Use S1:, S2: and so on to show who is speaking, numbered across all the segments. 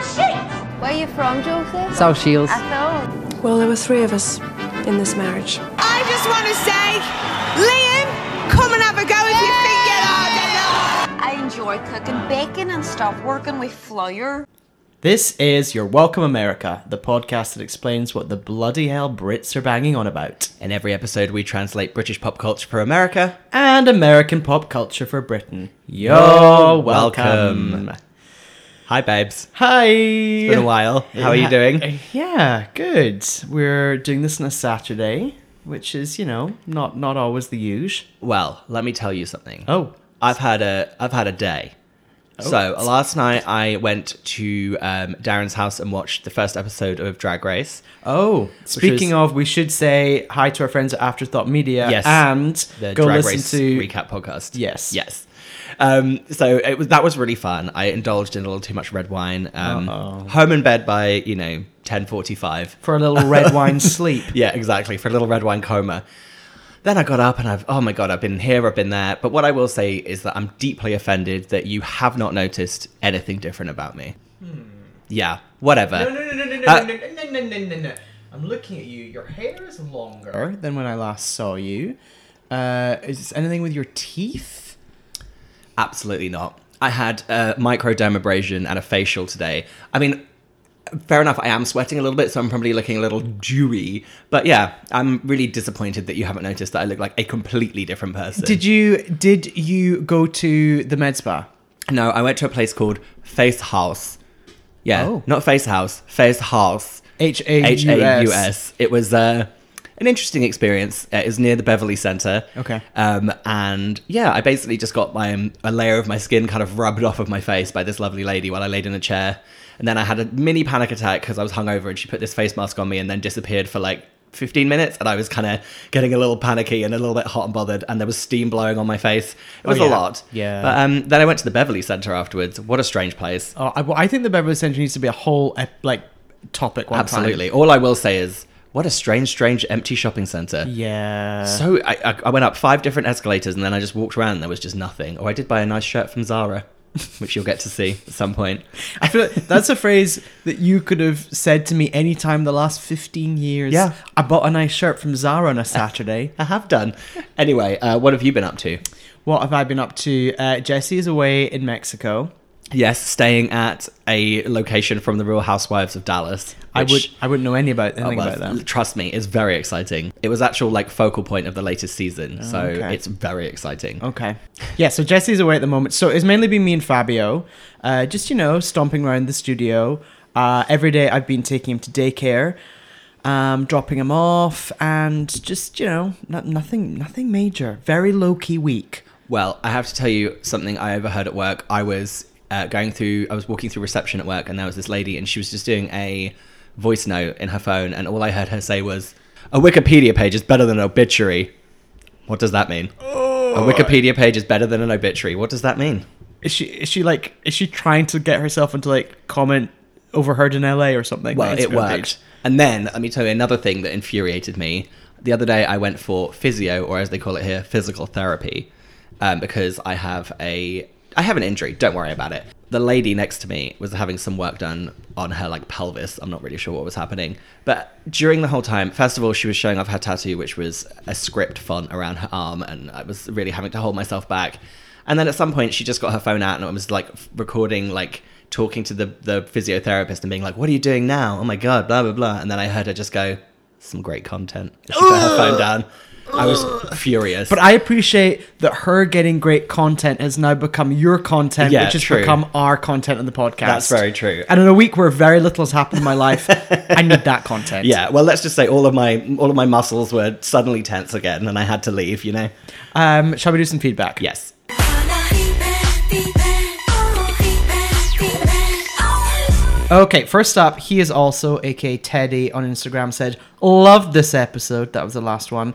S1: Where are you from, Joseph?
S2: South Shields.
S1: I thought.
S3: Well, there were three of us in this marriage.
S4: I just want to say, Liam, come and have a go if you think you're hard enough.
S1: I enjoy cooking, baking, and stop working with Flyer.
S5: This is Your Welcome America, the podcast that explains what the bloody hell Brits are banging on about.
S6: In every episode, we translate British pop culture for America.
S5: And American pop culture for Britain. You're welcome.
S6: Hi, babes.
S5: Hi.
S6: It's been a while. How are you doing?
S5: Yeah, good. We're doing this on a Saturday, which is, you know, not not always the usual.
S6: Well, let me tell you something.
S5: Oh.
S6: I've had a I've had a day. So last night I went to um, Darren's house and watched the first episode of Drag Race.
S5: Oh, speaking
S6: is-
S5: of, we should say hi to our friends at Afterthought Media
S6: Yes.
S5: and
S6: the
S5: go
S6: Drag
S5: listen
S6: Race
S5: to
S6: recap podcast.
S5: Yes.
S6: yes. Um, so it was that was really fun. I indulged in a little too much red wine. Um,
S5: Uh-oh.
S6: home in bed by you know ten forty five.
S5: for a little red wine sleep.
S6: Yeah, exactly. For a little red wine coma. Then I got up and I've, oh my God, I've been here, I've been there. But what I will say is that I'm deeply offended that you have not noticed anything different about me. Yeah, whatever.
S5: Hmm. no, no,
S6: Uh,
S5: no, no, no, no, no, no. I'm looking at you. Your hair is longer than when I last saw you. Uh, is this anything with your teeth?
S6: Absolutely not. I had a microdermabrasion and a facial today. I mean, fair enough, I am sweating a little bit, so I'm probably looking a little dewy. But yeah, I'm really disappointed that you haven't noticed that I look like a completely different person.
S5: Did you did you go to the med spa?
S6: No, I went to a place called Face House. Yeah,
S5: Oh.
S6: not Face House, Face House.
S5: H A
S6: H A U
S5: U S.
S6: S. It was uh, an interesting experience. Uh, It was near the Beverly Center.
S5: Okay.
S6: Um, and yeah, I basically just got my um, a layer of my skin kind of rubbed off of my face by this lovely lady while I laid in a chair, and then I had a mini panic attack because I was hungover, and she put this face mask on me, and then disappeared for like. 15 minutes and I was kind of getting a little panicky and a little bit hot and bothered and there was steam blowing on my face. It was
S5: Oh, yeah.
S6: a lot.
S5: Yeah.
S6: But um then I went to the Beverly Center afterwards. What a strange place.
S5: Oh, I, well, I think the Beverly Center needs to be a whole ep- like topic. One time.
S6: Absolutely. All I will say is, what a strange, strange empty shopping center.
S5: Yeah.
S6: So I, I, I went up five different escalators and then I just walked around. And there was just nothing. Or I did buy a nice shirt from Zara, which you'll get to see at some point.
S5: I feel like that's a phrase that you could have said to me anytime the last 15 years.
S6: Yeah.
S5: I bought a nice shirt from Zara on a Saturday.
S6: I have done. Anyway, uh, what have you been up to?
S5: what have I been up to? Uh, Jesse is away in Mexico.
S6: Yes, staying at a location from the Real Housewives of Dallas.
S5: I
S6: which-
S5: would I wouldn't know any about
S6: Oh,
S5: anything
S6: well,
S5: about that.
S6: Trust me, it's very exciting. It was actual like focal point of the latest season, so
S5: okay.
S6: it's very exciting.
S5: Okay. Yeah, so Jesse's away at the moment. So it's mainly been me and Fabio, uh, just, you know, stomping around the studio. Uh, every day I've been taking him to daycare, um, dropping him off, and just, you know, no- nothing nothing major. Very low key week.
S6: Well, I have to tell you something I overheard at work. I was uh, going through, I was walking through reception at work, and there was this lady, and she was just doing a voice note in her phone, and all I heard her say was, "A Wikipedia page is better than an obituary." What does that mean? A Wikipedia page is better than an obituary. What does that mean?
S5: Is she is she like is she trying to get herself into like comment overheard in LA or something?
S6: Well,
S5: Like,
S6: it
S5: Instagram
S6: worked.
S5: page?
S6: And then let me tell you another thing that infuriated me. The other day, I went for physio, or as they call it here, physical therapy, um, because I have a I have an injury. Don't worry about it. The lady next to me was having some work done on her like pelvis. I'm not really sure what was happening, but during the whole time, first of all, she was showing off her tattoo, which was a script font around her arm, and I was really having to hold myself back. And then at some point, she just got her phone out and it was like f- recording, like talking to the, the physiotherapist and being like, What are you doing now? Oh my God, blah, blah, blah. And then I heard her just go, Some great content. And she put her phone down. I was furious.
S5: But I appreciate that her getting great content has now become your content,
S6: Yeah,
S5: which has
S6: true.
S5: become our content on the podcast.
S6: That's very true.
S5: And in a week where very little has happened in my life, I need that content.
S6: yeah, well, let's just say all of my all of my muscles were suddenly tense again, and I had to leave. You know.
S5: Um, shall we do some feedback?
S6: Yes.
S5: Okay, first up, he is also, aka Teddy on Instagram, said, Loved this episode. That was the last one.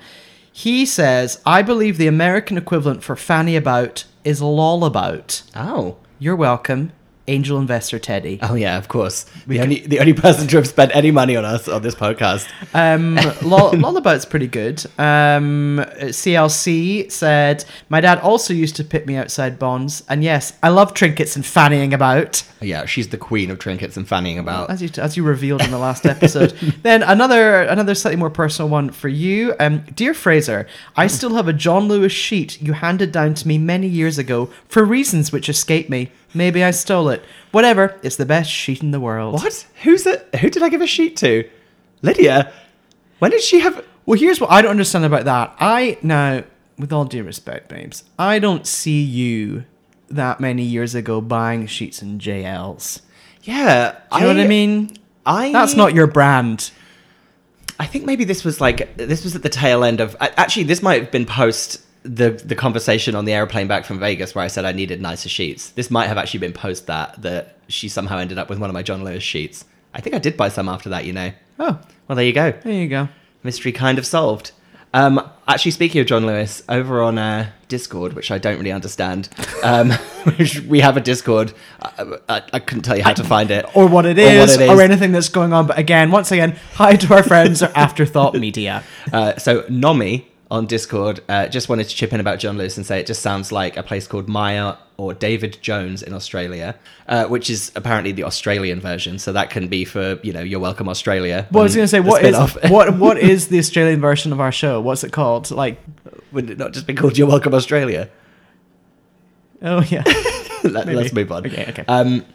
S5: He says, I believe the American equivalent for fanny about is lol about.
S6: Oh,
S5: You're welcome. angel investor Teddy.
S6: Oh yeah, of course. The only the only person to have spent any money on us on this podcast.
S5: Um, Lol- Lullabout's pretty good. Um, CLC said, My dad also used to pick me outside Bonds. And yes, I love trinkets and fannying about,
S6: Yeah, she's the queen of trinkets and fannying about.
S5: as you, as you revealed in the last episode. then another another slightly more personal one for you. Um, Dear Fraser, I still have a John Lewis sheet you handed down to me many years ago for reasons which escape me. Maybe I stole it. Whatever, it's the best sheet in the world.
S6: What? Who's it? Who did I give a sheet to? Lydia. When did she have?
S5: Well, here's what I don't understand about that. I now, with all due respect, babes, I don't see you that many years ago buying sheets and JLs.
S6: Yeah,
S5: Do you know what I mean?
S6: I
S5: That's not your brand.
S6: I think maybe this was like this was at the tail end of a- actually this might have been post the the conversation on the airplane back from Vegas where I said I needed nicer sheets. This might have actually been post that that she somehow ended up with one of my John Lewis sheets. I think I did buy some after that, you know.
S5: Oh,
S6: Well, there you go.
S5: there you go.
S6: Mystery kind of solved. Um, actually, speaking of John Lewis, over on uh, Discord, which I don't really understand, um, which we have a Discord. I, I, I couldn't tell you how to find it
S5: Or what it is, or,
S6: it is.
S5: anything that's going on. But again, once again, hi to our friends at Afterthought Media.
S6: Uh, so Nomi on Discord uh, just wanted to chip in about John Lewis and say it just sounds like a place called Maya or David Jones in Australia, uh, which is apparently the Australian version. So that can be for you know you're welcome Australia.
S5: Well, I
S6: on
S5: was going to say,
S6: the
S5: what is
S6: spin-off.
S5: what what is the Australian version of our show? What's it called? Like,
S6: would it not just be called You're Welcome Australia?
S5: oh yeah,
S6: Let,
S5: Maybe.
S6: us move on.
S5: Okay, okay.
S6: Um,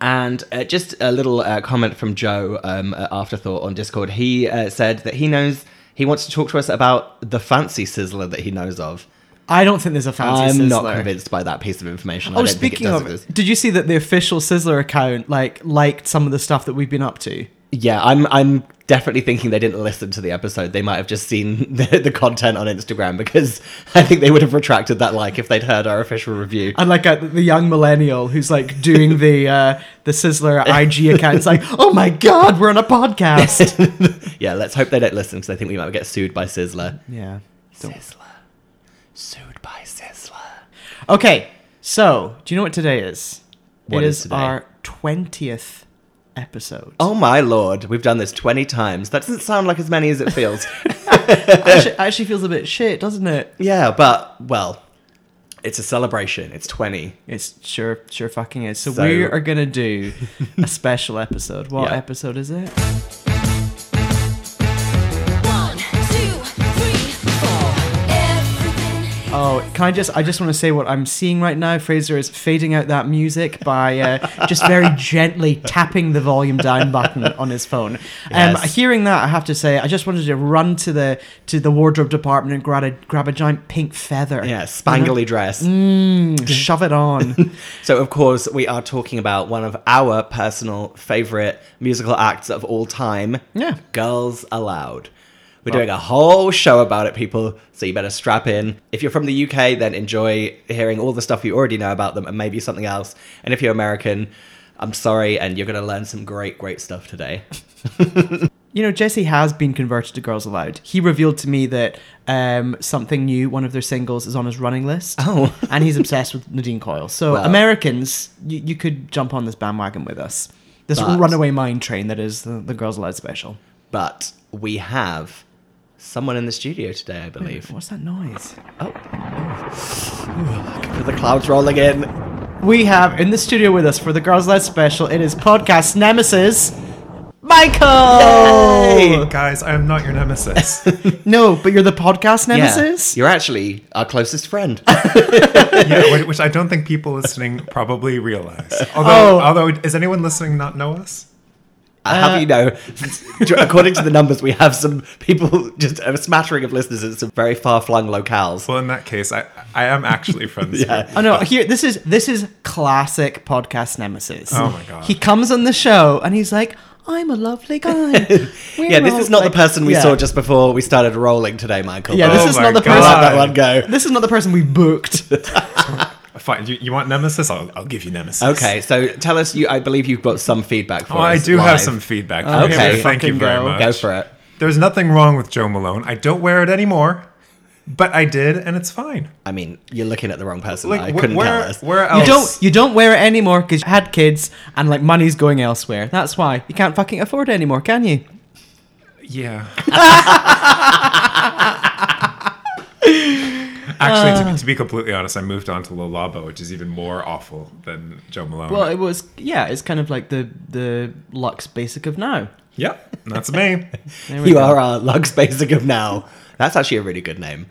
S6: and uh, just a little uh, comment from Joe um, at Afterthought on Discord. He uh, said that he knows he wants to talk to us about the fancy sizzler that he knows of.
S5: I don't think there's a fancy.
S6: I'm not
S5: Sizzler.
S6: convinced by that piece of information.
S5: Oh,
S6: I don't think it
S5: speaking
S6: does
S5: of,
S6: exist.
S5: did you see that the official Sizzler account like liked some of the stuff that we've been up to?
S6: yeah, I'm I'm definitely thinking they didn't listen to the episode. They might have just seen the, the content on Instagram because I think they would have retracted that like if they'd heard our official review.
S5: And like a, the young millennial who's like doing the uh, the Sizzler IG account, it's like, oh my god, we're on a podcast.
S6: yeah, let's hope they don't listen because I think we might get sued by Sizzler.
S5: yeah.
S6: Sizzler, sued by Sizzler.
S5: Okay, so do you know what today is?
S6: What
S5: it
S6: is
S5: is
S6: today?
S5: our twentieth episode.
S6: Oh my lord, we've done this twenty times. That doesn't sound like as many as it feels.
S5: actually, actually feels a bit shit, doesn't it?
S6: yeah, but well, it's a celebration. It's twenty.
S5: It's sure, sure fucking is. So,
S6: So-
S5: we are gonna do a special episode. What
S6: Yeah.
S5: episode is it?
S2: One, two, three, four. Everything.
S5: Oh, can I just? I just want to say what I'm seeing right now. Fraser is fading out that music by uh, just very gently tapping the volume down button on his phone. Um,
S6: Yes.
S5: hearing that, I have to say, I just wanted to run to the to the wardrobe department and grab a grab a giant pink feather.
S6: Yeah, spangly dress.
S5: and shove it on.
S6: So, of course, we are talking about one of our personal favorite musical acts of all time.
S5: Yeah. Oh.
S6: Girls Aloud. We're doing a whole show about it, people, so you better strap in. If you're from the UK, then enjoy hearing all the stuff you already know about them and maybe something else. And if you're American, I'm sorry, and you're going to learn some great, great stuff today.
S5: you know, Jesse has been converted to Girls Aloud. He revealed to me that um, something new, one of their singles, is on his running list.
S6: Oh.
S5: and he's obsessed with Nadine Coyle. So
S6: Well.
S5: Americans, you, you could jump on this bandwagon with us. This
S6: But-
S5: runaway mind train that is the, the Girls Aloud special.
S6: But we have someone in the studio today, I believe.
S5: What's that noise?
S6: Oh, Ooh, the clouds rolling in.
S5: We have in the studio with us for the Girls Aloud special. It is podcast nemesis, Michael.
S7: Guys, I am not your nemesis.
S5: No, but you're the podcast
S6: Yeah,
S5: nemesis.
S6: You're actually our closest friend.
S7: yeah, which, which I don't think people listening probably realize. Although,
S5: Oh.
S7: although, is anyone listening not know us?
S6: I have you
S5: Uh,
S6: know, according to the numbers, we have some people, just a smattering of listeners in some very far flung locales.
S7: Well, in that case, I I am actually friends.
S6: Yeah.
S7: with-
S5: Oh no! Here, this is this is classic podcast nemesis.
S7: Oh my God.
S5: He comes on the show and he's like, "I'm a lovely guy." We're
S6: yeah, this
S5: all
S6: is not
S5: like-
S6: the person we
S5: Yeah.
S6: saw just before we started rolling today, Michael.
S5: Yeah, this
S7: Oh
S5: is
S7: my
S5: not the
S7: God.
S5: person.
S6: let that one go.
S5: This is not the person we booked.
S7: Fine. You, you want nemesis? I'll, I'll give you nemesis.
S6: Okay, so tell us. You, I believe you've got some feedback for
S7: Oh,
S6: us.
S7: I do have
S6: live.
S7: some feedback.
S6: Oh,
S7: for you.
S6: okay.
S7: Thank you
S5: Fucking
S7: very
S5: go.
S7: much.
S6: Go for it.
S7: There's nothing wrong with Joe Malone. I don't wear it anymore. But I did, and it's fine.
S6: I mean, you're looking at the wrong person.
S7: Like,
S6: I
S7: wh-
S6: couldn't
S7: where,
S6: tell us.
S7: where else?
S5: You don't you don't wear it anymore because you had kids and like money's going elsewhere. That's why you can't fucking afford it anymore, can you?
S7: Yeah. Actually,
S5: Uh.
S7: to, be, to be completely honest, I moved on to Lalaba, which is even more awful than Joe Malone.
S5: Well, it was yeah. It's kind of like the the Lux Basic of now.
S7: yep, that's me.
S5: There we
S6: You
S5: go.
S6: are our Lux Basic of now. That's actually a really good name.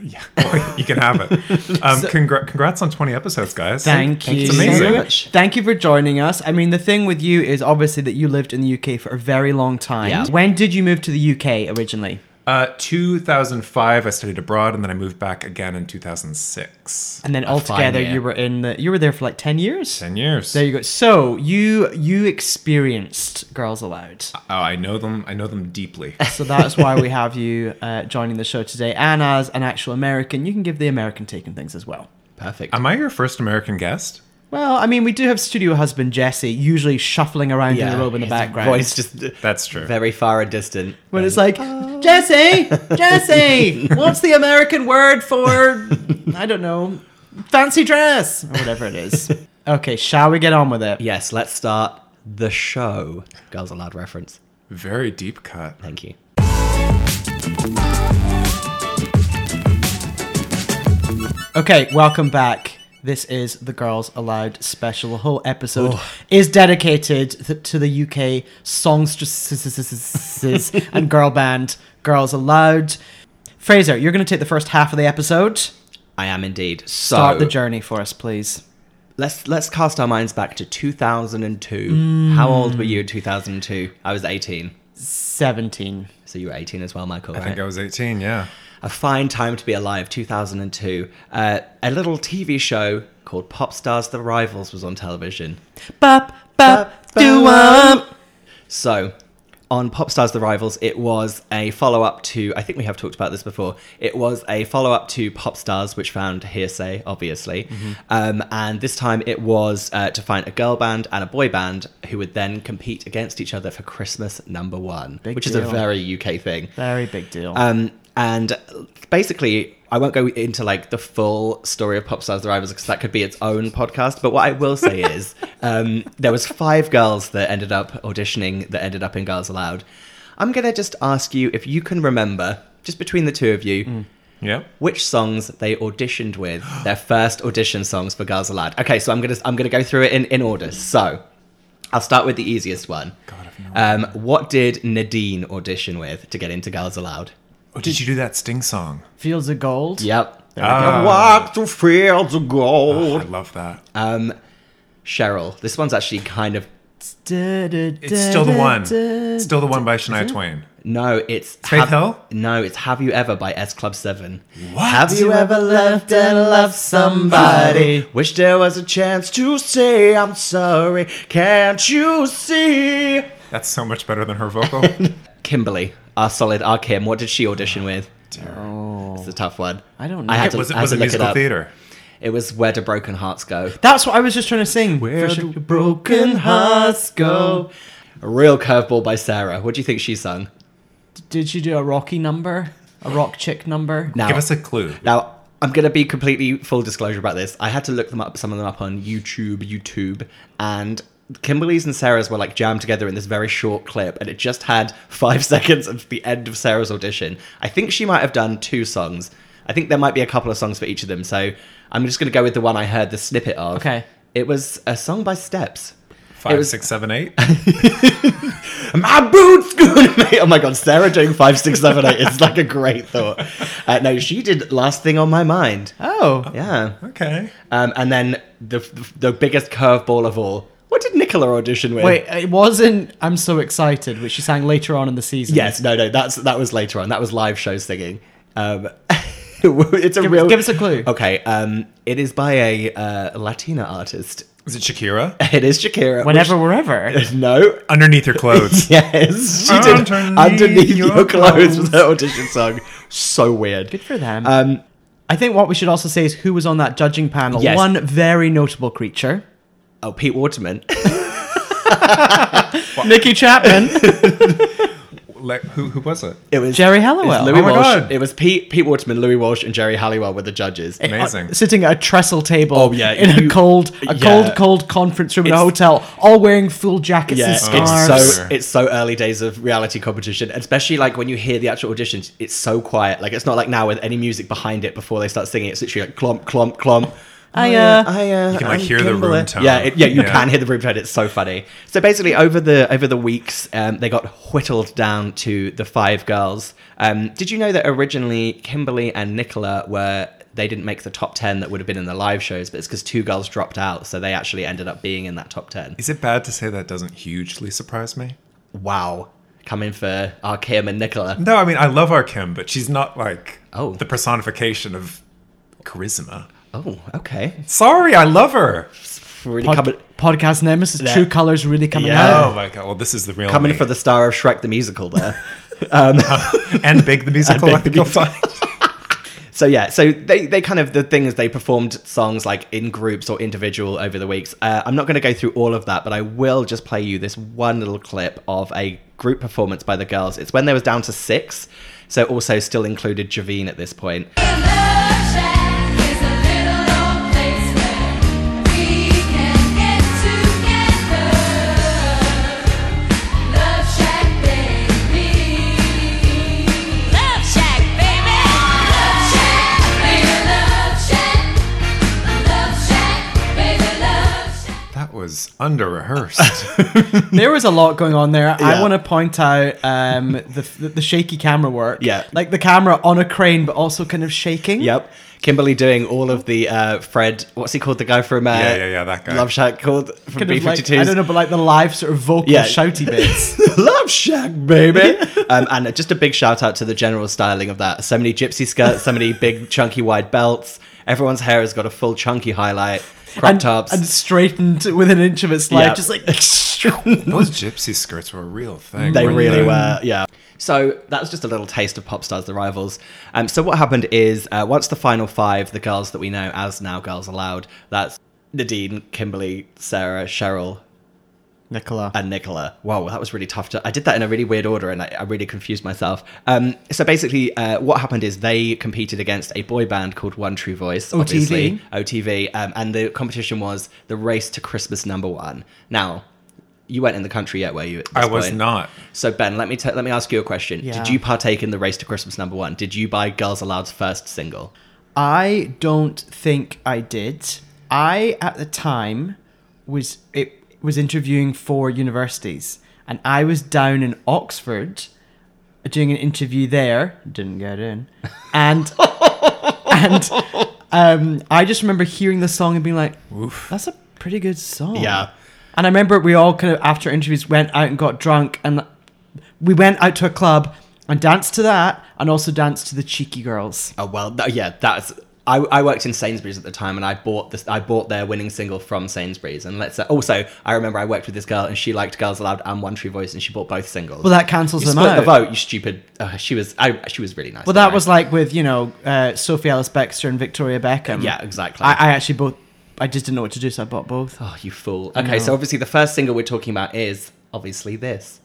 S7: Yeah, well, you can have it. Um, congra- congrats on 20 episodes, guys.
S5: Thank you.
S7: It's amazing.
S5: so much. Thank you for joining us. I mean, the thing with you is obviously that you lived in the UK for a very long time.
S6: Yeah.
S5: When did you move to the UK originally?
S7: Uh, 2005, I studied abroad, and then I moved back again in 2006.
S5: And then
S6: A fine
S5: altogether,
S6: year.
S5: you were in the you were there for like ten years.
S7: 10 years.
S5: There you go. So you you experienced Girls Aloud.
S7: oh, I know them. I know them deeply.
S5: So that's why we have you uh, joining the show today. And as an actual American, you can give the American take on things as well.
S6: Perfect.
S7: Am I your first American guest?
S5: Well, I mean, we do have studio husband Jesse usually shuffling around in the robe in the
S6: his
S5: background.
S6: Voice just
S7: That's true.
S6: very far and distant.
S5: when it's like, Jesse, Jesse, what's the American word for, I don't know, fancy dress or whatever it is? Okay, shall we get on with it?
S6: Yes, let's start the show. Girls Aloud reference.
S7: Very deep cut.
S6: Thank you.
S5: Okay, welcome back. This is the Girls Aloud special. The whole episode
S7: Oh.
S5: is dedicated th- to the UK songstresses and girl band Girls Aloud. Fraser, you're going to take the first half of the episode.
S6: I am indeed. So
S5: Start the journey for us, please.
S6: let's let's cast our minds back to 2002. How old were you in 2002? I was 18.
S5: 17.
S6: So you were 18 as well, Michael.
S7: I think I was 18, yeah.
S6: A fine time to be alive, 2002. Uh, a little TV show called Pop Stars: The Rivals was on television.
S5: Bop, bop, do up.
S6: So, on Pop Stars The Rivals, it was a follow up to, I think we have talked about this before, it was a follow up to Pop Stars, which found hearsay, obviously.
S5: Mm-hmm.
S6: Um, and this time it was uh, to find a girl band and a boy band who would then compete against each other for Christmas number one,
S5: Big
S6: which is
S5: deal.
S6: a very UK thing.
S5: Very big deal.
S7: Uh,
S6: Um, and basically, I won't go into like the full story of Pop Stars The Rivals because that could be its own podcast. But what I will say is, um, there was five girls that ended up auditioning that ended up in Girls Aloud. I'm gonna just ask you if you can remember, just between the two of you,
S7: Mm. Yep.
S6: which songs they auditioned with, their first audition songs for Girls Aloud. Okay, so I'm gonna I'm gonna go through it in, in order. So I'll start with the easiest one.
S7: God, I've no
S6: um, what did Nadine audition with to get into Girls Aloud?
S7: Oh, did you do that Sting song?
S5: Fields of Gold.
S6: Yep.
S7: Ah.
S6: Walk through fields of
S7: Oh, I
S6: gold.
S7: love that.
S6: Um, Cheryl. This one's actually kind of
S7: it's still the one. Still the one by Shania Twain.
S6: no. It's
S7: Faith Hill?
S6: No, it's Have You Ever by S Club Seven.
S7: What?
S6: Have you ever loved and loved somebody? Wish there was a chance to say I'm sorry. Can't you see?
S7: That's so much better than her vocal.
S6: Kimberly, our solid, our Kim. What did she audition with? It's a tough one.
S5: I don't know.
S6: I had
S5: It
S6: to,
S7: was it
S6: I had
S7: was
S6: to
S7: it
S6: look it
S7: musical
S6: up.
S7: theater?
S6: It was Where Do Broken Hearts Go.
S5: That's what I was just trying to sing.
S6: Where
S5: For sure.
S6: do broken hearts go? A real curveball by Sarah. What do you think she sung?
S5: Did you do a rocky number? A rock chick number?
S6: Now,
S7: Give us a clue.
S6: now I'm gonna be completely full disclosure about this. I had to look them up, some of them up on YouTube, YouTube, and Kimberly's and Sarah's were like jammed together in this very short clip, and it just had five seconds of the end of Sarah's audition. I think she might have done two songs. I think there might be a couple of songs for each of them, so I'm just gonna go with the one I heard the snippet of.
S5: Okay.
S6: It was a song by Steps.
S7: Five,
S6: was-
S7: six, seven, eight.
S6: my boots good mate. Oh my god, Sarah doing five, six, seven, eight is like a great thought. Uh, no, she did last thing on my mind.
S5: Oh.
S6: Yeah,
S7: Okay.
S6: um, and then the the biggest curveball of all. What did Nicola audition with?
S5: Wait, it wasn't I'm So Excited, which she sang later on in the season.
S6: yes, no, no, that's that was later on. That was live show singing. Um, it's a
S5: Give us-
S6: real.
S5: give us a clue.
S6: Okay, um, it is by a uh, Latina artist.
S7: Is it Shakira?
S6: It is Shakira.
S5: Whenever,
S6: which-
S5: wherever.
S6: no,
S7: Underneath your clothes.
S6: Yes, she did. Underneath,
S7: Underneath
S6: your,
S7: your
S6: clothes was
S7: clothes.
S6: her audition song. So weird.
S5: Good for them.
S6: Um,
S5: I think what we should also say is who was on that judging panel.
S6: Yes.
S5: One very notable creature.
S6: oh, Pete Waterman.
S5: Nikki Chapman.
S7: like, who who was it?
S6: It was
S5: Jerry Halliwell.
S6: It was Louis
S7: Oh my
S6: Walsh.
S7: God.
S6: It was Pete Pete Waterman, Louis Walsh, and Jerry Halliwell were the judges.
S7: Amazing.
S5: Uh, sitting at a trestle table
S6: Oh, yeah,
S5: in
S6: you-
S5: a cold a
S6: yeah.
S5: cold cold conference room in a
S6: It's-
S5: hotel all wearing full jackets
S6: yeah,
S5: and
S6: it's
S5: scarves
S6: so
S7: Scarves.
S6: it's so early days of reality competition, especially like when you hear the actual auditions. It's so quiet. Like it's not like now with any music behind it before they start singing. It's literally like clomp clomp clomp.
S5: I, uh,
S7: Oh, You can like hear the room tone.
S6: Yeah, it, yeah, you can hear the room tone. It's so funny. So basically, over the over the weeks, um, they got whittled down to the five girls. Um, did you know that originally Kimberly and Nicola were they didn't make the top ten that would have been in the live shows, but it's because two girls dropped out, so they actually ended up being in that top ten.
S7: Is it bad to say that doesn't hugely surprise me?
S6: Wow, coming for our Kim and Nicola.
S7: No, I mean I love our Kim, but she's not like
S6: Oh.
S7: the personification of charisma.
S6: Oh, okay.
S7: Sorry, I love her.
S6: Really
S5: Pod-
S6: coming,
S5: podcast nemesis
S6: Yeah.
S5: true colors really coming
S6: Yeah.
S5: out
S7: Oh my god! Well, this is the real
S6: coming
S7: me.
S6: for the star of Shrek the musical there.
S7: and Big the musical.
S6: Big
S7: I
S6: the
S7: think you'll
S6: Musical.
S7: find.
S6: So yeah, so they they kind of the thing is they performed songs like in groups or individual over the weeks. Uh, I'm not going to go through all of that, but I will just play you this one little clip of a group performance by the girls. It's when they was down to six, so also still included Javine at this point.
S7: That was under rehearsed.
S5: there was a lot going on there
S6: Yeah.
S5: i want to point out um the, the the shaky camera work
S6: Yeah.
S5: like the camera on a crane but also kind of shaking
S6: Yep, Kimberly doing all of the uh, Fred. What's he called? The guy from uh,
S7: Yeah, yeah, yeah, that guy.
S6: Love Shack called from
S5: Kind of like,
S6: B52s.
S5: I don't know, but like the live sort of vocal
S6: Yeah.
S5: shouty bits.
S6: Love Shack, baby. um, and just a big shout out to the general styling of that. So many gypsy skirts, so many big chunky wide belts. Everyone's hair has got a full chunky highlight, crop
S5: and,
S6: tops.
S5: and straightened with an inch of its
S6: Yeah.
S5: life, just like
S7: Those gypsy skirts were a real thing.
S6: they
S7: weren't
S6: really
S7: they?
S6: were, yeah. So that was just a little taste of pop stars, the rivals. Um, so what happened is uh, once the final five, the girls that we know as now girls allowed, that's Nadine, Kimberly, Sarah, Cheryl,
S5: Nicola.
S6: and Nicola. Wow, that was really tough. To, I did that in a really weird order, and I, I really confused myself. Um, so basically, uh, what happened is they competed against a boy band called One True Voice,
S5: OTV.
S6: obviously OTV, um, and the competition was the race to Christmas number one. Now, you weren't in the country yet, were you? at this
S7: I was
S6: point?
S7: not.
S6: So Ben, let me t- let me ask you a question.
S5: Yeah.
S6: Did you partake in the race to Christmas number one? Did you buy Girls Aloud's first single?
S5: I don't think I did. I at the time was it was interviewing for universities, and I was down in Oxford uh, doing an interview there. Didn't get in, and and um, I just remember hearing the song and being like, "That's a pretty good song."
S6: Yeah.
S5: and I remember we all kind of after interviews went out and got drunk, and we went out to a club and danced to that, and also danced to the Cheeky Girls.
S6: Oh well, th- yeah, that's. I, I worked in Sainsbury's at the time, and I bought this. I bought their winning single from Sainsbury's, and let's say, also I remember I worked with this girl, and she liked Girls Aloud and One True Voice, and she bought both singles.
S5: Well, that cancels
S6: you
S5: them
S6: split
S5: out.
S6: the vote, you stupid. Uh, she was. I, she was really nice.
S5: Well, that
S6: anyway.
S5: was like with you know uh, Sophie Ellis Bextor and Victoria Beckham.
S6: Yeah, exactly.
S5: I, I actually both. I just didn't know what to do, so I bought both.
S6: Oh, you fool. Okay, so obviously the first single we're talking about is obviously this.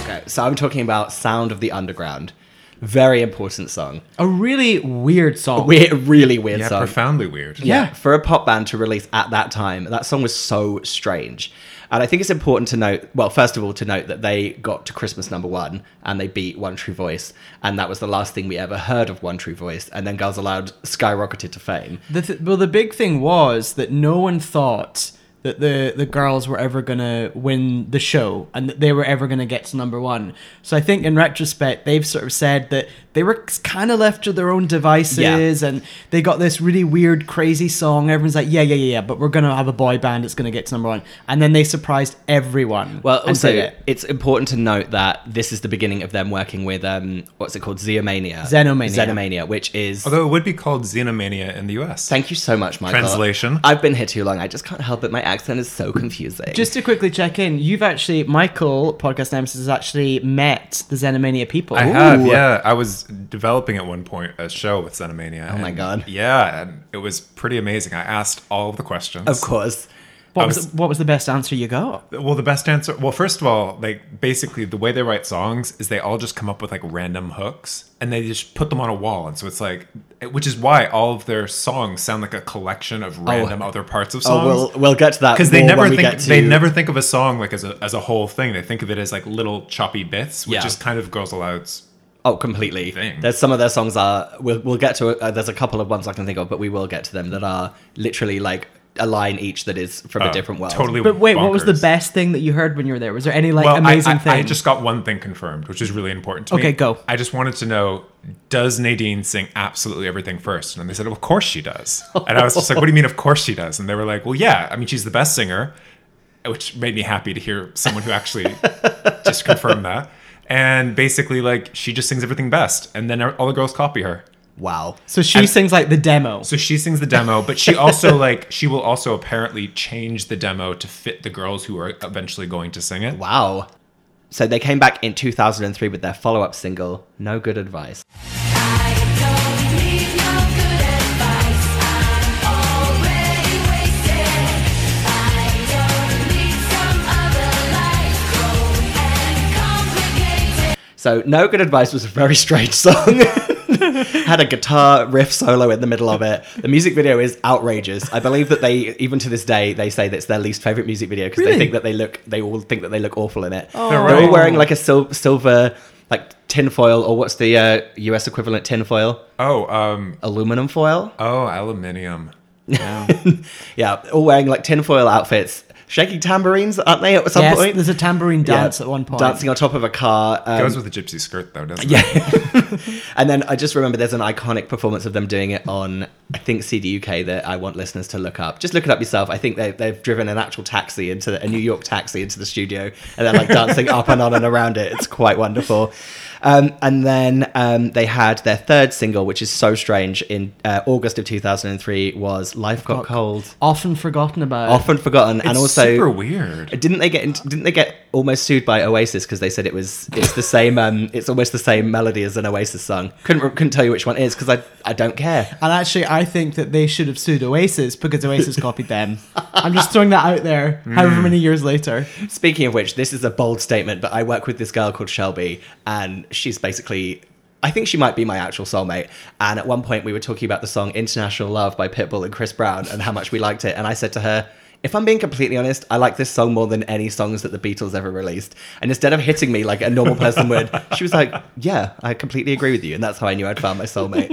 S6: Okay, so I'm talking about "Sound of the Underground." Very important song.
S5: A really weird song.
S6: Weird, really weird
S7: Yeah,
S6: song.
S7: profoundly weird.
S6: yeah.
S5: Yeah.
S6: for a pop band to release at that time that song was so strange and i think it's important to note well first of all to note that they got to christmas number one and they beat one true voice and that was the last thing we ever heard of one true voice and then girls aloud skyrocketed to fame
S5: The th- well, the big thing was that no one thought that the the girls were ever gonna win the show and that they were ever gonna get to number one. So I think in retrospect, they've sort of said that they were kind of left to their own devices, and they got this really weird, crazy song. Everyone's like, yeah, yeah, yeah, yeah, but we're gonna have a boy band that's gonna get to number one, and then they surprised everyone.
S6: well
S5: and did
S6: also
S5: it.
S6: it's important to note that this is the beginning of them working with um what's it called xenomania
S5: Xenomania.
S6: xenomania which is
S7: Although it would be called Xenomania in the US.
S6: Thank you so much, Michael.
S7: Translation.
S6: I've been here too long. I just can't help it. My accent is so confusing.
S5: Just to quickly check in, you've actually Michael podcast nemesis has actually met the Xenomania people.
S7: I have, yeah. I was developing at one point a show with Xenomania. Oh
S6: my God.
S7: Yeah, and it was pretty amazing. I asked all of the questions.
S6: of course.
S5: What
S7: I
S5: was,
S7: was-
S5: what was the best answer you got?
S7: Well, the best answer. Well, first of all, like basically the way they write songs is they all just come up with like random hooks and they just put them on a wall, and so it's like, which is why all of their songs sound like a collection of random other parts of songs.
S6: Oh, we'll we'll get to that
S7: because they
S6: more
S7: never
S6: when we
S7: think
S6: get to-
S7: they never think of a song like as a as a whole thing. They think of it as like little choppy bits, which
S6: Yeah.
S7: is kind of Girls Aloud's.
S6: Oh, completely.
S7: Thing.
S6: There's some of their songs are. We'll, we'll get to. Uh, there's a couple of ones I can think of, but we will get to them that are literally like a line each that is from a
S7: uh,
S6: different world.
S7: Totally.
S5: But wait, what was the
S7: bonkers.
S5: best thing that you heard when you were there? Was there any like
S7: Well, I-
S5: amazing
S7: I,
S5: thing?
S7: I just got one thing confirmed, which is really important to me.
S5: Okay, go.
S7: I just wanted to know: Does Nadine sing absolutely everything first? And they said, "Of course she does." And I was just like, "What do you mean, of course she does?" And they were like, "Well, yeah. I mean, she's the best singer," which made me happy to hear someone who actually just confirmed that. And basically, like, she just sings everything best, and then all the girls copy her.
S6: Wow.
S5: so she sings like the demo.
S7: So she sings the demo, but she also like she will also apparently change the demo to fit the girls who are eventually going to sing it.
S6: Wow. So they came back in 2003 with their follow-up single "No Good Advice." So "No Good Advice" was a very strange song. Had a guitar riff solo in the middle of it. The music video is outrageous. I believe that they, even to this day, they say that's their least favorite music video because
S5: Really?
S6: they think that they look, they all think that they look awful in it.
S7: They're
S6: They're all
S7: right.
S6: wearing like a sil- silver, like tinfoil, or what's the uh, US equivalent tinfoil?
S7: Oh, um,
S6: Aluminum foil?
S7: oh, aluminium.
S6: Yeah, all wearing like tinfoil outfits, shaking tambourines, aren't they, at some
S5: yes,
S6: point?
S5: there's a tambourine
S6: Yeah,
S5: dance at one point.
S6: Dancing on top of a car. um,
S7: Goes with a gypsy skirt though, doesn't it?
S6: yeah. and then I just remember there's an iconic performance of them doing it on, I think, CDUK that I want listeners to look up. Just look it up yourself. I think they, they've driven an actual taxi into the, a New York taxi into the studio and they're like dancing up and on and around it. It's quite wonderful. Um, and then um, they had their third single, which is so strange, in uh, August of 2003 was Life Got Cold.
S5: Often forgotten about.
S6: Often forgotten, and
S7: It's
S6: also
S7: super weird.
S6: didn't they get in- didn't they get almost sued by Oasis because they said it was it's the same um it's almost the same melody as an Oasis song. Couldn't re- couldn't tell you which one it is because I I don't care.
S5: And actually, I think that they should have sued Oasis because Oasis copied them. I'm just throwing that out there.
S7: Mm.
S5: However many years later,
S6: Speaking of which, this is a bold statement, but I work with this girl called Shelby, and she's basically. I think she might be my actual soulmate. And at one point, we were talking about the song International Love by Pitbull and Chris Brown and how much we liked it. And I said to her, if I'm being completely honest, I like this song more than any songs that the Beatles ever released. And instead of hitting me like a normal person would, she was like, Yeah, I completely agree with you. And that's how I knew I'd found my soulmate.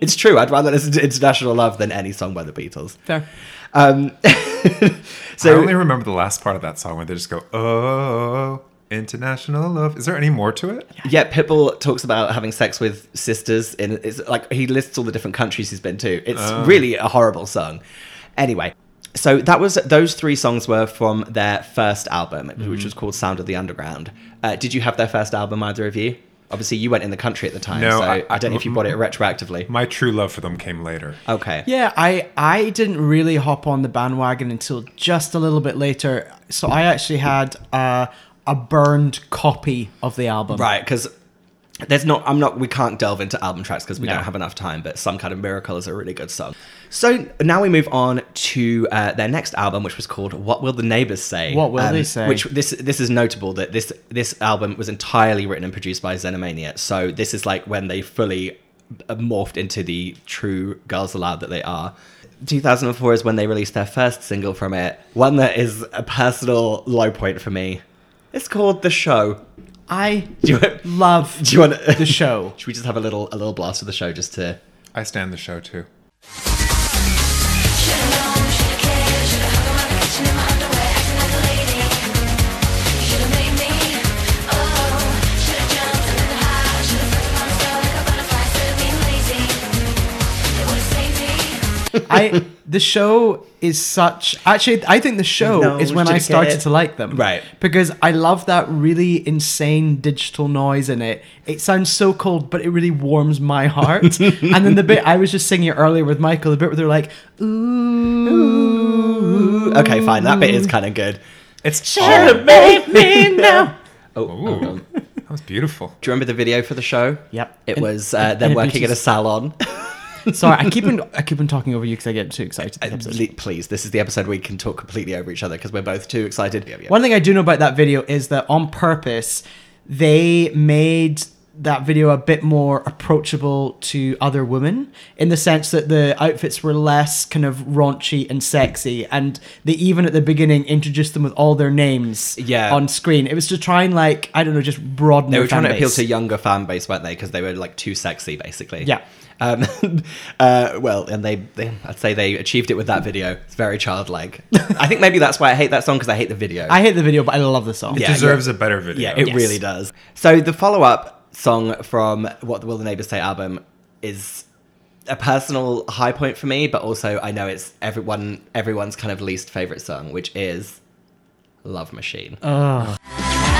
S6: it's true. I'd rather listen to International Love than any song by the Beatles.
S5: fair.
S6: Um,
S7: I
S6: so,
S7: only remember the last part of that song where they just go, "Oh, international love." Is there any more to it?
S6: Yeah, Pitbull talks about having sex with sisters, and it's like he lists all the different countries he's been to. It's
S7: Oh.
S6: really a horrible song. Anyway, so that was those three songs were from their first album,
S7: Mm-hmm.
S6: which was called Sound of the Underground. Uh, did you have their first album, either of you? Obviously, you weren't in the country at the time,
S7: No,
S6: so I,
S7: I-
S6: don't know if you bought it retroactively.
S7: My true love for them came later.
S6: Okay.
S5: Yeah, I I didn't really hop on the bandwagon until just a little bit later. So I actually had uh, a burned copy of the album.
S6: Right, because there's not. I'm not. We can't delve into album tracks because we
S5: No.
S6: don't have enough time. But some kind of miracle is a really good song. So now we move on to uh, their next album, which was called "What Will the Neighbors Say." Um,
S5: What Will They Say?
S6: Which this this is notable that this this album was entirely written and produced by Xenomania. So this is like when they fully uh, morphed into the true girls aloud that they are. 2004 is when they released their first single from it, one that is a personal low point for me. It's called "The Show."
S5: I
S6: Do you-
S5: love
S6: Do you want to
S5: the show.
S6: Should we just have a little a little blast of the show just to
S7: I stand the show too.
S5: I the show is such actually I think the show
S6: No,
S5: is when I
S6: check
S5: started
S6: it.
S5: to like them.
S6: Right.
S5: Because I love that really insane digital noise in it. It sounds so cold, but it really warms my heart. and then the bit I was just singing it earlier with Michael, the bit where they're like, ooh,
S6: Ooh, okay, fine. That bit is kind of good.
S7: It's
S6: Oh, hold on. do
S7: that was beautiful.
S6: you remember the video for the show?
S5: Yep.
S6: It
S5: And-
S6: was uh, them
S5: and it was
S6: working at a
S5: just-
S6: salon.
S5: Sorry, I keep on I keep on talking over you because I get too excited.
S6: Uh, le- Please, this is the episode we can talk completely over each other because we're both too excited. Yeah, yeah.
S5: One thing I do know about that video is that on purpose, they made that video a bit more approachable to other women in the sense that the outfits were less kind of raunchy and sexy and they even at the beginning introduced them with all their names
S6: Yeah.
S5: on screen it was to try and like i don't know just broaden
S6: They
S5: their
S6: were trying
S5: fan
S6: to appeal
S5: base.
S6: to younger fan base, weren't they? Because they were like too sexy, basically.
S5: Yeah.
S6: Um, uh, well, and they, they, I'd say they achieved it with that video. It's very childlike. I think maybe that's why I hate that song because I hate the video.
S5: i hate the video but i love the song
S6: Yeah,
S7: Deserves a better video.
S6: yeah, it
S5: Yes.
S6: really does. So the follow-up song from "What Will the Neighbors Say" album is a personal high point for me, but also I know it's everyone everyone's kind of least favorite song, which is "Love Machine."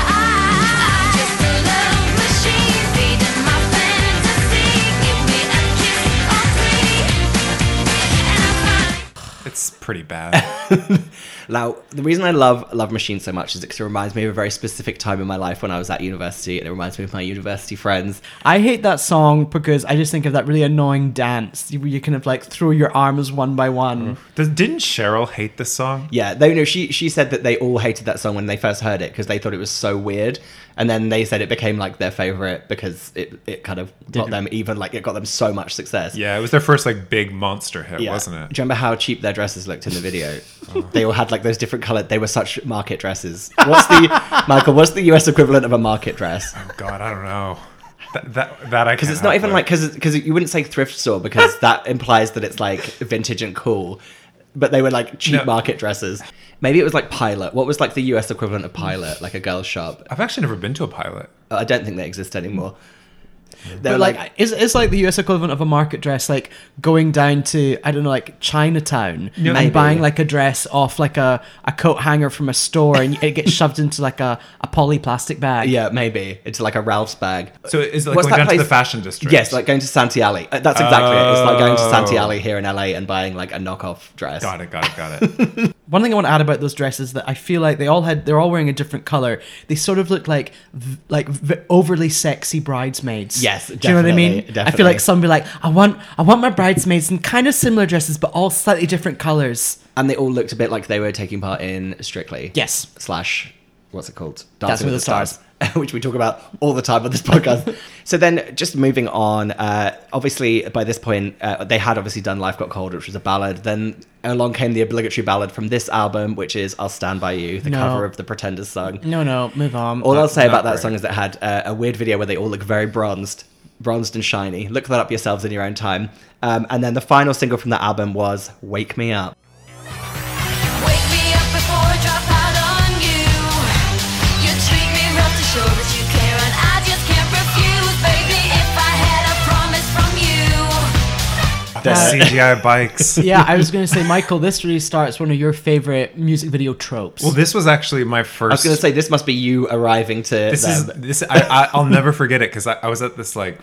S2: Just a love machine feeding my fantasy. Give me a kiss or three, and I find.
S7: It's pretty bad.
S6: Now, the reason I love Love Machine so much is because it reminds me of a very specific time in my life when I was at university, and it reminds me of my university friends.
S5: I hate that song because I just think of that really annoying dance where you kind of like throw your arms one by one.
S6: Mm-hmm.
S7: Does- Didn't Cheryl hate this song?
S6: Yeah, they know she she said that they all hated that song when they first heard it because they thought it was so weird, and then they said it became like their favorite because it it kind of got them even like it got them so much success.
S7: Yeah, it was their first like big monster hit,
S6: Yeah.
S7: wasn't
S6: Do you
S7: it? Oh.
S6: remember how cheap their dresses looked in the video? They all had like those different colored. They were such market dresses. What's the Michael? What's the US equivalent of a market dress?
S7: Oh God, I don't know. That that, that I
S6: Because it's not even like because because you wouldn't say thrift store because that implies that it's like vintage and cool, but they were like cheap
S7: No.
S6: market dresses. Maybe it was like Pilot. What was like the US equivalent of Pilot, like a girl's shop?
S7: I've actually never been to a pilot.
S6: I don't think they exist anymore.
S7: Mm.
S6: They were
S5: But
S6: like,
S5: like, it's, it's like the US equivalent of a market dress, like going down to, I don't know, like Chinatown
S6: Maybe.
S5: and buying like a dress off like a, a coat hanger from a store and it gets shoved into like a, a poly plastic bag.
S6: yeah, maybe it's like a Ralph's bag.
S7: So is it like
S6: What's that
S7: going down to
S6: place-
S7: the fashion district?
S6: Yes, like going to Santee Alley. Uh, That's exactly it. It's like going to Santee
S7: Oh.
S6: Alley here in LA and buying like a knockoff dress.
S7: Got it, got it, got it.
S5: One thing I want to add about those dresses that I feel like they all had, they're all wearing a different color. They sort of look like, v- like v- overly sexy bridesmaids.
S6: Yes,
S5: do you know what I mean? I
S6: definitely,
S5: feel
S6: definitely.
S5: like some be like, I want, I want my bridesmaids in kind of similar dresses, but all slightly different colors.
S6: And they all looked a bit like they were taking part in Strictly.
S5: Yes.
S6: Slash, what's it called?
S5: Dancing with the Stars.
S6: which we talk about all the time on this podcast. so then, just moving on, uh, obviously, by this point, uh, they had obviously done Life Got Cold, which was a ballad. Then along came the obligatory ballad from this album, which is I'll Stand By You, the
S5: No. Mm.
S6: cover of the Pretenders song.
S5: No, no, move on.
S6: All I'll say about that
S7: great.
S6: song is that it had uh, a weird video where they all look very bronzed, bronzed and shiny. Look that up yourselves in your own time. Um, and then the final single from that album was Wake Me Up.
S2: Wake me up before I drop out on you. You treat me rough to show that you care, and I just can't refuse, baby. If I had a promise from you,
S7: CGI bikes.
S5: yeah, I was going to say, Michael, this really starts one of your favorite music video tropes.
S7: Well, this was actually my first.
S6: I was going to say this must be you arriving to
S7: this
S6: them.
S7: is this. I, I, I'll never forget it because I, I was at this like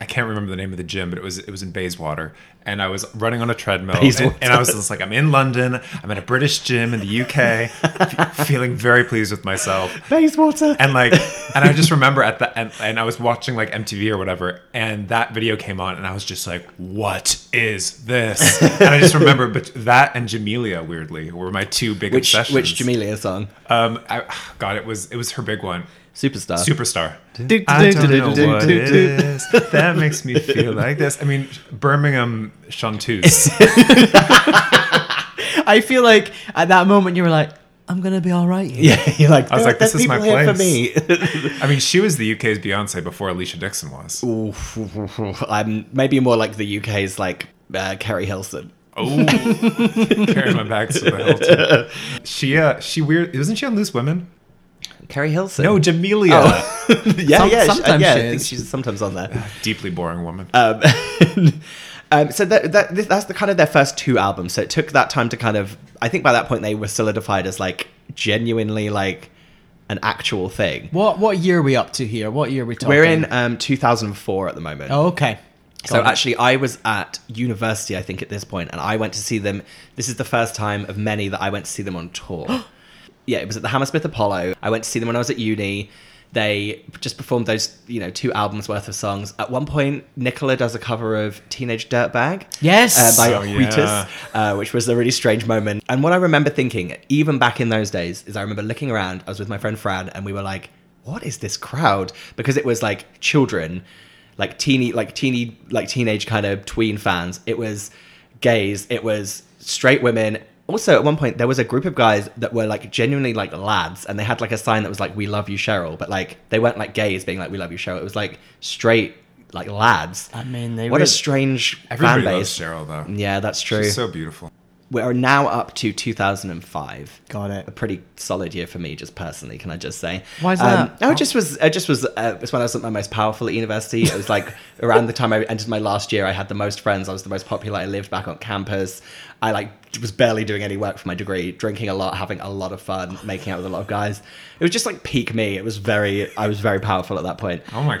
S7: I can't remember the name of the gym, but it was it was in Bayswater, and I was running on a treadmill, and,
S6: Bayswater.
S7: and I was just like, I'm in London, I'm at a British gym in the UK, f- feeling very pleased with myself,
S6: Bayswater.
S7: and like and i just remember at the end and i was watching like mtv or whatever and that video came on and i was just like what is this and i just remember but that and jamelia weirdly were my two big
S6: Which
S7: obsessions
S6: which Jamelia song?
S7: um I, god it was it was her big one
S6: Superstar.
S7: superstar
S5: do,
S7: I
S5: do,
S7: don't
S5: do,
S7: know
S5: do,
S7: what
S5: do,
S7: it
S5: do.
S7: is that makes me feel like this. I mean, Birmingham chanteuse.
S5: I feel like at that moment you were like, I'm going to be all right. here."
S6: Yeah, you're like. I
S7: was like, this is my
S6: for me.
S7: place. I mean, she was the UK's Beyonce before Alicia Dixon was.
S6: I'm maybe more like the UK's like uh, Kerry Hilson.
S7: Oh, carrying my bags to the Hilton. She, uh, she weird. Isn't she on Loose Women?
S6: Kerry Hilson.
S7: No, Jamelia.
S6: Oh. yeah,
S5: Some-
S6: yeah, she-
S5: sometimes
S6: yeah.
S5: she
S6: I think
S5: is.
S6: she's sometimes on there.
S7: Deeply boring woman.
S6: Um, um, so that, that th- that's the kind of their first two albums. So it took that time to kind of. I think by that point they were solidified as like genuinely like an actual thing.
S5: What what year are we up to here? What year are we talking?
S6: We're in um, 2004 at the moment.
S5: Oh, okay.
S6: So actually, I was at university, I think, at this point, and I went to see them. This is the first time of many that I went to see them on tour. yeah, it was at the Hammersmith Apollo. I went to see them when I was at uni. They just performed those, you know, two albums worth of songs. At one point, Nicola does a cover of Teenage Dirtbag.
S5: Yes.
S6: Uh, by
S7: Oh,
S6: Wheatus,
S7: yeah.
S6: uh, which was a really strange moment. And what I remember thinking, even back in those days, is I remember looking around. I was with my friend Fran, and we were like, "What is this crowd?" Because it was like children, like teeny, like teeny, like teenage kind of tween fans. It was gays. It was straight women. Also, at one point, there was a group of guys that were like genuinely like lads, and they had like a sign that was like "We love you, Cheryl," but like they weren't like gays being like "We love you, Cheryl." It was like straight like lads.
S5: I mean, they
S6: what
S5: were-
S6: a strange
S7: Everybody
S6: fan
S7: loves
S6: base.
S7: Cheryl though.
S6: Yeah, that's true.
S7: She's so beautiful.
S6: we are now up to 2005.
S5: Got it.
S6: A pretty solid year for me, just personally. Can I just say?
S5: Why is that?
S6: no, it just was. It just was. Uh, it's when I was at my most powerful at university. It was like around the time I entered my last year. I had the most friends. I was the most popular. I lived back on campus. I like was barely doing any work for my degree, drinking a lot, having a lot of fun, making out with a lot of guys. It was just like peak me. It was very. I was very powerful at that point.
S7: Oh my
S6: Um,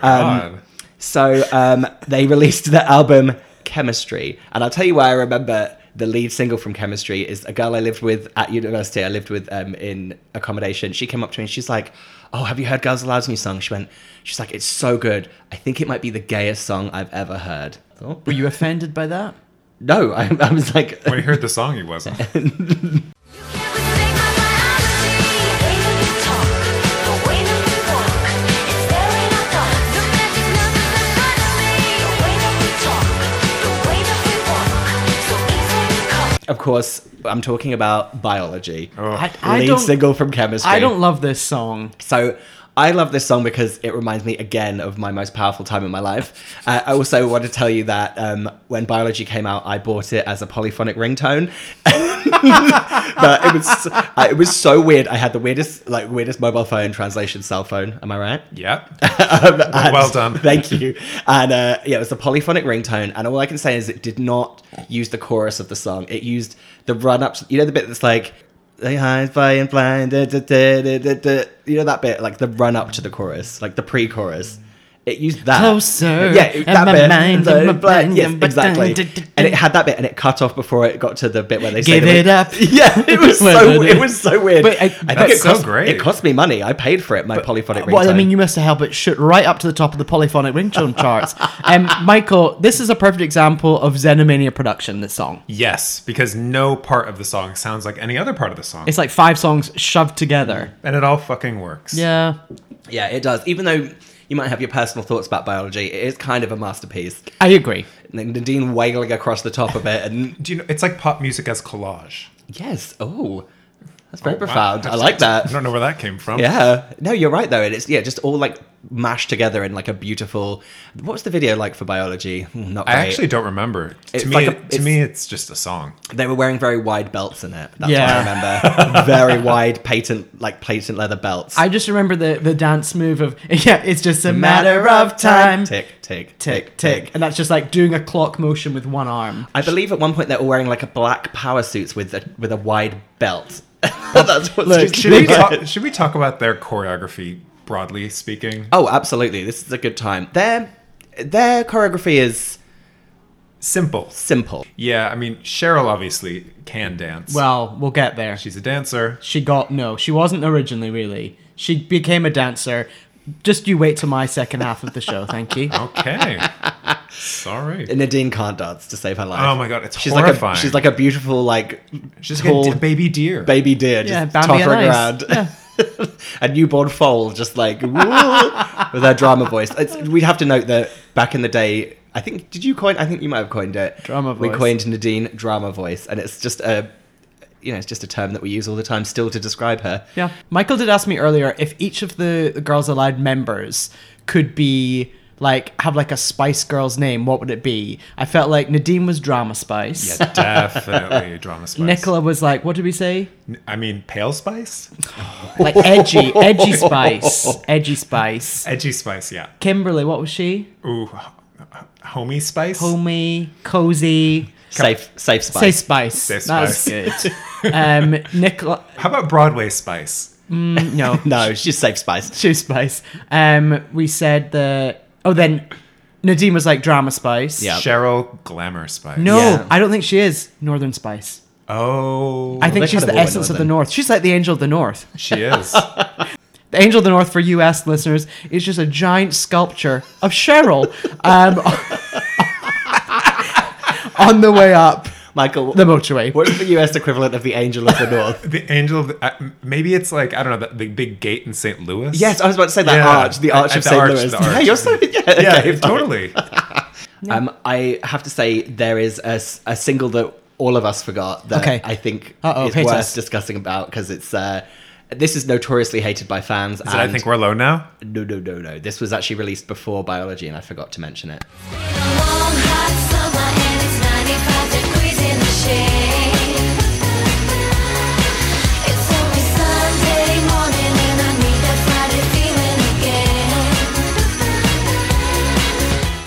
S7: god.
S6: so um, they released the album Chemistry, and I'll tell you why I remember the lead single from Chemistry is a girl I lived with at university. I lived with um, in accommodation. She came up to me and she's like, "Oh, have you heard Girls Aloud's new song?" She went, "She's like, it's so good. I think it might be the gayest song I've ever heard." Oh.
S5: Were you offended by that?
S6: No, I, I was like,
S7: when he heard the song, he wasn't.
S6: of course, I'm talking about biology.
S5: I,
S6: lead single from Chemistry.
S5: I don't love this song.
S6: So I love this song because it reminds me again of my most powerful time in my life. Uh, I also want to tell you that um, when Biology came out, I bought it as a polyphonic ringtone. but it was uh, it was so weird. I had the weirdest like weirdest mobile phone translation cell phone. Am I right?
S7: yep.
S6: Um, and-
S7: well done.
S6: Thank you. And uh, yeah, it was a polyphonic ringtone. And all I can say is it did not use the chorus of the song. It used the run ups. You know, the bit that's like, they hide flying blind. Da, da, da, da, da, da." You know, that bit, like the run up to the chorus, like the pre chorus. It used that.
S5: Closer,
S6: Yeah, it,
S5: and
S6: that
S5: my
S6: bit.
S5: mind, and my mind,
S6: yes,
S5: and my
S6: exactly.
S5: dun, dun, dun,
S6: And it
S5: dun.
S6: had that bit and it cut off before it got to the bit where they say
S5: Give
S6: the-
S5: it up.
S6: Yeah, it was so it was so weird.
S5: But I-
S6: think it
S7: That's so
S6: cost,
S7: great.
S6: It cost me money. I paid for it. My polyphonic ringtone.
S5: Well, I mean, you must have helped it shoot right up to the top of the polyphonic ringtone charts. Um, Michael, this is a perfect example of Xenomania production, this song.
S7: yes, because no part of the song sounds like any other part of the song,
S5: It's like five songs shoved together.
S7: and it all fucking works.
S5: Yeah.
S6: Yeah, it does. Even though you might have your personal thoughts about biology, it is kind of a masterpiece.
S5: I agree.
S6: And then Nadine waggling across the top of it, and
S7: Do you know? It's like pop music as collage.
S6: yes, oh, that's very
S7: Oh, wow.
S6: profound. I like that.
S7: I don't know where that came from.
S6: Yeah, no, you're right though. And it's yeah, just all like mashed together in like a beautiful. What was the video like for biology? Hmm, Not
S7: I
S6: great.
S7: actually don't remember.
S6: It's
S7: to me,
S6: like a-
S7: it- to
S6: it's-
S7: me, it's just a song.
S6: they were wearing very wide belts in it. That's
S5: Yeah.
S6: what I remember. very wide patent like patent leather belts.
S5: I just remember the, the dance move of, yeah, it's just a matter of time.
S6: Tick tick
S5: tick, tick. And that's just like doing a clock motion with one arm.
S6: I believe at one point they're all wearing like a black power suits with a with a wide belt. That's what
S5: Look,
S7: Should we, talk, should we talk about their choreography broadly speaking?
S6: Oh, absolutely. This is a good time. Their their choreography is
S7: Simple.
S6: simple.
S7: Yeah, I mean Cheryl obviously can dance.
S5: Well, we'll get there.
S7: she's a dancer.
S5: She got no. She wasn't originally really. She became a dancer. Just you wait till my second half of the show, thank you.
S7: Okay. Sorry.
S6: Nadine can't dance to save her life.
S7: Oh my God, it's
S6: she's Like
S7: horrifying.
S6: a, she's like a beautiful like
S7: She's like a
S6: tall
S7: d- baby deer.
S6: baby deer just
S5: Yeah, Bambi
S6: tottering
S5: on ice.
S6: around. a newborn foal just like "Woo," with her drama voice. It's, we'd have to note that back in the day, I think did you coin? I think you might have coined it.
S5: Drama
S6: We
S5: voice.
S6: coined Nadine drama voice, and it's just a you know it's just a term that we use all the time still to describe her.
S5: Yeah. Michael did ask me earlier if each of the, the Girls Allowed members could be like have like a Spice Girls name, what would it be? I felt like Nadine was Drama Spice.
S7: Yeah, definitely drama spice.
S5: Nicola was like, what did we say?
S7: I mean, pale spice,
S5: Like edgy, edgy spice, edgy spice.
S7: edgy spice. Yeah.
S5: Kimberly, what was she?
S7: Ooh, h- h- homey spice.
S5: Homey, cozy,
S6: Safe safe spice.
S5: say spice.
S7: Say
S5: That's
S7: spice.
S5: good. um, Nicola,
S7: How about Broadway spice?
S5: no,
S6: No, she's safe spice.
S5: Shoe Spice. Um, we said the oh then Nadine was like drama spice.
S6: Yeah.
S7: Cheryl Glamour Spice.
S5: No,
S6: Yeah.
S5: I don't think she is Northern Spice.
S7: Oh,
S5: I think
S6: they
S5: she's
S6: kinda
S5: the
S6: wore
S5: essence of the
S6: Northern.
S5: North. She's like the angel of the North.
S7: she is.
S5: The angel of the North for U.S. listeners is just a giant sculpture of Cheryl um, on the way up
S6: Michael,
S5: the motorway.
S6: what's the US equivalent of the Angel of the North?
S7: the angel of the, uh, maybe it's like I don't know the, the big gate in St. Louis.
S6: yes, I was about to say that
S7: Yeah.
S6: arch, the Arch
S7: Uh,
S6: of
S7: the
S6: St.
S7: arch,
S6: Louis.
S7: the arch.
S6: Yeah, you're so yeah,
S7: yeah,
S6: okay, fine.
S7: totally.
S6: Um, I have to say there is a, s- a single that all of us forgot that
S5: Okay.
S6: I think
S5: Uh-oh,
S6: is
S5: hate
S6: worth
S5: us.
S6: discussing about because it's uh, this is notoriously hated by fans.
S7: Is it I think we're alone now.
S6: no, no, no, no. This was actually released before Biology, and I forgot to mention it.
S2: Long hot summer and it's 95 degrees in the shade. It's only Sunday morning and I need that Friday feeling again.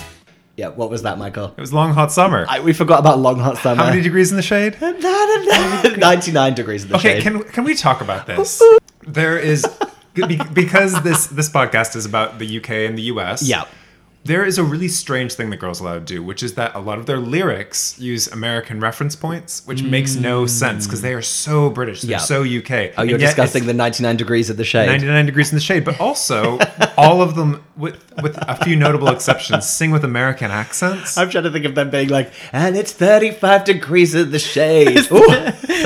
S6: Yeah, what was that, Michael?
S7: It was long hot summer.
S6: I, Uh, we forgot about Long Hot Summer.
S7: How many degrees in the shade?
S6: 99 degrees in the
S7: Okay,
S6: shade.
S7: can can we talk about this? There is be- because this this podcast is about the UK and the US.
S6: Yeah.
S7: There is a really strange thing that Girls Aloud do, which is that a lot of their lyrics use American reference points, which makes no sense because they are so British, they're
S6: Mm. Yeah.
S7: so UK.
S6: Oh,
S7: and
S6: you're
S7: yet it's
S6: discussing the 99 degrees of the shade.
S7: 99 degrees in the shade, but also all of them with with a few notable exceptions sing with American accents.
S6: I'm trying to think of them being like, and it's 35 degrees in the shade. Ooh,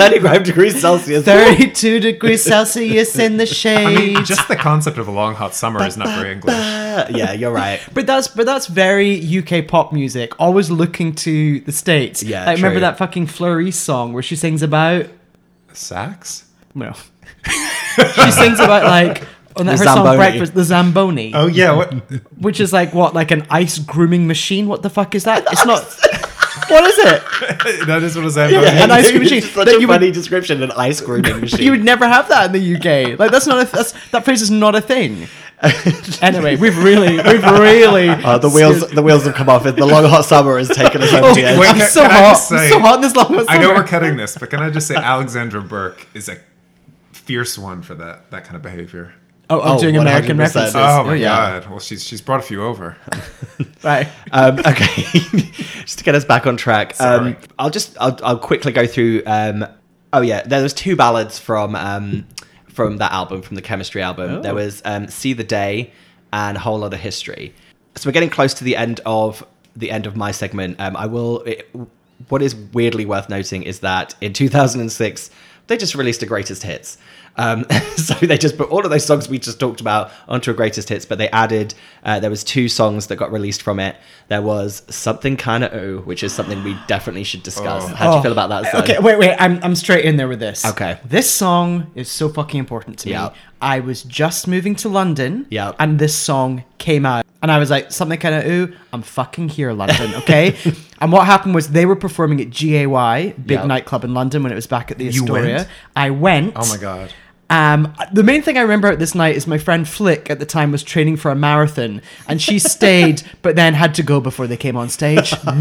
S6: 35 degrees Celsius.
S5: 32 degrees Celsius in the shade.
S7: I mean, just the concept of a long hot summer is not very English.
S6: Uh, yeah, you're right.
S5: But that's but that's very UK pop music. Always looking to the states.
S6: Yeah,
S5: Like, remember
S6: true.
S5: that fucking Fleury song where she sings about
S7: Sax?
S5: well, she sings about like on that her
S6: The
S5: song
S6: Zamboni.
S5: Breakfast the Zamboni,
S7: Oh yeah, what,
S5: which is like what like an ice grooming machine. What the fuck is that? It's not. what is it?
S7: that is what it's saying.
S5: Yeah, an ice cream
S6: It's
S5: machine
S6: just Such
S5: that
S6: a
S5: you would-
S6: funny description, an ice creaming machine.
S5: You would never have that in the UK. Like that's not a, that's that phrase is not a thing. Anyway, we've really we've really
S6: Uh, the wheels, the wheels have come off. The long hot summer has taken us over
S5: Oh,
S6: the edge.
S7: Wait,
S5: I'm
S7: can-
S5: so
S7: can I
S5: hot.
S7: just
S5: I'm
S7: say-
S5: so hot this long.
S7: I know
S5: summer.
S7: we're cutting this, but can I just say Alexandra Burke is a fierce one for that that kind of behavior.
S5: Oh, I'm
S6: Oh,
S5: doing American
S6: 100%.
S5: references.
S7: Oh my
S5: yeah.
S7: god! Well, she's she's brought a few over.
S5: Right.
S6: Um, okay, just to get us back on track,
S7: Sorry.
S6: um, I'll just I'll, I'll quickly go through. Um, oh yeah, there was two ballads from um, from that album, from the Chemistry album. There was um, "See the Day" and "Whole Lot of History." So we're getting close to the end of the end of my segment. Um, I will. It, what is weirdly worth noting is that in 2006 they just released a greatest hits. Um, so they just put all of those songs we just talked about onto a greatest hits, but they added uh, there was two songs that got released from it. There was something kind of ooh, which is something we definitely should discuss.
S7: Oh.
S6: How do you feel about that? Zoe?
S5: Oh. Uh, Okay, wait, wait. I'm, I'm straight in there with this.
S6: Okay.
S5: This song is so fucking important to me.
S6: Yeah.
S5: I was just moving to London.
S6: Yeah.
S5: And this song came out. And I was like, something kind of, ooh, I'm fucking here, London, okay? and what happened was they were performing at GAY, big
S6: Yeah.
S5: nightclub in London, when it was back at the
S7: You
S5: Astoria.
S7: went?
S5: I went.
S7: Oh my god!
S5: Um, the main thing I remember at this night is my friend Flick at the time was training for a marathon and she stayed, but then had to go before they came on stage.
S7: No.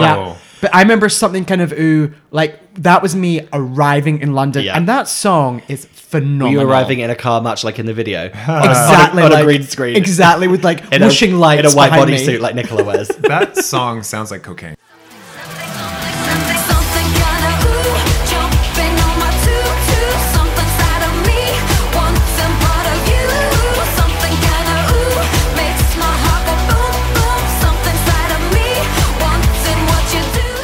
S6: Oh.
S5: Yeah. But I remember something kind of ooh, like that was me arriving in London,
S6: Yeah.
S5: and that song is
S7: Oh
S6: Were you
S5: phenomenal.
S6: arriving in a car, much like in the video,
S5: exactly
S6: Uh, on a
S5: like-
S6: green screen.
S5: exactly with like
S6: in a,
S5: whooshing lights
S6: in a white
S5: behind me.
S6: bodysuit like Nicola wears.
S7: That song sounds like cocaine.
S2: Something, something kinda ooh, jumping on my tutu. Something inside of me wants and part of you. Something kinda ooh makes my heart go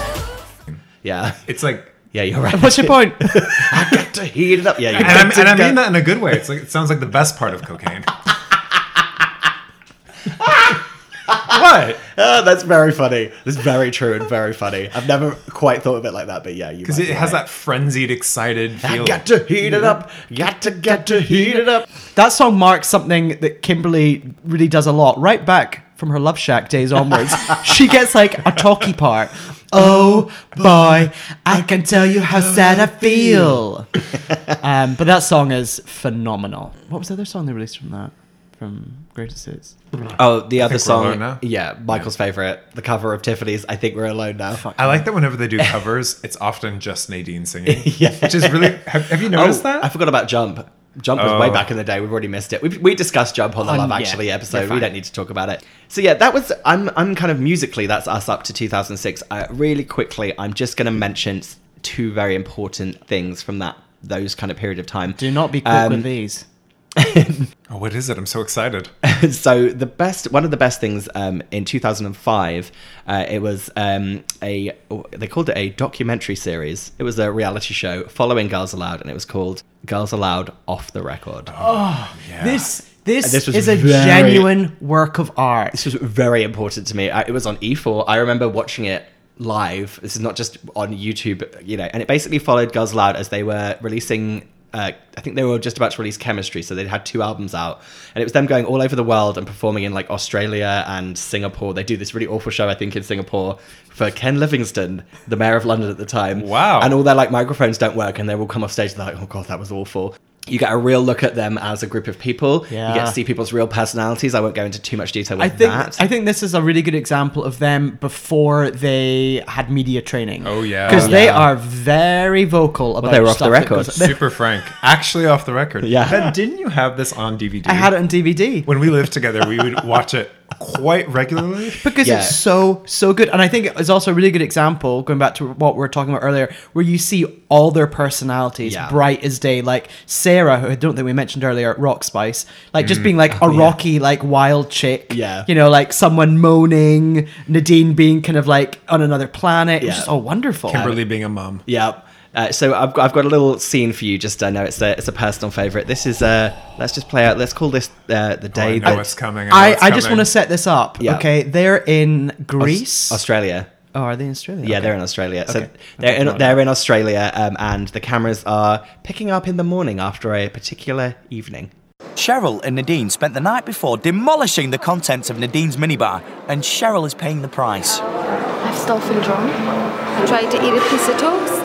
S2: boom boom. Something inside of me wants and what you do.
S6: Yeah,
S7: It's like,
S6: yeah, you're right.
S5: What's your point?
S6: to heat it up? Yeah, you're
S7: and, I'm,
S6: right to
S7: and I
S6: go-
S7: mean that in a good way. It's like it sounds like the best part of cocaine. what?
S6: Ah, that's very funny. That's very true and very funny. I've never quite thought of it like that, but yeah, you
S7: Because
S6: might
S7: it
S6: be
S7: has
S6: right.
S7: that frenzied, excited
S6: I
S7: feeling.
S6: got to heat it up. Got to get to heat it up.
S5: that song marks something that Kimberly really does a lot. Right back from her Love Shack days onwards, she gets like a talky part. Oh boy, I can tell you how sad I feel. Um, but that song is phenomenal. What was the other song they released from that? From Greatest Hits?
S6: Oh, the other
S7: we're
S6: song.
S7: alone now?
S6: Yeah, Michael's favorite, the cover of Tiffany's. I think we're alone now.
S7: I like that whenever they do covers, it's often just Nadine singing.
S6: Yeah.
S7: Which is really. Have, have you
S6: Oh,
S7: noticed that? Oh.
S6: I forgot about Jump. Jump was way back in the day. We've already missed it. We've, we discussed Jump on the
S5: Um,
S6: Love
S5: yeah,
S6: Actually
S5: you're
S6: episode. We
S5: fine.
S6: don't need to talk about it. So yeah, that was. I'm. I'm kind of musically. That's us up to 2006. Uh, really quickly, I'm just going to mention s- two very important things from that those kind of period of time.
S5: Do not be quick
S6: Um,
S5: with these.
S7: Oh, what is it? I'm so excited.
S6: so the best one of the best things um, in 2005 uh, it was um, a they called it a documentary series it was a reality show following girls aloud and it was called girls aloud off the record
S7: Yeah.
S5: This Uh, this,
S6: This was
S5: is a
S6: very-
S5: genuine work of art.
S6: this was very important to me I, it was on e4 i remember watching it live this is not just on youtube you know and it basically followed girls aloud as they were releasing uh, I think they were just about to release Chemistry, so they'd had two albums out, and it was them going all over the world and performing in like Australia and Singapore. They do this really awful show, I think, in Singapore for Ken Livingstone, the mayor of London at the time.
S7: Wow.
S6: And all their like microphones don't work, and they will come off stage and they're like, "Oh god, that was awful." You get a real look at them as a group of people. You get
S5: Yeah.
S6: to see people's real personalities. I won't go into too much detail with
S5: I think
S6: that.
S5: I think this is a really good example of them before they had media training.
S7: Oh, yeah.
S5: because they
S6: Yeah.
S5: are very vocal about.
S6: they were off the
S5: stuff that
S6: record.
S5: goes- they-
S7: Super Frank. Actually, off the record.
S6: Yeah.
S7: Ben, didn't you have this on DVD?
S5: I had it on DVD
S7: When we lived together, we would watch it quite regularly.
S5: because
S6: Yeah.
S5: it's so so good, and I think it's also a really good example going back to what we were talking about earlier, where you see all their personalities
S6: Yeah.
S5: bright as day. Like Sarah, who I don't think we mentioned earlier, Rock Spice, like
S7: Mm.
S5: just being like a rocky, like wild chick.
S6: Oh, Yeah.
S5: you know, like someone moaning, Nadine being kind of like on another planet. It was
S6: Yeah.
S5: just all wonderful.
S7: Kimberly being a mum.
S6: Yep. Uh, so I've got, I've got a little scene for you. Just I know it's a it's a personal favorite. This is uh let's just play out. Let's call this uh, the
S7: Oh, I
S6: day.
S7: know
S6: that-
S7: it's coming. know
S5: I,
S7: it's
S5: I just
S7: coming.
S5: want to set this up.
S6: Yeah.
S5: Okay, they're in Greece.
S6: Australia.
S5: oh, are they in Australia?
S6: Yeah,
S5: Okay.
S6: they're in Australia. So
S5: Okay.
S6: they're
S5: Okay,
S6: in,
S5: got it.
S6: they're in Australia, um, and the cameras are picking up in the morning after a particular evening.
S8: Cheryl and Nadine spent the night before demolishing the contents of Nadine's minibar, and Cheryl is paying the price.
S9: I've stolen drunk. I tried to eat a piece of toast.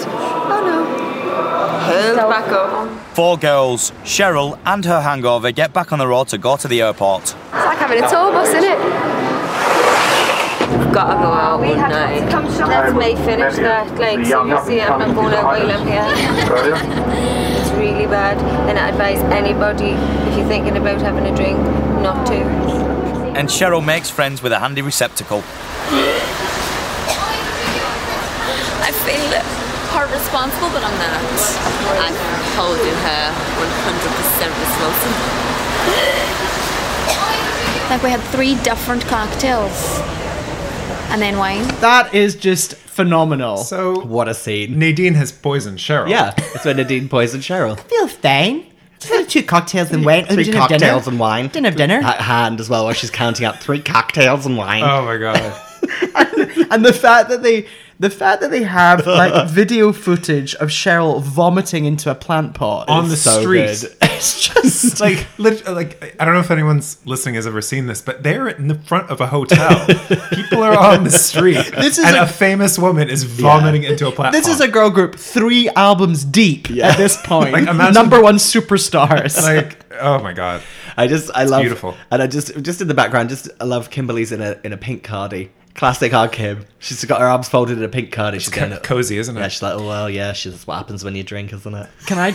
S9: Oh no. Held back up.
S8: Four girls, Cheryl and her hangover, get back on the road to go to the airport.
S9: It's like having a tour bus, isn't it? We've got to go out one night. Let me finish that. Like, seriously, I'm not going out while I'm here. It's really bad. And I advise anybody, if you're thinking about having a drink, not to.
S8: And Cheryl makes friends with a handy receptacle.
S2: I feel part responsible, but I'm not. I'm holding her 100% responsible.
S10: Like we had three different cocktails and then wine.
S5: That is just phenomenal.
S7: So
S6: What a scene!
S7: Nadine has poisoned Cheryl.
S6: Yeah, it's when Nadine poisoned Cheryl.
S5: feel fine. Just had two cocktails and wine.
S6: Three cocktails and wine.
S5: Didn't have dinner.
S6: At hand as well, while she's counting up three cocktails and wine.
S7: Oh my god.
S5: and the fact that they, the fact that they have like video footage of Cheryl vomiting into a plant pot
S7: On
S5: is
S7: the
S5: so
S7: street.
S5: good. It's just like
S7: like lit- like I don't know if anyone's listening has ever seen this, but they're in the front of a hotel. People are on the street,
S5: This is
S7: and
S5: a-
S7: a, famous woman is vomiting into a platform.
S5: this is a girl group three albums deep at this point.
S7: Like, imagine-
S5: number one superstars.
S7: like oh my god.
S6: I just I love
S7: beautiful.
S6: and I just just in the background just I love Kimberly's in a in a pink cardi. Classic hard Kim. She's got her arms folded in a pink cardi. She's
S7: Kind
S6: going
S7: of cozy, isn't it?
S6: Yeah, she's like, oh well, yeah. She's that's what happens when you drink, isn't it?
S5: Can I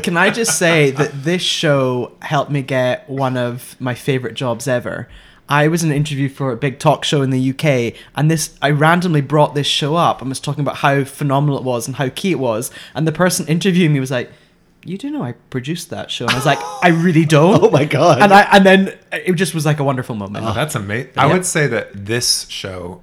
S5: can I just say that this show helped me get one of my favorite jobs ever. I was in an interview for a big talk show in the UK, and this I randomly brought this show up and was talking about how phenomenal it was and how key it was. And the person interviewing me was like, "You do know I produced that show?" And I was like, "I really don't."
S6: Oh my God. Ah.
S5: And I and then it just was like a wonderful moment.
S7: Oh,
S6: "Oh."
S7: That's amazing. I would say that this show,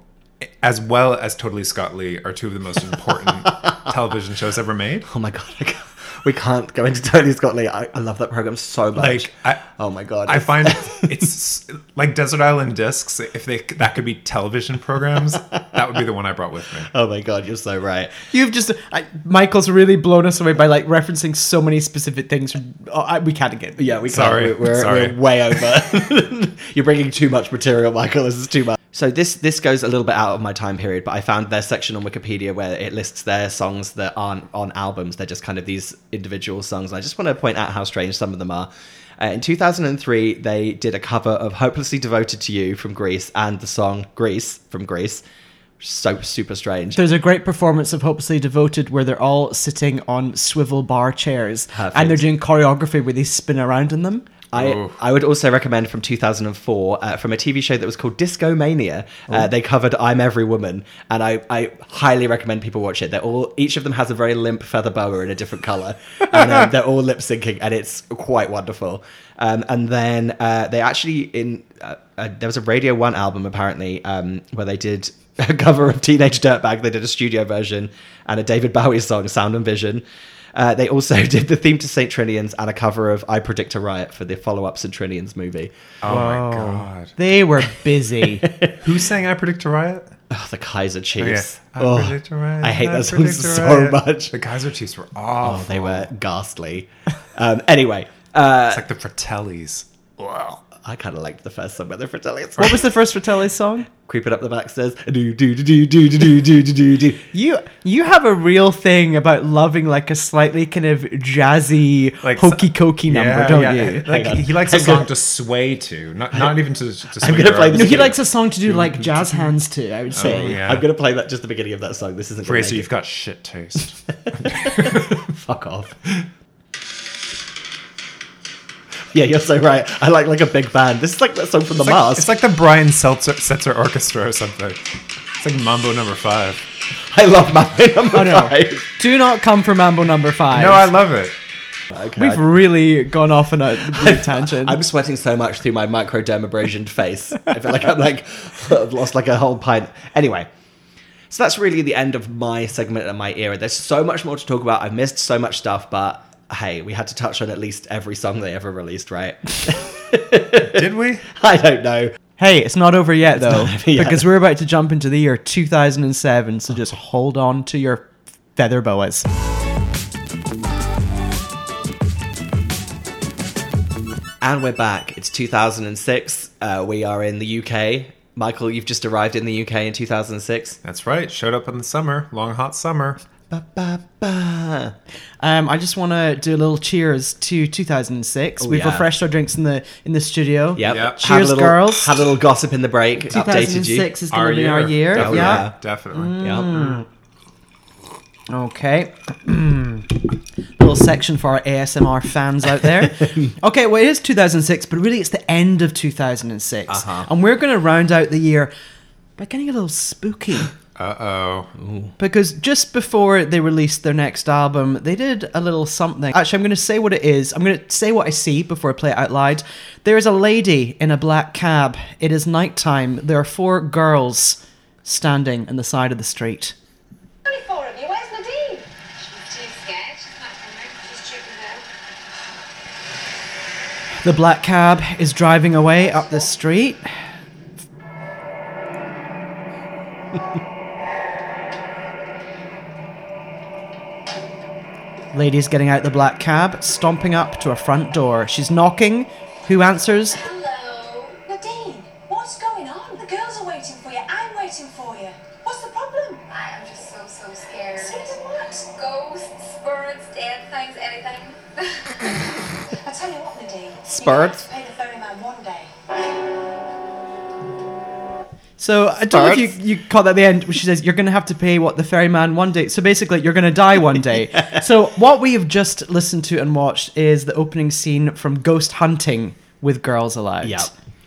S7: as well as Totally Scott Lee, are two of the most important television shows ever made.
S6: Oh my god, I can't, we can't go into Tony Scott Lee. I, I love that program so much.
S7: Like, I-
S6: oh my god,
S7: I find it's like Desert Island Discs. If they that could be television programs, that would be the one I brought with me.
S6: Oh my god, you're so right.
S5: You've just I, Michael's really blown us away by like referencing so many specific things. Oh, I, we can't get
S6: Yeah, we can't.
S7: Sorry,
S6: We're, we're,
S7: sorry.
S6: we're way over. You're bringing too much material, Michael. This is too much. So this this goes a little bit out of my time period, but I found their section on Wikipedia where it lists their songs that aren't on albums. They're just kind of these individual songs. And I just want to point out how strange some of them are. Uh, in 2003, they did a cover of "Hopelessly Devoted to You" from Greece and the song "Greece" from Greece, so super strange.
S5: There's a great performance of Hopelessly Devoted where they're all sitting on swivel bar chairs
S6: Perfect.
S5: and they're doing choreography where they spin around in them.
S6: I, I would also recommend from 2004 uh, from a TV show that was called Disco Mania. Uh, they covered I'm Every Woman, and I, I highly recommend people watch it. They're all each of them has a very limp feather boa in a different color, and um, they're all lip syncing, and it's quite wonderful. Um, and then uh, they actually in uh, uh, there was a Radio One album apparently um, where they did a cover of Teenage Dirtbag. They did a studio version and a David Bowie song, Sound and Vision. Uh, they also did the theme to St. Trinian's and a cover of I Predict a Riot for the follow up St. Trinian's movie.
S7: Oh my god.
S5: They were busy.
S7: Who sang I Predict a Riot?
S6: Oh, the Kaiser Chiefs.
S7: I
S6: Oh,
S7: predict a riot.
S6: I hate
S7: I
S6: that song
S7: predict a
S6: so
S7: riot.
S6: much.
S7: The Kaiser Chiefs were
S6: Oh,
S7: awful.
S6: they were ghastly. Um, anyway, uh,
S7: It's like the Fratellis. Wow.
S6: I kind of liked the first song by the Fratellis.
S5: what was the first Fratelli song?
S6: Creeping up the back stairs. Do, do, do, do, do, do, do, do, do, do.
S7: Oh,
S5: You you have a real thing about loving like a slightly kind of jazzy,
S7: Like
S5: hokey cokey number, don't you?
S7: Oh, Like
S6: Hang on.
S7: he likes a
S6: I'm
S7: song
S6: gonna-
S7: to sway to, not not even to. to sway
S6: gonna
S7: your
S6: play
S7: own.
S5: No,
S6: this-
S5: he likes a song to do like jazz hands to. I would say.
S7: Yeah.
S6: I'm going to play that just the beginning of that song. This isn't going
S7: Fraser,
S6: to
S7: you've got shit taste.
S6: Fuck off. yeah, you're so right. I like like a big band. This is like that song from The
S7: It's like,
S6: Mask.
S7: it's like the Brian Seltzer, Setzer Orchestra or something. It's like Mambo Number Five.
S6: I love Mambo Number
S5: Oh, no.
S6: Five.
S5: Do not come for Mambo Number Five.
S7: No, I love it.
S6: Okay.
S5: We've really gone off on a weird tangent.
S6: I'm sweating so much through my microdermabrasioned face. I feel like I'm like I've lost like a whole pint. Anyway, so that's really the end of my segment and my era. There's so much more to talk about. I've missed so much stuff, but hey, we had to touch on at least every song they ever released, right?
S7: Did we?
S6: I don't know.
S5: Hey, it's not over yet though,
S6: over yet.
S5: because we're about to jump into the year 2007. So just hold on to your feather boas.
S6: And we're back. It's 2006. Uh, we are in the UK. Michael, you've just arrived in the UK in 2006.
S7: That's right. Showed up in the summer, long hot summer.
S6: Ba, ba, ba.
S5: Um, I just want to do a little cheers to 2006. We've
S6: Oh, yeah.
S5: refreshed our drinks in the in the studio.
S6: Yep.
S7: Yep.
S6: Had a
S5: Cheers,
S6: little-
S5: girls.
S6: Had a little gossip in the break. Updated you.
S5: 2006 is delivering our year.
S7: Definitely.
S5: Yeah. Mm.
S7: Definitely.
S6: Yeah.
S5: Okay. Little section for our ASMR fans out there. okay, well, it is 2006, but really it's the end of 2006.
S6: Uh-huh.
S5: And we're going to round out the year by getting a little spooky.
S7: Uh oh.
S5: Because just before they released their next album, they did a little something. Actually, I'm going to say what it is. I'm going to say what I see before I play it out loud. There is a lady in a black cab. It is nighttime. There are four girls standing on the side of the street.
S2: Only four of you. Where's Nadine? She's too scared. She's not coming. She's tripping out.
S5: The black cab is driving away up the street. Lady's getting out the black cab, stomping up to a front door. She's knocking. Who answers?
S2: Hello. Nadine, what's going on? The girls are waiting for you. I'm waiting for you. Oh, What's the problem? I am just so, so scared. Scared of what? Ghosts, birds, dead things, anything. I tell you what, Nadine.
S6: Spirits?
S2: You're gonna have to pay the ferryman one day.
S5: So I don't know if you, you caught that at the end. where She says, You're going to have to pay what the ferryman one day. So basically, you're going to die one day. So what we have just listened to and watched is the opening scene from Ghost Hunting with Girls Aloud.
S6: Yep.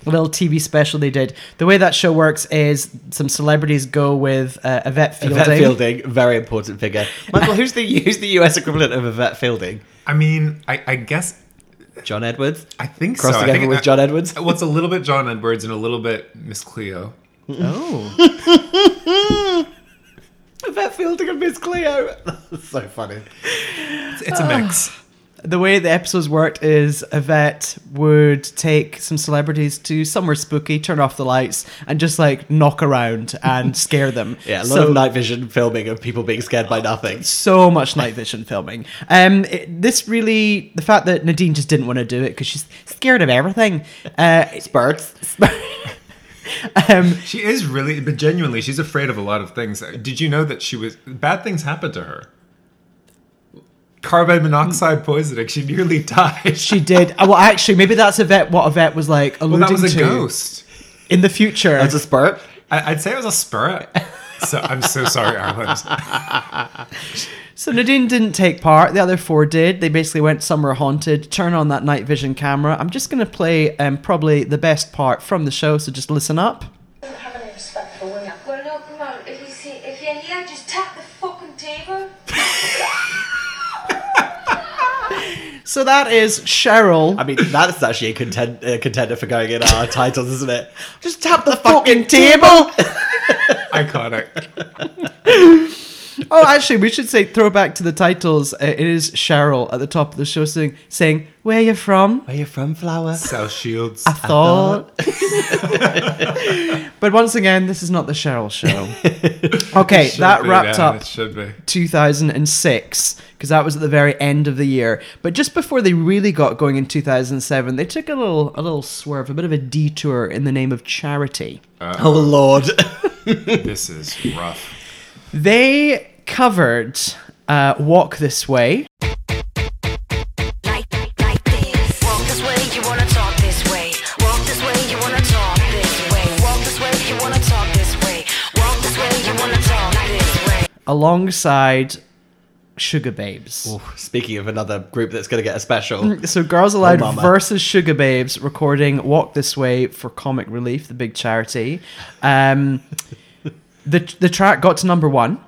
S5: A little TV special they did. The way that show works is some celebrities go with uh, Yvette Fielding.
S6: Yvette Fielding, very important figure. Michael, who's the who's the US equivalent of Yvette Fielding?
S7: I mean, I, I guess
S6: John Edwards.
S7: I think
S6: Crossed
S7: so. I
S6: together
S7: think
S6: with
S7: that-
S6: John Edwards.
S7: Well, it's a little bit John Edwards and a little bit Miss Cleo.
S5: Oh.
S6: Yvette Fielding and Miss Cleo. That's so funny.
S7: It's, it's a mix.
S5: The way the episodes worked is Yvette would take some celebrities to somewhere spooky, turn off the lights, and just like knock around and scare them.
S6: Yeah, a lot
S5: So-
S6: of night vision filming of people being scared by nothing.
S5: so much night vision filming. Um, it- this really, the fact that Nadine just didn't want to do it because she's scared of everything. Uh,
S6: Birds.
S5: um,
S7: She is really, but genuinely, she's afraid of a lot of things. Did you know that she was bad things happened to her? Carbon monoxide poisoning. She nearly died.
S5: she did. uh, Well, actually, maybe that's Yvette, what Yvette was like
S7: well,
S5: alluding
S7: that was a
S5: to
S7: ghost.
S5: in the future.
S6: That's a spurt.
S7: I, I'd say it was a spirit. So I'm so sorry, Ireland.
S5: So Nadine didn't take part. The other four did. They basically went somewhere haunted. Turn on that night vision camera. I'm just gonna play um, probably the best part from the show. So just listen up.
S11: don't have any respect for women. Well, no, come on. If you see, if you're here, just tap the fucking table.
S5: So that is Cheryl.
S6: I mean, that's actually a contend- uh, contender for going in our titles, isn't it?
S5: just tap the, fucking table.
S7: Iconic.
S5: oh, actually, we should say throwback to the titles. Uh, it is Cheryl at the top of the show saying, saying "Where you from?"
S6: Where you from, Flower?
S7: Sal Shields.
S5: I thought. but once again, this is not the Cheryl show. Okay,
S7: Should
S5: that
S7: be,
S5: wrapped
S7: yeah,
S5: up
S7: It should be.
S5: 2006 because that was at the very end of the year. But just before they really got going in 2007, they took a little a little swerve, a bit of a detour in the name of charity.
S6: Oh, Lord.
S7: This is rough.
S5: They covered uh, "Walk This Way,"
S2: Like, like this. Walk this way, you wanna talk this way. Walk this way, you wanna talk this way. Walk this way, you wanna talk this way. Walk this way, you wanna talk this way.
S5: alongside Sugar Babes.
S6: Oh, Speaking of another group that's going to get a special.
S5: So Girls Aloud
S6: mama.
S5: versus Sugar Babes recording Walk This Way for Comic Relief, the big charity. Um, the the track got to number one.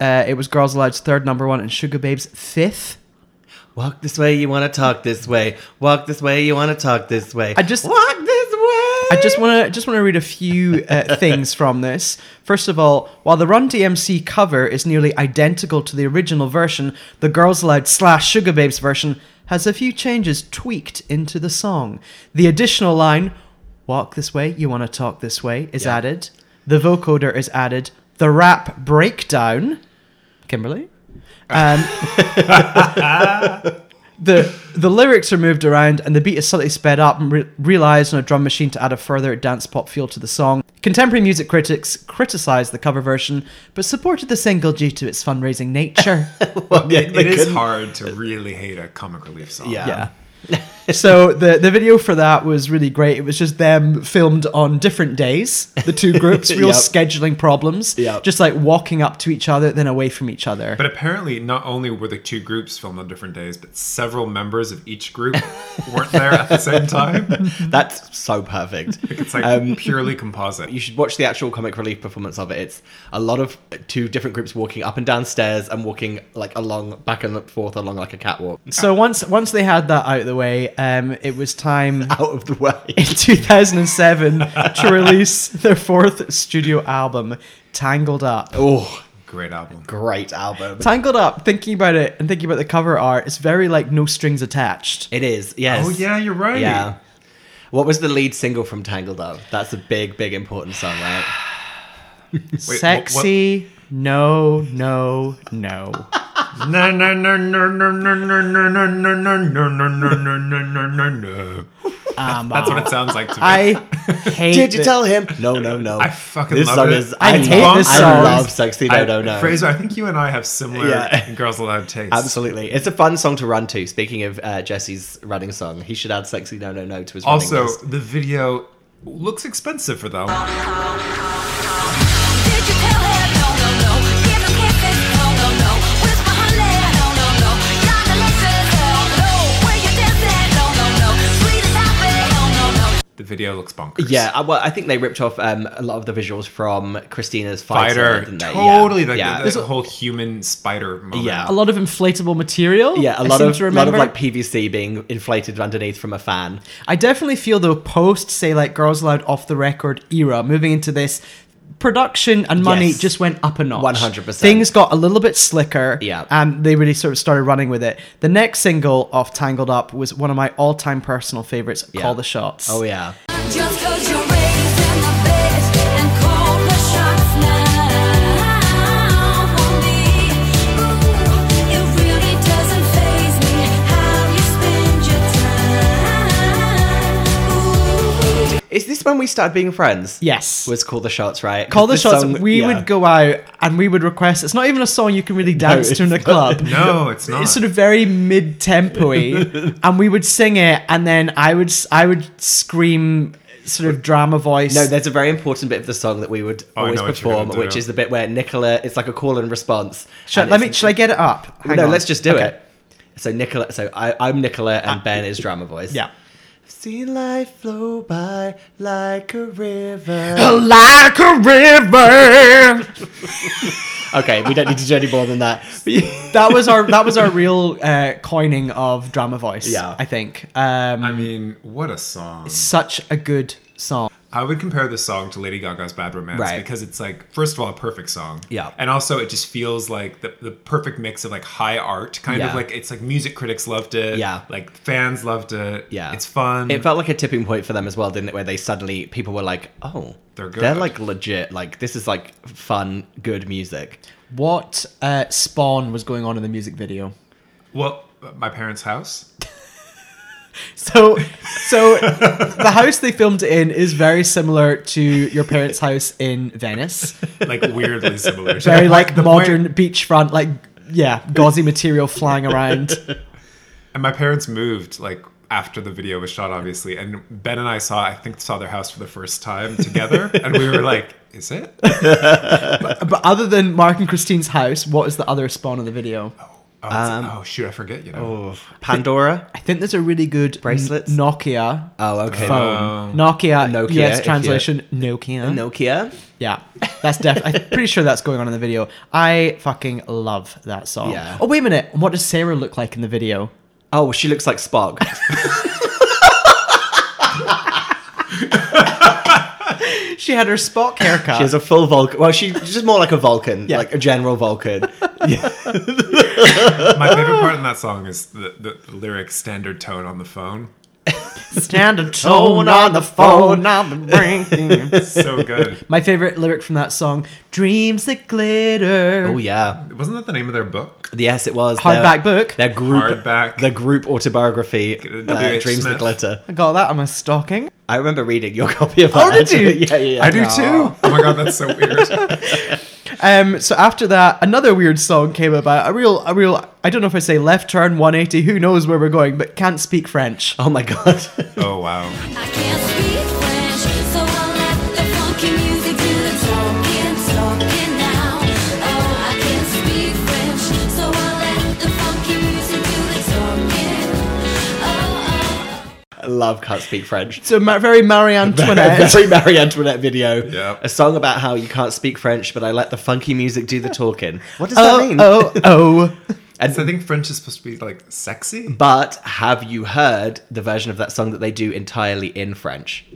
S5: Uh, it was Girls Aloud's third number one and Sugar Babes fifth.
S6: Walk this way, you want to talk this way. Walk this way, you want to talk this way.
S5: I just-
S6: Walk this way.
S5: I just want to just want to read a few uh, things from this. First of all, while the Run DMC cover is nearly identical to the original version, the Girls Aloud slash Sugar Babes version has a few changes tweaked into the song. The additional line, "Walk this way, you want to talk this way," is
S6: Yeah.
S5: added. The vocoder is added. The rap breakdown, Kimberly. Um, the the lyrics are moved around and the beat is slightly sped up and re- realized on a drum machine to add a further dance pop feel to the song. Contemporary music critics criticized the cover version, but supported the single due to its fundraising nature.
S6: Well, yeah, they
S7: It is
S6: couldn't-
S7: hard to really hate a comic relief song.
S6: Yeah.
S5: yeah. so the the video for that was really great. It was just them filmed on different days, the two groups, real
S6: Yep.
S5: scheduling problems,
S6: Yep.
S5: just like walking up to each other then away from each other.
S7: But apparently, not only were the two groups filmed on different days, but several members of each group weren't there at the same time.
S6: That's so perfect.
S7: It's like purely composite.
S6: You should watch the actual comic relief performance of it. It's a lot of two different groups walking up and down stairs and walking like along back and forth along like a catwalk
S5: so once once they had that out of the way, um, it was time
S6: out of the way.
S5: in 2007 to release their fourth studio album, Tangled Up.
S6: oh,
S7: Great album.
S6: great album.
S5: Tangled Up, thinking about it and thinking about the cover art, it's very like no strings attached.
S6: It is. Yes.
S7: Oh, yeah, you're right.
S6: Yeah. What was the lead single from Tangled Up? That's a big, big important song, right?
S7: what-
S5: Sexy, no, no, no.
S7: No, no, no, no, no, no, no, no, no, no, no, no, no, no, no, no, no, no, no. That's what it sounds like to me.
S5: I hate
S6: Did you
S5: it.
S6: tell him? No, no, no.
S7: I fucking
S6: this
S7: love
S6: song
S7: it.
S6: is.
S5: I
S6: I,
S5: hate
S6: love,
S5: this
S6: I
S5: song.
S6: love sexy. No,
S7: I-
S6: no, no.
S7: Fraser, I think you and I have similar
S6: Yeah.
S7: Girls Aloud tastes.
S6: Absolutely, it's a fun song to run to. Speaking of uh, Jesse's running song, he should add "Sexy No No No" to his. running
S7: Also,
S6: list.
S7: the video looks expensive for them.
S2: Did you tell her? No, no, no. Give him kisses? No, no, no. Whisper honey? No, no, no. Gotta listen? No, no. Where you dancing? No, no, no. Sweet as happy? No, no, no.
S7: The video looks bonkers.
S6: yeah. I, well, I think they ripped off um, a lot of the visuals from Christina's fighter.
S7: Spider,
S6: didn't they? Yeah,
S7: totally. Like
S6: yeah,
S7: the, the whole human spider moment.
S6: Yeah.
S5: A lot of inflatable material.
S6: yeah. A
S5: I
S6: lot
S5: seem
S6: of
S5: to
S6: a lot of
S5: remember.
S6: like PVC being inflated underneath from a fan.
S5: I definitely feel though post say like Girls Loud off the record era, moving into this production and money
S6: Yes.
S5: just went up a notch.
S6: 100%.
S5: Things got a little bit slicker.
S6: Yeah.
S5: And they really sort of started running with it. The next single off Tangled Up was one of my all time personal favorites,
S6: Yeah.
S5: Call the Shots.
S6: Oh yeah.
S2: Just 'cause you're raising the bed and call the shots now on me. It really doesn't faze me how you spend your time.
S6: Is this when we started being friends?
S5: Yes.
S6: Was call the shots right?
S5: Call the Shots.
S6: song-
S5: we
S6: yeah.
S5: would go out and we would request it's not even a song you can really dance to in a
S6: it's
S5: club.
S7: No, it's not.
S5: It's sort of very mid tempo y and we would sing it and then I would s- I would scream sort of drama voice.
S6: No, there's a very important bit of the song that we would
S5: Oh, I
S6: always
S5: know what you're
S6: perform,
S5: gonna do.
S6: which is the bit where Nicola. It's like a call and response.
S5: Shall,
S6: and
S5: let
S6: it's-
S5: me. Shall I get it up? Hang
S6: no,
S5: on.
S6: let's just do
S5: Okay.
S6: it. So Nicola, so I, I'm Nicola, and Ben is drama voice. Yeah. See life flow by like a river.
S2: Like
S6: a river. okay, we don't need to do any more than that.
S5: that was our that was our real uh, coining of drama voice.
S7: Yeah.
S5: I think. Um,
S7: I mean, what a song!
S5: Such a good song.
S7: I would compare this song to Lady Gaga's Bad Romance
S5: Right.
S7: because it's like, first of all, a perfect song.
S6: Yeah.
S7: And also, it just feels like the, the perfect mix of like high art, kind
S6: Yeah.
S7: of like it's like music critics loved it.
S6: Yeah.
S7: Like fans loved it.
S6: Yeah.
S7: It's fun.
S6: It felt like a tipping point for them as well, didn't it? Where they suddenly people were like, "Oh,
S7: They're
S6: They're
S7: good.
S6: like legit. Like this is like fun, good music."
S5: What uh, spawn was going on in the music video?
S7: well, my parents' house.
S5: So, so the house they filmed it in is very similar to your parents' house in Venice.
S7: Like weirdly similar.
S5: Very like
S7: the point-
S5: modern beachfront, like yeah, gauzy material flying around.
S7: And my parents moved like after the video was shot, obviously. And Ben and I saw, I think, saw their house for the first time together, and we were like, "Is it?" Oh,
S5: but, but other than Mark and Christine's house, what is the other spawn of the video?
S7: Oh, it's-
S6: Um,
S7: oh, shoot, I forget. You know,
S6: Pandora.
S5: I think there's a really good bracelets. Nokia.
S6: Oh, okay.
S5: Phone.
S6: Oh.
S5: Nokia.
S6: Nokia,
S5: Nokia. Yes,
S6: if
S5: translation. Nokia.
S6: Nokia.
S5: Yeah, that's def. I'm pretty sure that's going on in the video. I fucking love that song.
S6: Yeah.
S5: Oh wait a minute. What does Sarah look like in the video?
S6: Oh, she looks like Spock.
S5: she had her Spock haircut.
S6: She has a full Vulcan. Well, she- she's just more like a Vulcan, like a general Vulcan. oh.
S7: my favorite part in that song is the, the, the lyric "standard tone on the phone."
S5: Standard
S2: tone on the phone,
S5: I'm
S7: so good.
S5: My favorite lyric from that song: "Dreams that glitter."
S6: Oh yeah.
S7: Wasn't that the name of their book?
S6: Yes, it was.
S5: Hardback book?
S6: Their group.
S7: Hardback.
S6: Their group autobiography. Uh,
S7: W.H.
S6: Dreams that
S7: Smith.
S6: glitter.
S5: I got that on my stocking.
S6: I remember reading your copy of that.
S5: Oh, did you?
S6: actually. yeah, yeah, yeah.
S5: I do Aw. too.
S7: Oh my god, that's so weird.
S5: Um, so after that, another weird song came about. A real, a real. I don't know if I say left turn 180. Who knows where we're going? But can't speak French.
S6: Oh my god.
S7: oh wow.
S2: So I'll let the funky music do the talking, talking now. Oh, I can't speak French, so I'll let the funky music do the talking. Oh,
S6: I love Can't Speak French.
S5: It's a ma- very Marie Antoinette.
S6: Very Marie Antoinette video.
S7: Yeah.
S6: A song about how you can't speak French, but I let the funky music do the talking. What does
S5: oh,
S6: that mean?
S5: oh, oh.
S6: And-
S7: So I think French is supposed to be like sexy.
S6: But have you heard the version of that song that they do entirely in French?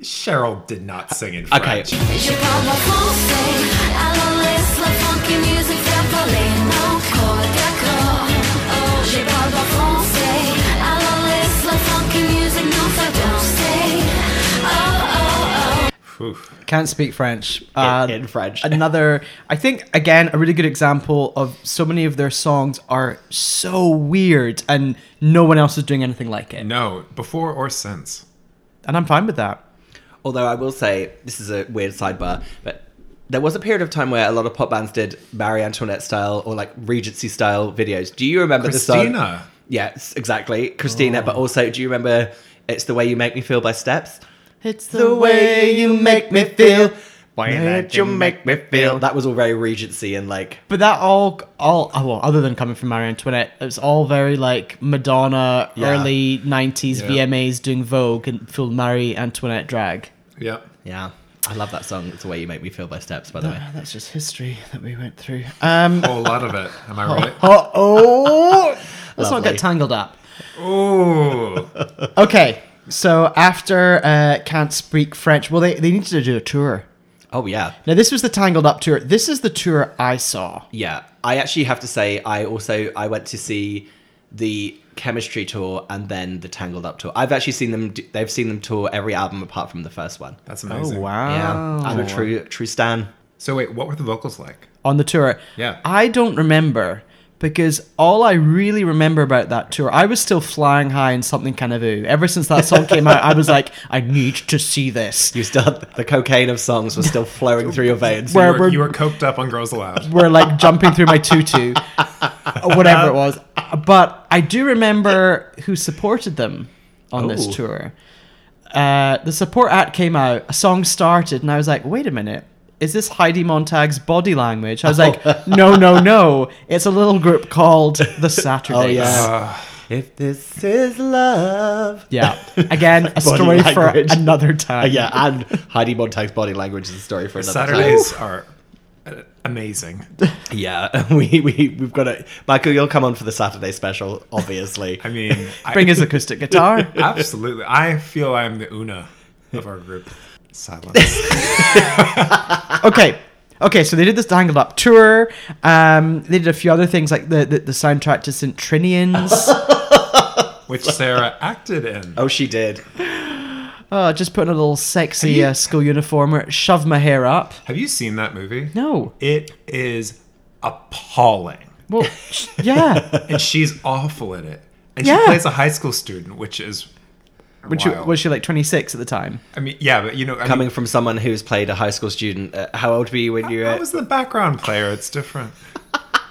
S7: Cheryl did not sing in
S6: Okay.
S7: French.
S2: Je parle pas français, alors laisse la funky music faire parler mon corps, d'accord. Oh, je parle pas français, alors laisse la funky music nous faire danser. Oh, oh, oh.
S5: Can't speak French. Uh,
S6: in French.
S5: another, I think, again, a really good example of so many of their songs are so weird and no one else is doing anything like it.
S7: No, before or since.
S5: And I'm fine with that.
S6: Although I will say, this is a weird sidebar, but there was a period of time where a lot of pop bands did Marie Antoinette style or like Regency style videos. Do you remember the song?
S7: Christina.
S6: Yes, exactly. Christina, but also do you remember It's the Way You Make Me Feel by Steps?
S5: It's
S6: That you make me feel. That was all very Regency and like
S5: But that all, all oh, well, other than coming from Marie Antoinette, it's all very like Madonna,
S6: Yeah.
S5: early 90s
S7: Yeah.
S5: VMAs doing Vogue and full Marie Antoinette drag.
S7: Yeah.
S6: Yeah. I love that song. It's the way you make me feel by steps, by the way.
S5: Oh, That's just history that we went through. Um,
S7: A whole lot of it. Am I right?
S5: Uh oh. Let's not
S6: Lovely.
S5: get tangled up.
S7: Oh.
S5: Okay. So after uh, Can't Speak French, well, they, they needed to do a tour.
S6: Oh yeah.
S5: Now, this was the Tangled Up tour. This is the tour I saw.
S6: Yeah. I actually have to say I also I went to see the chemistry tour and then the tangled up tour. I've actually seen them do, they've seen them tour every album apart from the first one.
S7: That's
S5: Oh,
S7: amazing.
S6: Yeah. I'm a true true stan.
S7: So wait, what were the vocals like?
S5: On the tour.
S7: Yeah.
S5: I don't remember because all I really remember about that tour, I was still flying high in something kind of ooh. Ever since that song came out, I was like, I need to see this.
S6: You still the cocaine of songs was still flowing through your veins.
S5: Where
S7: You were, you were coked up on Girls Aloud.
S5: were like jumping through my tutu, or whatever it was.
S6: Oh.
S5: But I do remember who supported them on this
S6: Ooh.
S5: tour. uh, the support act came out, a song started, and I was like, wait a minute. Is this Heidi Montag's body language? I was like,
S6: Oh.
S5: no, no, no. It's a little group called The Saturdays.
S7: Uh,
S6: yeah. if this is love.
S5: Yeah. Again, a
S6: Body
S5: story
S6: language. Uh,
S5: for another time.
S6: yeah, and Heidi Montag's body language is a story for another time.
S7: Saturdays are uh, amazing.
S6: Yeah, we, we, we've got it. Michael, you'll come on for the Saturday special, obviously.
S7: I mean, I-
S5: Bring his acoustic guitar.
S7: absolutely. I feel I'm the Una of our group. Silence.
S5: okay. Okay, so they did this Tangled Up tour. Um, they did a few other things like the, the, the soundtrack to St. Trinian's.
S7: which Sarah acted in.
S6: oh, she did.
S5: oh, just putting a little sexy uh, school uniform, or shove my hair up.
S7: Have you seen that movie?
S5: No.
S7: It is appalling.
S5: Well, sh- yeah.
S7: And she's awful in it. And
S5: Yeah.
S7: she plays a high school student, which is.
S5: When she,
S7: wild.
S5: was she like 26 at the time?
S7: I mean, yeah, but you know, I
S6: Coming
S7: mean,
S6: from someone who's played a high school student, uh, how old were you when you were.
S7: I was the background player. It's different.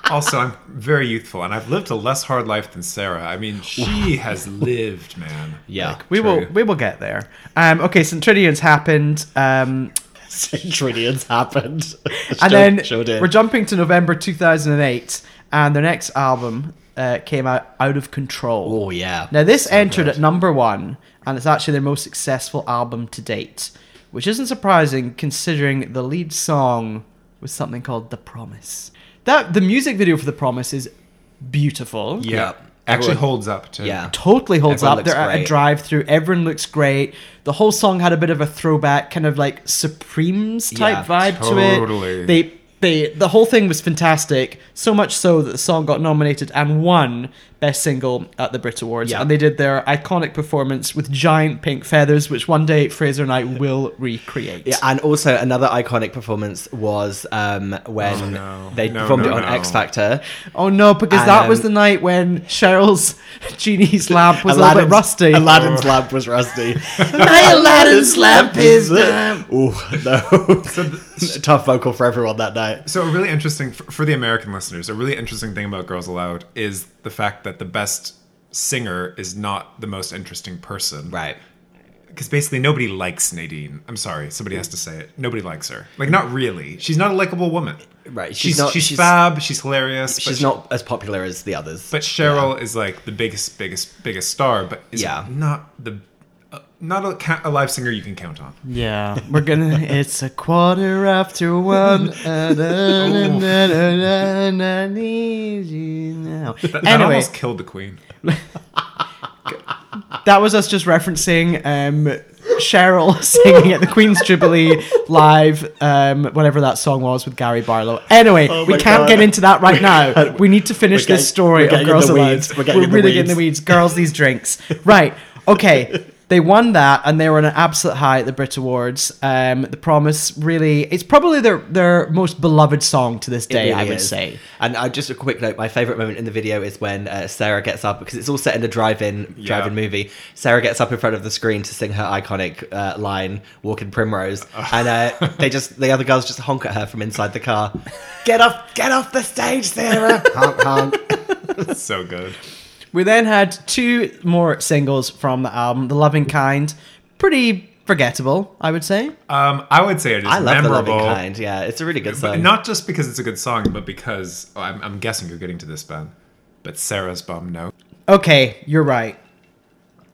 S7: also, I'm very youthful, and I've lived a less hard life than Sarah. I mean, she has lived, man.
S6: yeah.
S5: We will we will get there. Um, okay, St. Trinian's happened. Um,
S6: Centurions happened. Sure-
S5: and then
S6: sure did.
S5: we're jumping to November 2008, and their next album uh, came out, Out of Control.
S6: Oh, yeah.
S5: Now, this entered at number one, and it's actually their most successful album to date, which isn't surprising considering the lead song was something called "The Promise." That the music video for "The Promise" is beautiful.
S7: Yeah.
S6: Yep.
S7: Actually
S6: Everyone-
S7: holds up to.
S6: Yeah.
S5: Totally holds
S6: Everyone
S5: up.
S6: looks
S5: They're at a
S6: great.
S5: drive-through. Everyone looks great. The whole song had a bit of a throwback, kind of like Supremes type
S6: Yeah,
S5: vibe to it.
S7: totally.
S5: They, they, the whole thing was fantastic. So much so that the song got nominated and won Best Single at the Brit Awards.
S6: Yeah.
S5: And they did their iconic performance with giant pink feathers, which one day Fraser and I will recreate.
S6: Yeah, and also another iconic performance was um, when
S7: Oh, no.
S6: they
S7: No,
S6: performed
S7: no,
S6: it on
S7: no.
S6: X Factor.
S5: Oh no, because
S6: And,
S5: that was
S6: um,
S5: the night when Cheryl's genie's lamp was a little bit rusty.
S6: Aladdin's lamp was rusty.
S5: My Aladdin's lamp is
S6: Oh no! Tough vocal for everyone that night.
S7: So a really interesting for, for the American listeners, a really interesting thing about Girls Aloud is the fact that the best singer is not the most interesting person.
S6: Right.
S7: Because basically nobody likes Nadine. I'm sorry, somebody has to say it. Nobody likes her. Like not really. She's not a likable woman.
S6: Right, she's
S7: She's she's,
S6: not- she's-
S7: fab. She's hilarious. but
S6: She's
S7: she-
S6: not as popular as the others.
S7: But Cheryl is like the biggest, biggest, biggest star. But is
S6: Yeah.
S7: not the uh, not a, ca- a live singer you can count on.
S5: Yeah, we're gonna. it's a quarter after one. Uh, da, da, da, da, da, da, need you now.
S7: That, that
S5: Anyway,
S7: almost killed the Queen.
S5: that was us just referencing um, Cheryl singing at the Queen's Jubilee live, um, whatever that song was with Gary Barlow. Anyway, we
S6: Oh my
S5: can't
S6: God.
S5: get into that right now. We need to finish
S6: getting-
S5: this story
S6: we're getting
S5: of
S6: in
S5: Girls
S6: the
S5: Aloud.
S6: weeds.
S5: We're,
S6: We're getting in the
S5: really getting in the weeds. Girls, these drinks. Right. Okay. They won that, and they were on an absolute high at the Brit Awards. Um, the Promise really—it's probably their their most beloved song to this
S6: It
S5: day, I
S6: really
S5: would
S6: is.
S5: say.
S6: And uh, just a quick note: my favorite moment in the video is when uh, Sarah gets up because it's all set in a drive-in
S7: Yeah.
S6: drive-in movie. Sarah gets up in front of the screen to sing her iconic uh, line "Walking Primrose," and uh, they just the other girls just honk at her from inside the car. Get off! Get off the stage, Sarah! honk, honk.
S7: It's so good.
S5: We then had two more singles from the album The Loving Kind. Pretty forgettable, I would say.
S7: Um, I would say it is
S6: I love the
S7: memorable.
S6: loving kind. Yeah, it's a really good
S7: But
S6: song.
S7: not just because it's a good song, but because oh, I'm, I'm guessing you're getting to this, Ben. But Sarah's bum no.
S5: Okay, you're right.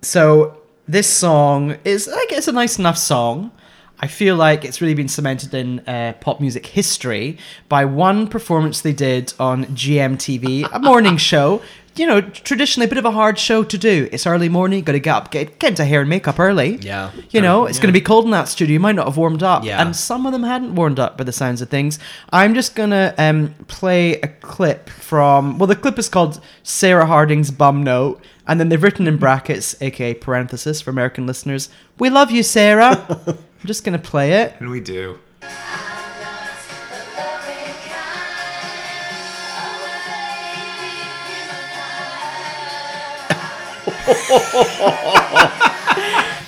S5: So this song is like it's a nice enough song. I feel like it's really been cemented in uh, pop music history by one performance they did on GMTV, a morning show. You know, traditionally a bit of a hard show to do. It's early morning, got to get up, get, get into hair and makeup early.
S6: Yeah.
S5: You know, it's going to be cold in that studio. You might not have warmed up.
S6: Yeah.
S5: And some of them hadn't warmed up by the sounds of things. I'm just gonna um, play a clip from. Well, the clip is called Sarah Harding's bum note, and then they've written in brackets, aka parenthesis for American listeners, "We love you, Sarah." I'm just gonna play it.
S7: And we do.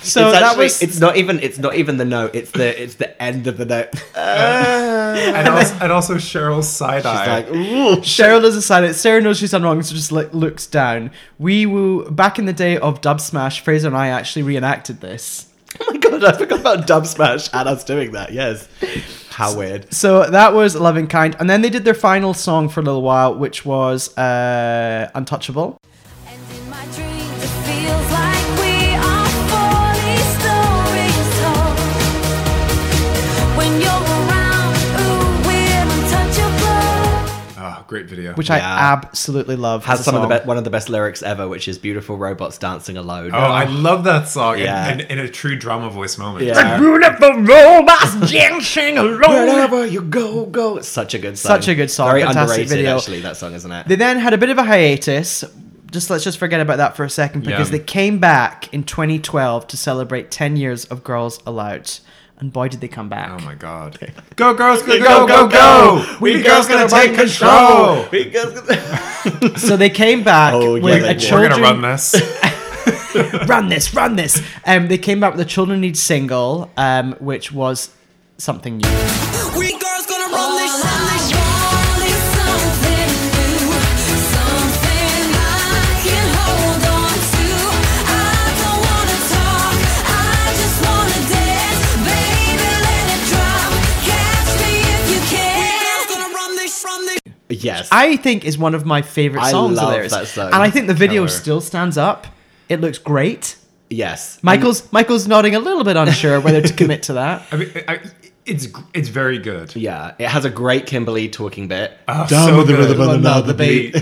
S5: So
S6: it's
S5: that
S6: actually-
S5: was
S6: It's not even. It's not even the note. It's the. It's the end of the note.
S7: And also, and also Cheryl's side
S6: It's
S7: eye.
S6: like, ooh.
S5: Cheryl doesn't sign it. Sarah knows she's done wrong, so just like looks down. We were back in the day of Dub Smash. Fraser and I actually reenacted this.
S6: Oh I forgot about Dub Smash and us doing that. Yes. How weird.
S5: So that was Love and Kind. And then they did their final song for a little while, which was uh, Untouchable.
S2: Feels like we are fully stories told. When you're around, ooh, we're untouchable.
S7: Oh, great video.
S5: Which I absolutely love. as
S6: Has
S5: a
S6: some of the
S5: song.
S6: be- one of the best lyrics ever, which is "Beautiful robots dancing alone."
S7: Oh, I love that song. in-
S6: Yeah.
S7: In, in, a true drama voice moment.
S6: Yeah.
S5: beautiful robots dancing alone.
S6: Wherever you go, go. It's Such a good song.
S5: Such a good song.
S6: Very
S5: Fantastic
S6: underrated,
S5: video.
S6: actually. That song, isn't it?
S5: They then had a bit of a hiatus. Just let's just forget about that for a second because
S7: Yeah.
S5: they came back in 2012 to celebrate 10 years of Girls Aloud. And boy, did they come back.
S7: Oh my god. Go girls, go go go go. We, girls gonna take control.
S6: We girls gonna-
S5: So they came back
S6: Oh, yeah,
S5: with
S6: they
S5: a
S6: were.
S7: We're
S5: children
S7: gonna run this.
S5: run this, run this. Um, they came back with a Children Need single, um, which was something new.
S2: We girls gonna run this, run this. something new, something I can hold on to. I don't wanna talk, I just wanna dance, baby. Let it drop, catch me if you can. We girls gonna run this, run this.
S6: yes.
S5: I think is one of my favorite
S6: I
S5: songs
S6: love
S5: of theirs,
S6: that song.
S5: and I think the video
S6: Killer.
S5: still stands up. It looks great.
S6: yes.
S5: Michael's Michael's nodding a little bit unsure whether to commit to that.
S7: I mean, I, it's it's very good.
S6: Yeah, it has a great Kimberly talking bit.
S7: Oh, so good.
S5: Another beat.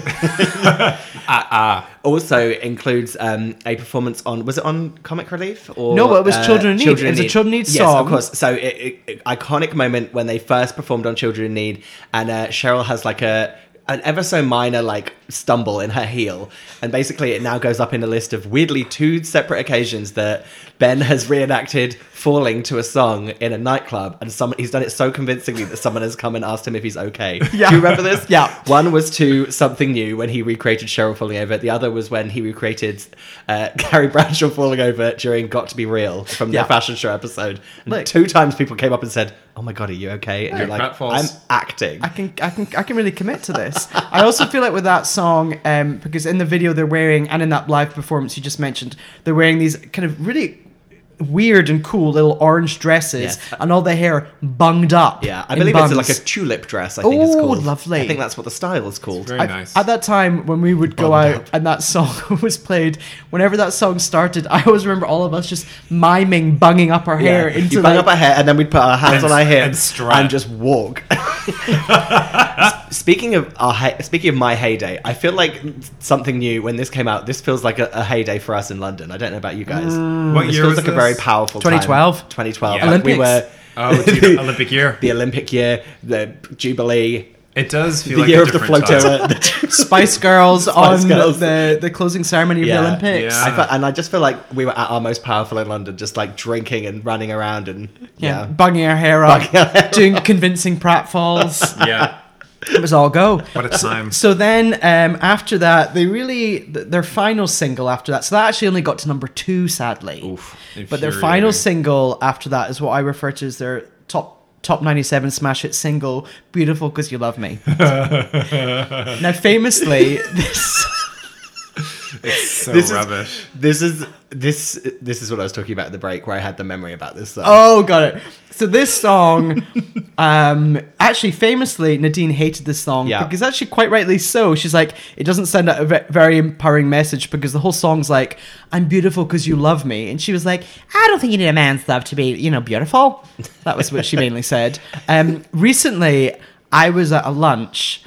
S6: Also includes um, a performance on was it on Comic Relief or uh,
S5: No, it was Children in Need. It was a Children in Need
S6: yes,
S5: song.
S6: of course. So it, it- it- iconic moment when they first performed on Children in Need, and uh, Cheryl has like a an ever so minor like stumble in her heel, and basically it now goes up in a list of weirdly two separate occasions that Ben has reenacted falling to a song in a nightclub, and some he's done it so convincingly that someone has come and asked him if he's okay.
S5: Yeah.
S6: Do you remember this?
S5: Yeah.
S6: One was to something new when he recreated Cheryl falling over. The other was when he recreated uh, Carrie Bradshaw falling over during Got to Be Real from
S5: Yeah.
S6: their fashion show episode. And
S5: Look.
S6: two times people came up and said, "Oh my god, are you okay?" And you're
S7: Matt
S6: like, "I'm
S7: Falls.
S6: acting."
S5: I can I can I can really commit to this. I also feel like with that song, um, because in the video they're wearing and in that live performance you just mentioned, they're wearing these kind of really weird and cool little orange dresses
S6: Yes.
S5: and all their hair bunged up.
S6: yeah, I
S5: in
S6: believe
S5: buns.
S6: it's like a tulip dress. I think it's
S5: Ooh,
S6: called.
S5: lovely.
S6: I think that's what the style is called.
S7: Very
S5: I-
S7: nice.
S5: At that time, when we would go
S6: Bummed
S5: out
S6: up.
S5: and that song was played, whenever that song started, I always remember all of us just miming, bunging up our hair
S6: Yeah.
S5: into
S6: you bang
S5: like,
S6: up our hair and then we'd put our hands on
S7: And-
S6: our
S7: and
S6: hips and,
S7: strut.
S6: just walk. speaking of our hey- speaking of my heyday, I feel like something new when this came out. This feels like a, a heyday for us in London. I don't know about you guys.
S7: Mm. What
S6: this
S7: year
S6: feels
S7: was
S6: like a very
S7: this?
S6: powerful
S5: 2012?
S6: Time. 2012.
S7: Yeah.
S6: Like, we
S5: Olympics.
S6: were
S7: oh, it's the Olympic year.
S6: the Olympic year, the Jubilee,
S7: It does feel
S6: the
S7: like
S6: year
S7: a
S6: of the
S7: different time.
S6: flotilla. the-
S5: Spice Girls
S6: Spice
S5: on
S6: Girls.
S5: The, the closing ceremony of
S6: Yeah.
S5: the Olympics.
S7: Yeah.
S6: I felt, and I just feel like we were at our most powerful in London, just like drinking and running around and
S5: Yeah,
S6: yeah.
S5: bunging our hair up, doing convincing pratfalls.
S7: yeah.
S5: it was all go.
S7: What a time.
S5: So then, um, after that, they really th- their final single after that. So that actually only got to number two, sadly. but their final
S7: infuriating.
S5: single after that is what I refer to as their top top ninety seven smash hit single, "Beautiful Because You Love Me." now, famously, this
S7: so
S6: This is-
S7: rubbish.
S6: This is this this is what I was talking about at the break where I had the memory about this song.
S5: oh, got it. So this song, um, actually, famously, Nadine hated this song
S6: Yeah.
S5: because actually, quite rightly so. She's like, it doesn't send out a ve- very empowering message because the whole song's like, "I'm beautiful because you love me," and she was like, "I don't think you need a man's love to be, you know, beautiful." That was what she mainly said. Um, recently, I was at a lunch.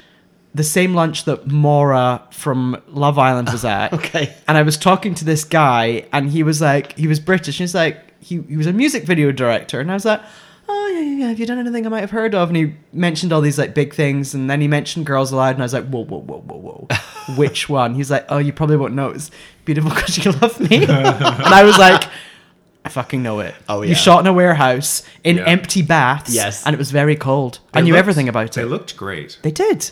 S5: The same lunch that Maura from Love Island was at.
S6: Okay.
S5: And I was talking to this guy, and he was like, he was British. And he's like, he, he was a music video director. And I was like, oh, yeah, yeah, yeah, have you done anything I might have heard of? And he mentioned all these like big things. And then he mentioned Girls Aloud. And I was like, whoa, whoa, whoa, whoa, whoa. Which one? He's like, oh, you probably won't know. It's Beautiful Because You Love Me. and I was like, I fucking know it.
S6: Oh, yeah.
S5: You shot in a warehouse in
S7: Yeah.
S5: empty baths.
S6: Yes.
S5: And it was very cold. I
S7: They
S5: knew
S7: looked-
S5: everything about
S7: They
S5: it.
S7: looked great.
S5: They did.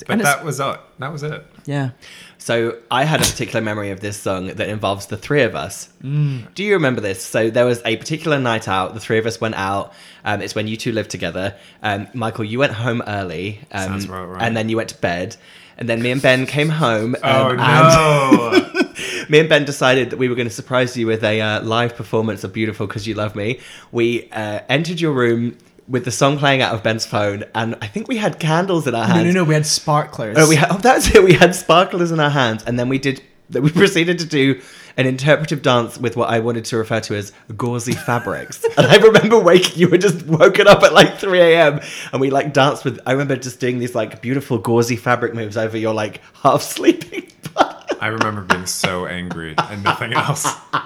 S7: But
S5: and it's-
S7: that was it. That was it.
S5: Yeah.
S6: So I had a particular memory of this song that involves the three of us.
S7: Mm.
S6: Do you remember this? So there was a particular night out. The three of us went out. Um, it's when you two lived together. Um, Michael, you went home early. Um,
S7: Sounds about right.
S6: And then you went to bed. And then me and Ben came home. Um,
S7: Oh
S6: and
S7: no!
S6: me and Ben decided that we were going to surprise you with a uh, live performance of Beautiful Because You Love Me. We uh, entered your room with the song playing out of Ben's phone, and I think we had candles in our
S5: No,
S6: hands.
S5: no, no. We had sparklers.
S6: Oh, we had, oh, that's it. We had sparklers in our hands, and then we did. That we proceeded to do an interpretive dance with what I wanted to refer to as gauzy fabrics. and I remember waking you were just woken up at like 3 a.m. and we like danced with. I remember just doing these like beautiful gauzy fabric moves over your like half sleeping.
S7: I remember being so angry and nothing else.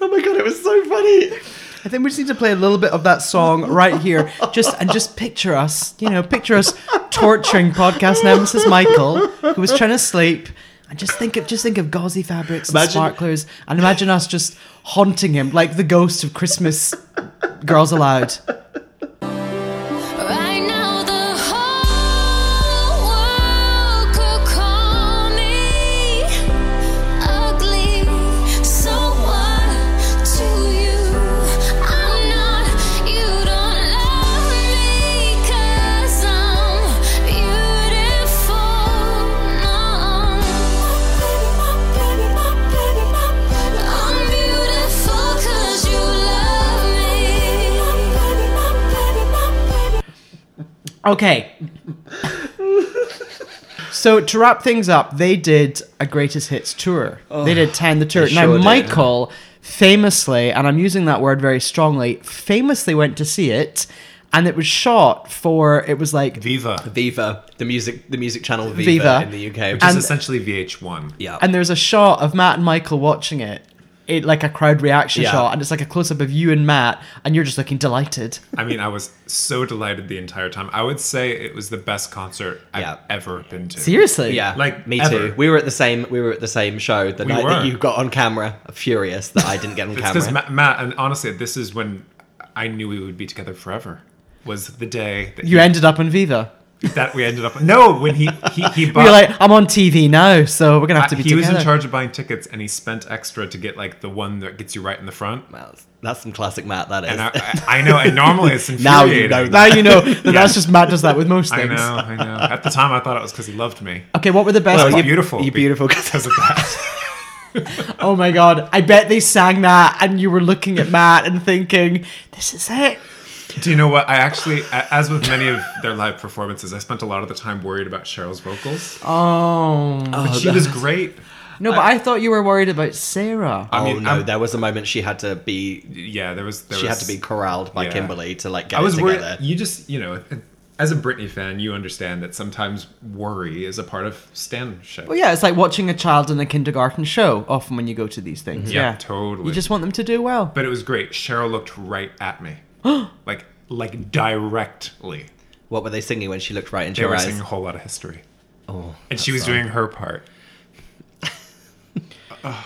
S6: Oh my god, it was so funny.
S5: I think we just need to play a little bit of that song right here, just and just picture us, you know, picture us torturing podcast nemesis Michael, who was trying to sleep, and just think of just think of gauzy fabrics and
S6: Imagine-
S5: sparklers, and imagine us just haunting him like the ghost of Christmas. Girls allowed.
S2: Right now the whole world could call me ugly. So what to you? I'm not. You don't love me 'cause I'm beautiful. No, baby, my baby, my baby, I'm beautiful 'cause you love me.
S5: Okay. so to wrap things up, they did a greatest hits tour. they did ten the tour.
S6: they
S5: now
S6: sure did.
S5: Michael famously, and I'm using that word very strongly, famously went to see it, and it was shot for it was like
S7: Viva,
S6: Viva, the music, the music channel Viva,
S5: Viva.
S6: in the UK.
S7: which
S5: And-
S7: is essentially VH1.
S6: yeah,
S5: and there's a shot of Matt and Michael watching it. It, like a crowd reaction
S6: Yeah.
S5: shot, and it's like a close up of you and Matt, and you're just looking delighted.
S7: I mean, I was so delighted the entire time. I would say it was the best concert I've
S6: Yeah.
S7: ever been to.
S5: Seriously,
S6: Yeah,
S7: Like,
S6: me
S7: ever.
S6: too. We were at the same. We were at the same show the
S7: We
S6: night that
S7: were.
S6: you got on camera. Furious that I didn't get on
S7: It's because
S6: camera.
S7: Matt, Matt, and honestly, this is when I knew we would be together forever. Was the day that,
S5: you
S7: he-
S5: ended up on Viva.
S7: that we ended up? No, when he he he bought.
S5: You're like, I'm on TV now, so we're gonna have to
S7: he
S5: be together.
S7: was in charge of buying tickets, and he spent extra to get like the one that gets you right in the front.
S6: Well, that's some classic Matt. That is.
S7: And I, I, I know, and normally it's
S6: Now you
S7: infuriating.
S6: know
S5: now you know that that's just Matt does that with most
S7: I
S5: things.
S7: know, I know. At the time, I thought it was because he loved me.
S5: Okay, what were the best?
S7: Well,
S6: you-
S7: you're beautiful.
S6: you're beautiful.
S7: because of that.
S5: oh my god! I bet they sang that, and you were looking at Matt and thinking, "This is it."
S7: Do you know what? I actually, a- as with many of their live performances, I spent a lot of the time worried about Cheryl's vocals.
S5: Oh
S7: but she was great.
S5: no! But I thought you were worried about Sarah.
S6: oh
S7: I mean,
S6: no,
S7: I'm-
S6: there was a moment she had to be.
S7: Yeah, there was. There
S6: She
S7: was,
S6: had to be corralled by
S7: Yeah.
S6: Kimberly to like get
S7: I was
S6: it
S7: worried.
S6: together.
S7: You just, you know, as a Britney fan, you understand that sometimes worry is a part of stanship.
S5: Well, yeah, it's like watching a child in a kindergarten show. Often when you go to these things,
S7: Yeah,
S5: yeah,
S7: totally.
S5: You just want them to do well.
S7: But it was great. Cheryl looked right at me, like like directly.
S6: What were they singing when she looked right into
S7: They
S6: your
S7: were
S6: eyes?
S7: singing a whole lot of history,
S6: Oh,
S7: and she was doing her part. Ugh,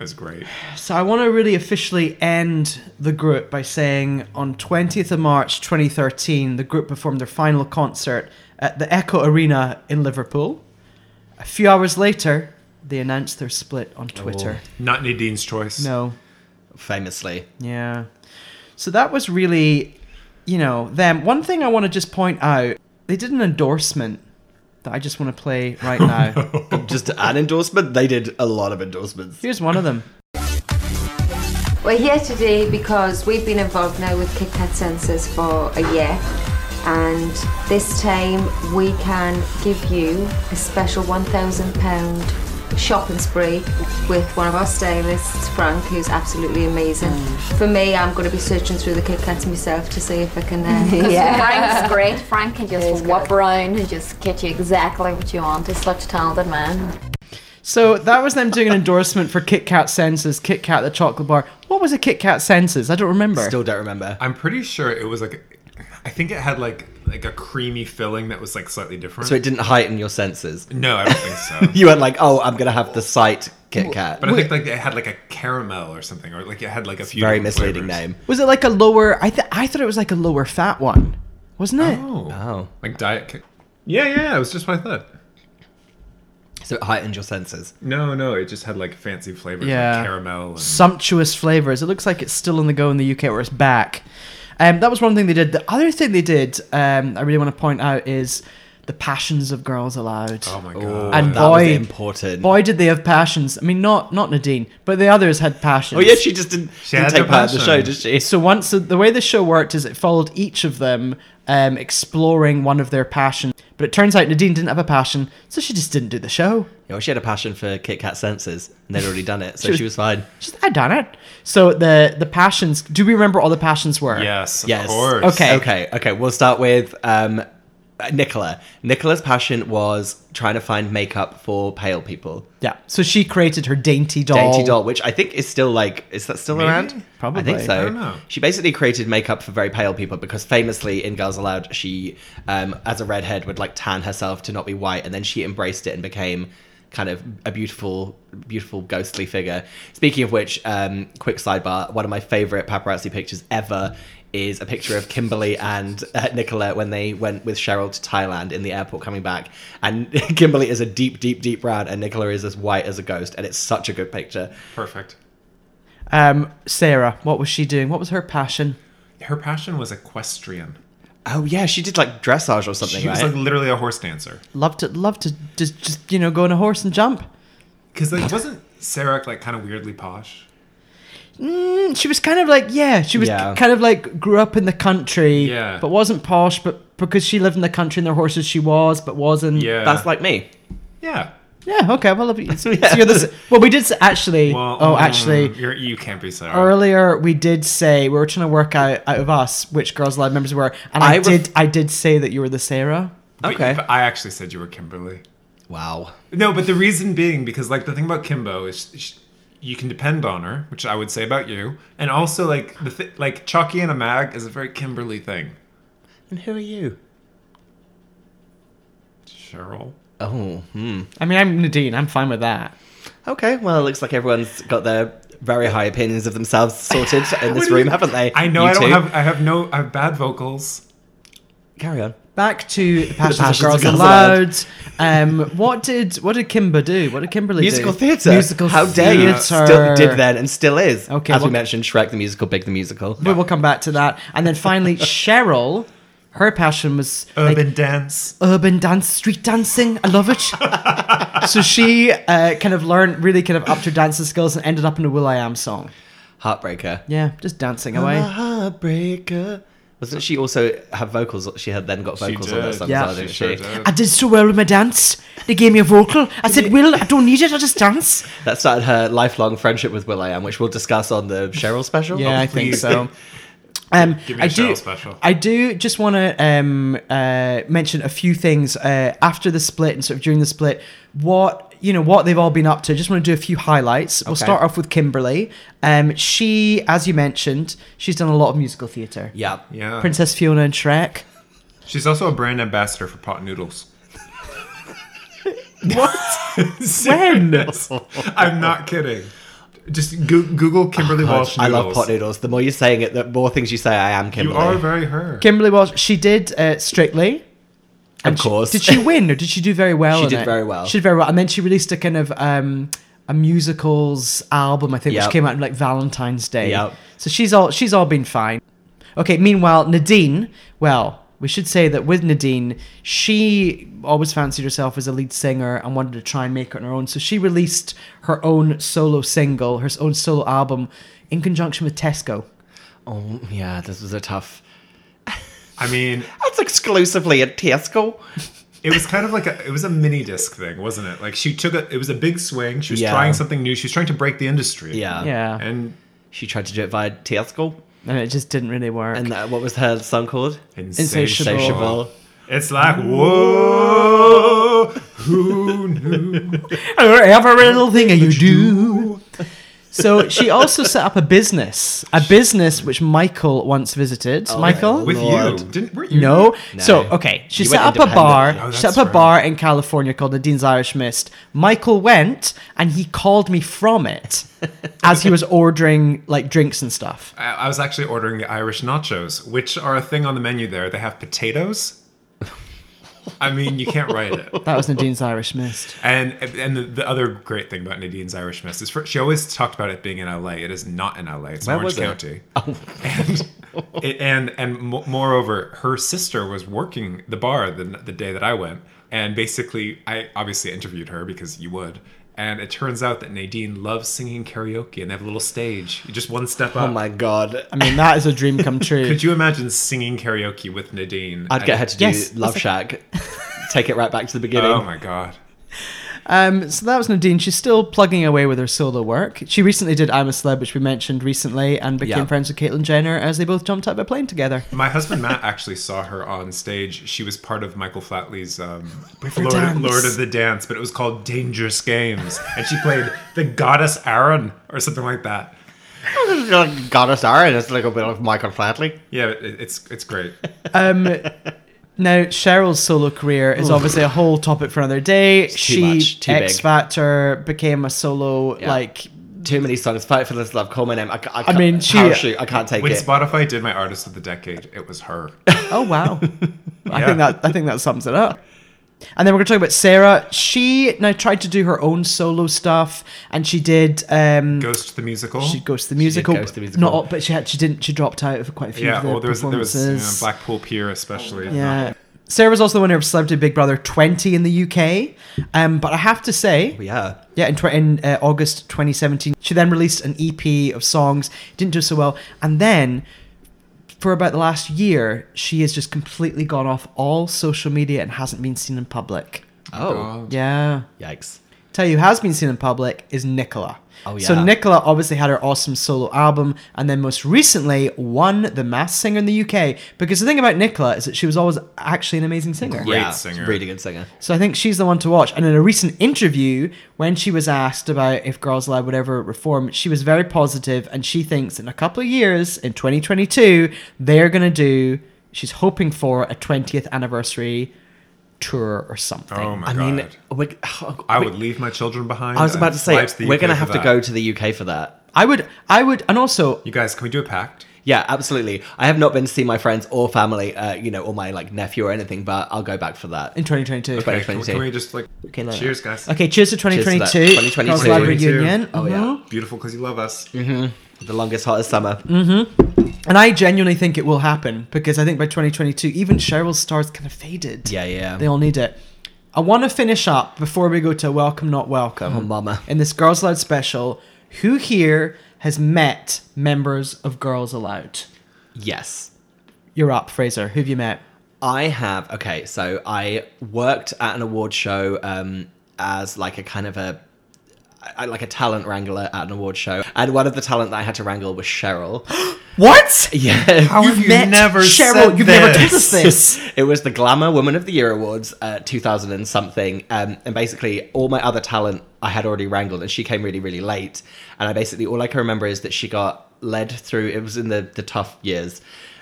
S7: it was great.
S5: So I want to really officially end the group by saying on 20th of March 2013, the group performed their final concert at the Echo Arena in Liverpool. A few hours later, they announced their split on Twitter.
S7: Not Nadine's choice.
S5: No,
S6: famously.
S5: yeah. So that was really, you know, them. One thing I want to just point out, they did an endorsement that I just want to play right now.
S6: Just an endorsement. They did a lot of endorsements.
S5: Here's one of them.
S9: We're here today because we've been involved now with Kit Kat Sensors for a year, and this time we can give you a special £1,000 shopping spree with one of our stylists, Frank, who's absolutely amazing. For me, I'm going to be searching through the Kit Kats myself to see if I can. Uh,
S2: Frank's great. Frank can just whop around and just get you exactly what you want. He's such a talented man.
S5: So that was them doing an endorsement for Kit Kat Senses, Kit Kat the chocolate bar. What was a Kit Kat Senses? I don't remember.
S6: Still don't remember.
S7: I'm pretty sure it was like, I think it had like like a creamy filling that was like slightly different.
S6: So it didn't heighten your senses.
S7: no, I don't think so.
S6: You weren't like, oh, I'm gonna have the sight Kit Kat.
S7: But I think like it had like a caramel or something, or like it had like a few
S6: Very
S7: different
S6: misleading
S7: flavors.
S6: name.
S5: was it like a lower? I th- I thought it was like a lower fat one, wasn't it?
S7: Oh,
S6: Oh.
S7: like diet. Ki- yeah, yeah, it was just what I thought.
S6: So it heightened your senses.
S7: No, no, it just had like fancy flavors,
S5: Yeah.
S7: like caramel. And-
S5: Sumptuous flavors. It looks like it's still on the go in the UK or it's back. Um, that was one thing they did. The other thing they did, um, I really want to point out, is the passions of girls allowed.
S6: Oh my God.
S5: And
S6: That
S5: boy,
S6: was important.
S5: Boy, did they have passions. I mean, not not Nadine, but the others had passions.
S6: Oh yeah, she just didn't, didn't take part in the show, did she?
S5: So once so the way the show worked is it followed each of them um, exploring one of their passions. But it turns out Nadine didn't have a passion, so she just didn't do the show.
S6: Yeah, well, she had a passion for Kit Kat senses, and they'd already done it, so
S5: She was-
S6: she was fine.
S5: She's I done it. So the the passions. Do we remember all the passions were?
S7: Yes,
S6: Yes.
S5: Okay.
S6: Okay. Okay. We'll start with um, Nicola. Nicola's passion was trying to find makeup for pale people.
S5: Yeah. So she created her dainty doll.
S6: Dainty doll, which I think is still like, is that still
S5: Maybe?
S6: around?
S5: Probably.
S6: I think so.
S5: I don't know.
S6: She basically created makeup for very pale people because famously in Girls Aloud, she, um, as a redhead, would like tan herself to not be white, and then she embraced it and became kind of a beautiful, beautiful ghostly figure. Speaking of which, um, quick sidebar: one of my favorite paparazzi pictures ever is a picture of Kimberly and uh, Nicola when they went with Cheryl to Thailand in the airport coming back, and Kimberly is a deep, deep, deep brown, and Nicola is as white as a ghost, and it's such a good picture.
S7: Perfect.
S5: Um, Sarah, what was she doing? What was her passion?
S7: Her passion was equestrian.
S6: Oh yeah, she did like dressage or something,
S7: She was
S6: right?
S7: like literally a horse dancer.
S5: Loved to love to just just you know go on a horse and jump.
S7: Because like wasn't Sarah like kind of weirdly posh?
S5: Mm, she was kind of like yeah, she was
S7: Yeah.
S5: k- kind of like grew up in the country,
S7: Yeah.
S5: but wasn't posh. But because she lived in the country and their horses, she was, but wasn't.
S7: Yeah.
S6: That's like me.
S7: Yeah.
S5: Yeah. Okay. Well, if you- so you're the s- well, we did s- actually. oh,
S6: uh,
S7: mm,
S5: actually.
S7: you're, you can't be Sarah.
S5: Earlier, we did say we were trying to work out out of us which girls' live members were, and I,
S7: I ref-
S5: did. I did say that you were the Sarah.
S7: But- But I actually said you were Kimberly.
S6: Wow.
S7: No, but the reason being because like the thing about Kimbo is sh sh you can depend on her, which I would say about you, and also like the th- like Chalky and a Mag is a very Kimberly thing.
S6: And who are you?
S7: Cheryl.
S6: Oh, hmm.
S5: I mean, I'm Nadine. I'm fine with that.
S6: Okay, well, it looks like everyone's got their very high opinions of themselves sorted in
S7: What
S6: this
S7: do you-
S6: room, haven't they?
S7: I know
S6: You
S7: I don't
S6: two?
S7: have I have no I have bad vocals.
S6: Carry on.
S5: Back to the passions,
S6: Passions
S5: of girls,
S6: of Girls
S5: allowed. Um, what did what did Kimber do? What did Kimberly
S6: Musical
S5: do?
S6: theatre.
S5: Musical
S6: How dare you? Still
S5: theatre.
S6: did then and still is.
S5: Okay,
S6: As
S5: well-
S6: we mentioned, Shrek the Musical, Big the Musical.
S5: We will come back to that, and then finally Cheryl. Her passion was like,
S7: Urban dance.
S5: urban dance, street dancing. I love it. so she uh, kind of learned, really kind of upped her dancing skills and ended up in a Will I Am song.
S6: Heartbreaker.
S5: Yeah, just dancing
S6: I'm
S5: away.
S6: a heartbreaker. Wasn't she also have vocals? She had then got vocals on
S5: did.
S6: those songs,
S5: Yeah.
S6: didn't
S5: She
S6: she?
S5: I did so well with my dance. They gave me a vocal. I said, Will, I don't need it. I just dance.
S6: That started her lifelong friendship with Will I Am, which we'll discuss on the Cheryl special.
S5: Yeah, I think so. Um,
S6: Give me
S5: I
S6: a
S5: do.
S6: Cheryl special.
S5: I do just want to um, uh, mention a few things uh, after the split and sort of during the split. What you know, what they've all been up to. Just want to do a few highlights. We'll
S6: Okay.
S5: start off with Kimberly. Um, she, as you mentioned, she's done a lot of musical theatre.
S6: Yeah.
S7: Yeah.
S5: Princess Fiona and Shrek.
S7: She's also a brand ambassador for pot noodles.
S5: when?
S7: I'm not kidding. Just go- Google Kimberly
S6: Oh, God,
S7: Walsh
S6: I
S7: noodles.
S6: love pot noodles. The more you're saying it, the more things you say I am
S7: You
S6: Kimberly.
S7: are very her.
S5: Kimberly Walsh. She did uh, Strictly.
S6: Of course.
S5: Did she win or did she do very well?
S6: She
S5: in
S6: did
S5: it?
S6: very well.
S5: She did very well, and then she released a kind of um, a musicals album, I think,
S6: Yep.
S5: which came out on like Valentine's Day.
S6: Yep.
S5: So she's all she's all been fine. Okay. Meanwhile, Nadine. Well, we should say that with Nadine, she always fancied herself as a lead singer and wanted to try and make it on her own. So she released her own solo single, her own solo album, in conjunction with Tesco.
S6: Oh yeah, this was a tough.
S7: I mean,
S6: that's exclusively at Tesco.
S7: It was kind of like a it was a mini disc thing, wasn't it? Like she took a it was a big swing. She was
S6: Yeah.
S7: trying something new. She was trying to break the industry.
S6: Yeah.
S5: Yeah.
S7: And
S6: she tried to do it via Tesco.
S5: And it just didn't really work.
S6: And that, what was her song called?
S7: Insatiable.
S6: Insatiable.
S7: It's like whoa, who knew?
S5: Every little thing that you do. So she also set up a business, a business which Michael once visited.
S7: Oh,
S5: Michael,
S7: with you, didn't weren't you?
S5: No.
S7: No.
S5: So okay, she
S7: You
S5: set up
S7: went
S5: a bar.
S7: independently. Oh,
S5: she set
S7: that's
S5: up a
S7: right.
S5: bar in California called the Dean's Irish Mist. Michael went, and he called me from it as he was ordering like drinks and stuff.
S7: I, I was actually ordering the Irish nachos, which are a thing on the menu there. They have potatoes. I mean, you can't write it.
S5: That was Nadine's Irish Mist.
S7: And and the, the other great thing about Nadine's Irish Mist is for, she always talked about it being in LA. It is not in LA. It's in
S6: Where was
S7: Orange
S6: it?
S7: County.
S6: Oh.
S7: And It- and and mo- moreover, her sister was working the bar the the day that I went, and basically, I obviously interviewed her because you would. And it turns out that Nadine loves singing karaoke and they have a little stage, just one step up.
S6: Oh my god!
S5: I mean, that is a dream come true.
S7: Could you imagine singing karaoke with Nadine?
S6: I'd get her to do
S5: Yes,
S6: Love
S5: that's
S6: Shack. Take it right back to the beginning.
S7: Oh my god!
S5: Um, so that was Nadine. She's still plugging away with her solo work. She recently did I'm a Celeb, which we mentioned recently, and became
S6: Yeah.
S5: friends with Caitlyn Jenner as they both jumped out of a plane together.
S7: My husband Matt actually saw her on stage. She was part of Michael Flatley's um,
S5: River
S7: Lord,
S5: Dance.
S7: Lord of the Dance, but it was called Dangerous Games, and she played the goddess Aaron or something like that.
S6: Goddess Aaron is a little bit of Michael Flatley.
S7: Yeah, it, it's it's great.
S5: Now, Cheryl's solo career is obviously a whole topic for another day.
S6: too
S5: she
S6: much, too big.
S5: X Factor became a solo like
S6: Too many songs. Fight for this love. Call my name. I, ca- I, ca-
S5: mean, she-
S6: parachute. I can't take
S7: When
S6: it.
S7: Spotify did my Artist of the Decade, it was her.
S5: Oh wow. I
S7: Yeah.
S5: think that I think that sums it up. And then we're going to talk about Sarah. She now tried to do her own solo stuff, and she did. Um,
S7: Ghost the musical.
S5: she goes to the musical,
S6: Ghost the
S5: but
S6: Musical.
S5: not all, but she had she didn't she dropped out of quite a few
S7: yeah,
S5: of the
S7: well, there was there was
S5: performances.
S7: you know, Blackpool Pier, especially.
S5: yeah. Sarah was also the winner of Celebrity Big Brother 20 in the UK. Um, but I have to say,
S6: yeah.
S5: yeah, in, tw- in uh, August 2017, she then released an EP of songs. Didn't do so well, and then for about the last year, she has just completely gone off all social media and hasn't been seen in public.
S6: Oh.
S5: Yeah,
S6: Yikes.
S5: tell you who has been seen in public is Nicola.
S6: Oh,
S5: So
S6: yeah.
S5: Nicola obviously had her awesome solo album, and then most recently won the Mass Singer in the UK. Because the thing about Nicola is that she was always actually an amazing singer.
S7: Great
S6: yeah,
S7: singer.
S6: Really good singer.
S5: So I think she's the one to watch. And in a recent interview, when she was asked about if Girls Lab would ever reform, she was very positive, and she thinks in a couple of years, in 2022, they're going to do. She's hoping for a 20th anniversary tour or something.
S7: Oh my
S6: I
S7: god!
S6: mean, we,
S7: I would leave my children behind.
S6: I was about
S7: and
S6: to
S7: fly
S6: say
S7: the
S6: we're
S7: UK
S6: gonna
S7: for
S6: have to
S7: that.
S6: go to the UK for that.
S5: I would, I would, and also,
S7: You guys, can we do a pact?
S6: Yeah, absolutely. I have not been to see my friends or family, uh, you know, or my like nephew or anything, but I'll go back for that.
S5: in 2022.
S6: Okay.
S7: Can we,
S6: 2022.
S7: can we just like
S5: Okay, look.
S7: cheers, guys?
S5: Okay, cheers to 2022.
S6: Cheers to that.
S5: Girls Lab
S6: 2022.
S5: reunion. Mm-hmm.
S6: Oh, yeah.
S5: Mhm.
S7: Beautiful because you love us.
S6: The longest, hottest summer.
S5: And I genuinely think it will happen because I think by 2022, even Cheryl's stars kind of faded.
S6: Yeah, yeah.
S5: They all need it. I want to finish up before we go to Welcome Not Welcome.
S6: Oh, mama.
S5: In this Girls Aloud special, who here has met members of Girls Aloud?
S6: Yes.
S5: You're up, Fraser. Who have you met?
S6: I have okay, so I worked at an award show um, as like a kind of a I- like a talent wrangler at an award show, and one of the talent that I had to wrangle was Cheryl.
S5: What?
S6: yeah,
S7: How have you never
S5: Cheryl.
S7: said
S5: You've never told us this.
S6: it was the Glamour Woman of the Year awards, uh, two thousand and something, um, and basically all my other talent I had already wrangled, and she came really really late, and I basically all I can remember is that she got led through. It was in the the tough years.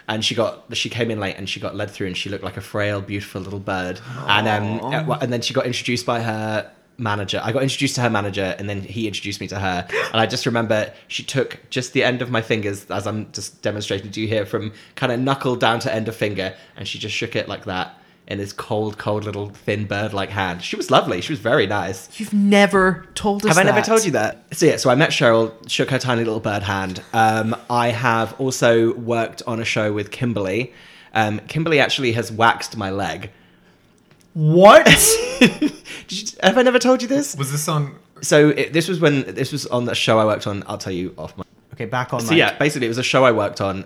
S6: And she got she came in late and she got led through and she looked like a frail, beautiful little bird. And um at one- and then she got introduced by her manager. I got introduced to her manager and then he introduced me to her. And I just remember she took just the end of my fingers as I'm just demonstrating to you here from kind of knuckle down to end of finger and she just shook it like that in this cold, cold little thin bird like hand. She was lovely. She was very nice.
S5: You've never told us
S6: Have I never
S5: that.
S6: told you that? So yeah, so I met Cheryl, shook her tiny little bird hand. Um, I have also worked on a show with Kimberly. Um, Kimberly actually has waxed my leg.
S5: What?
S6: Did you, have I never told you this?
S7: Was this on?
S6: So it, this was when this was on the show I worked on. I'll tell you off my.
S5: okay, back on
S6: So
S5: mic.
S6: yeah, basically it was a show I worked on,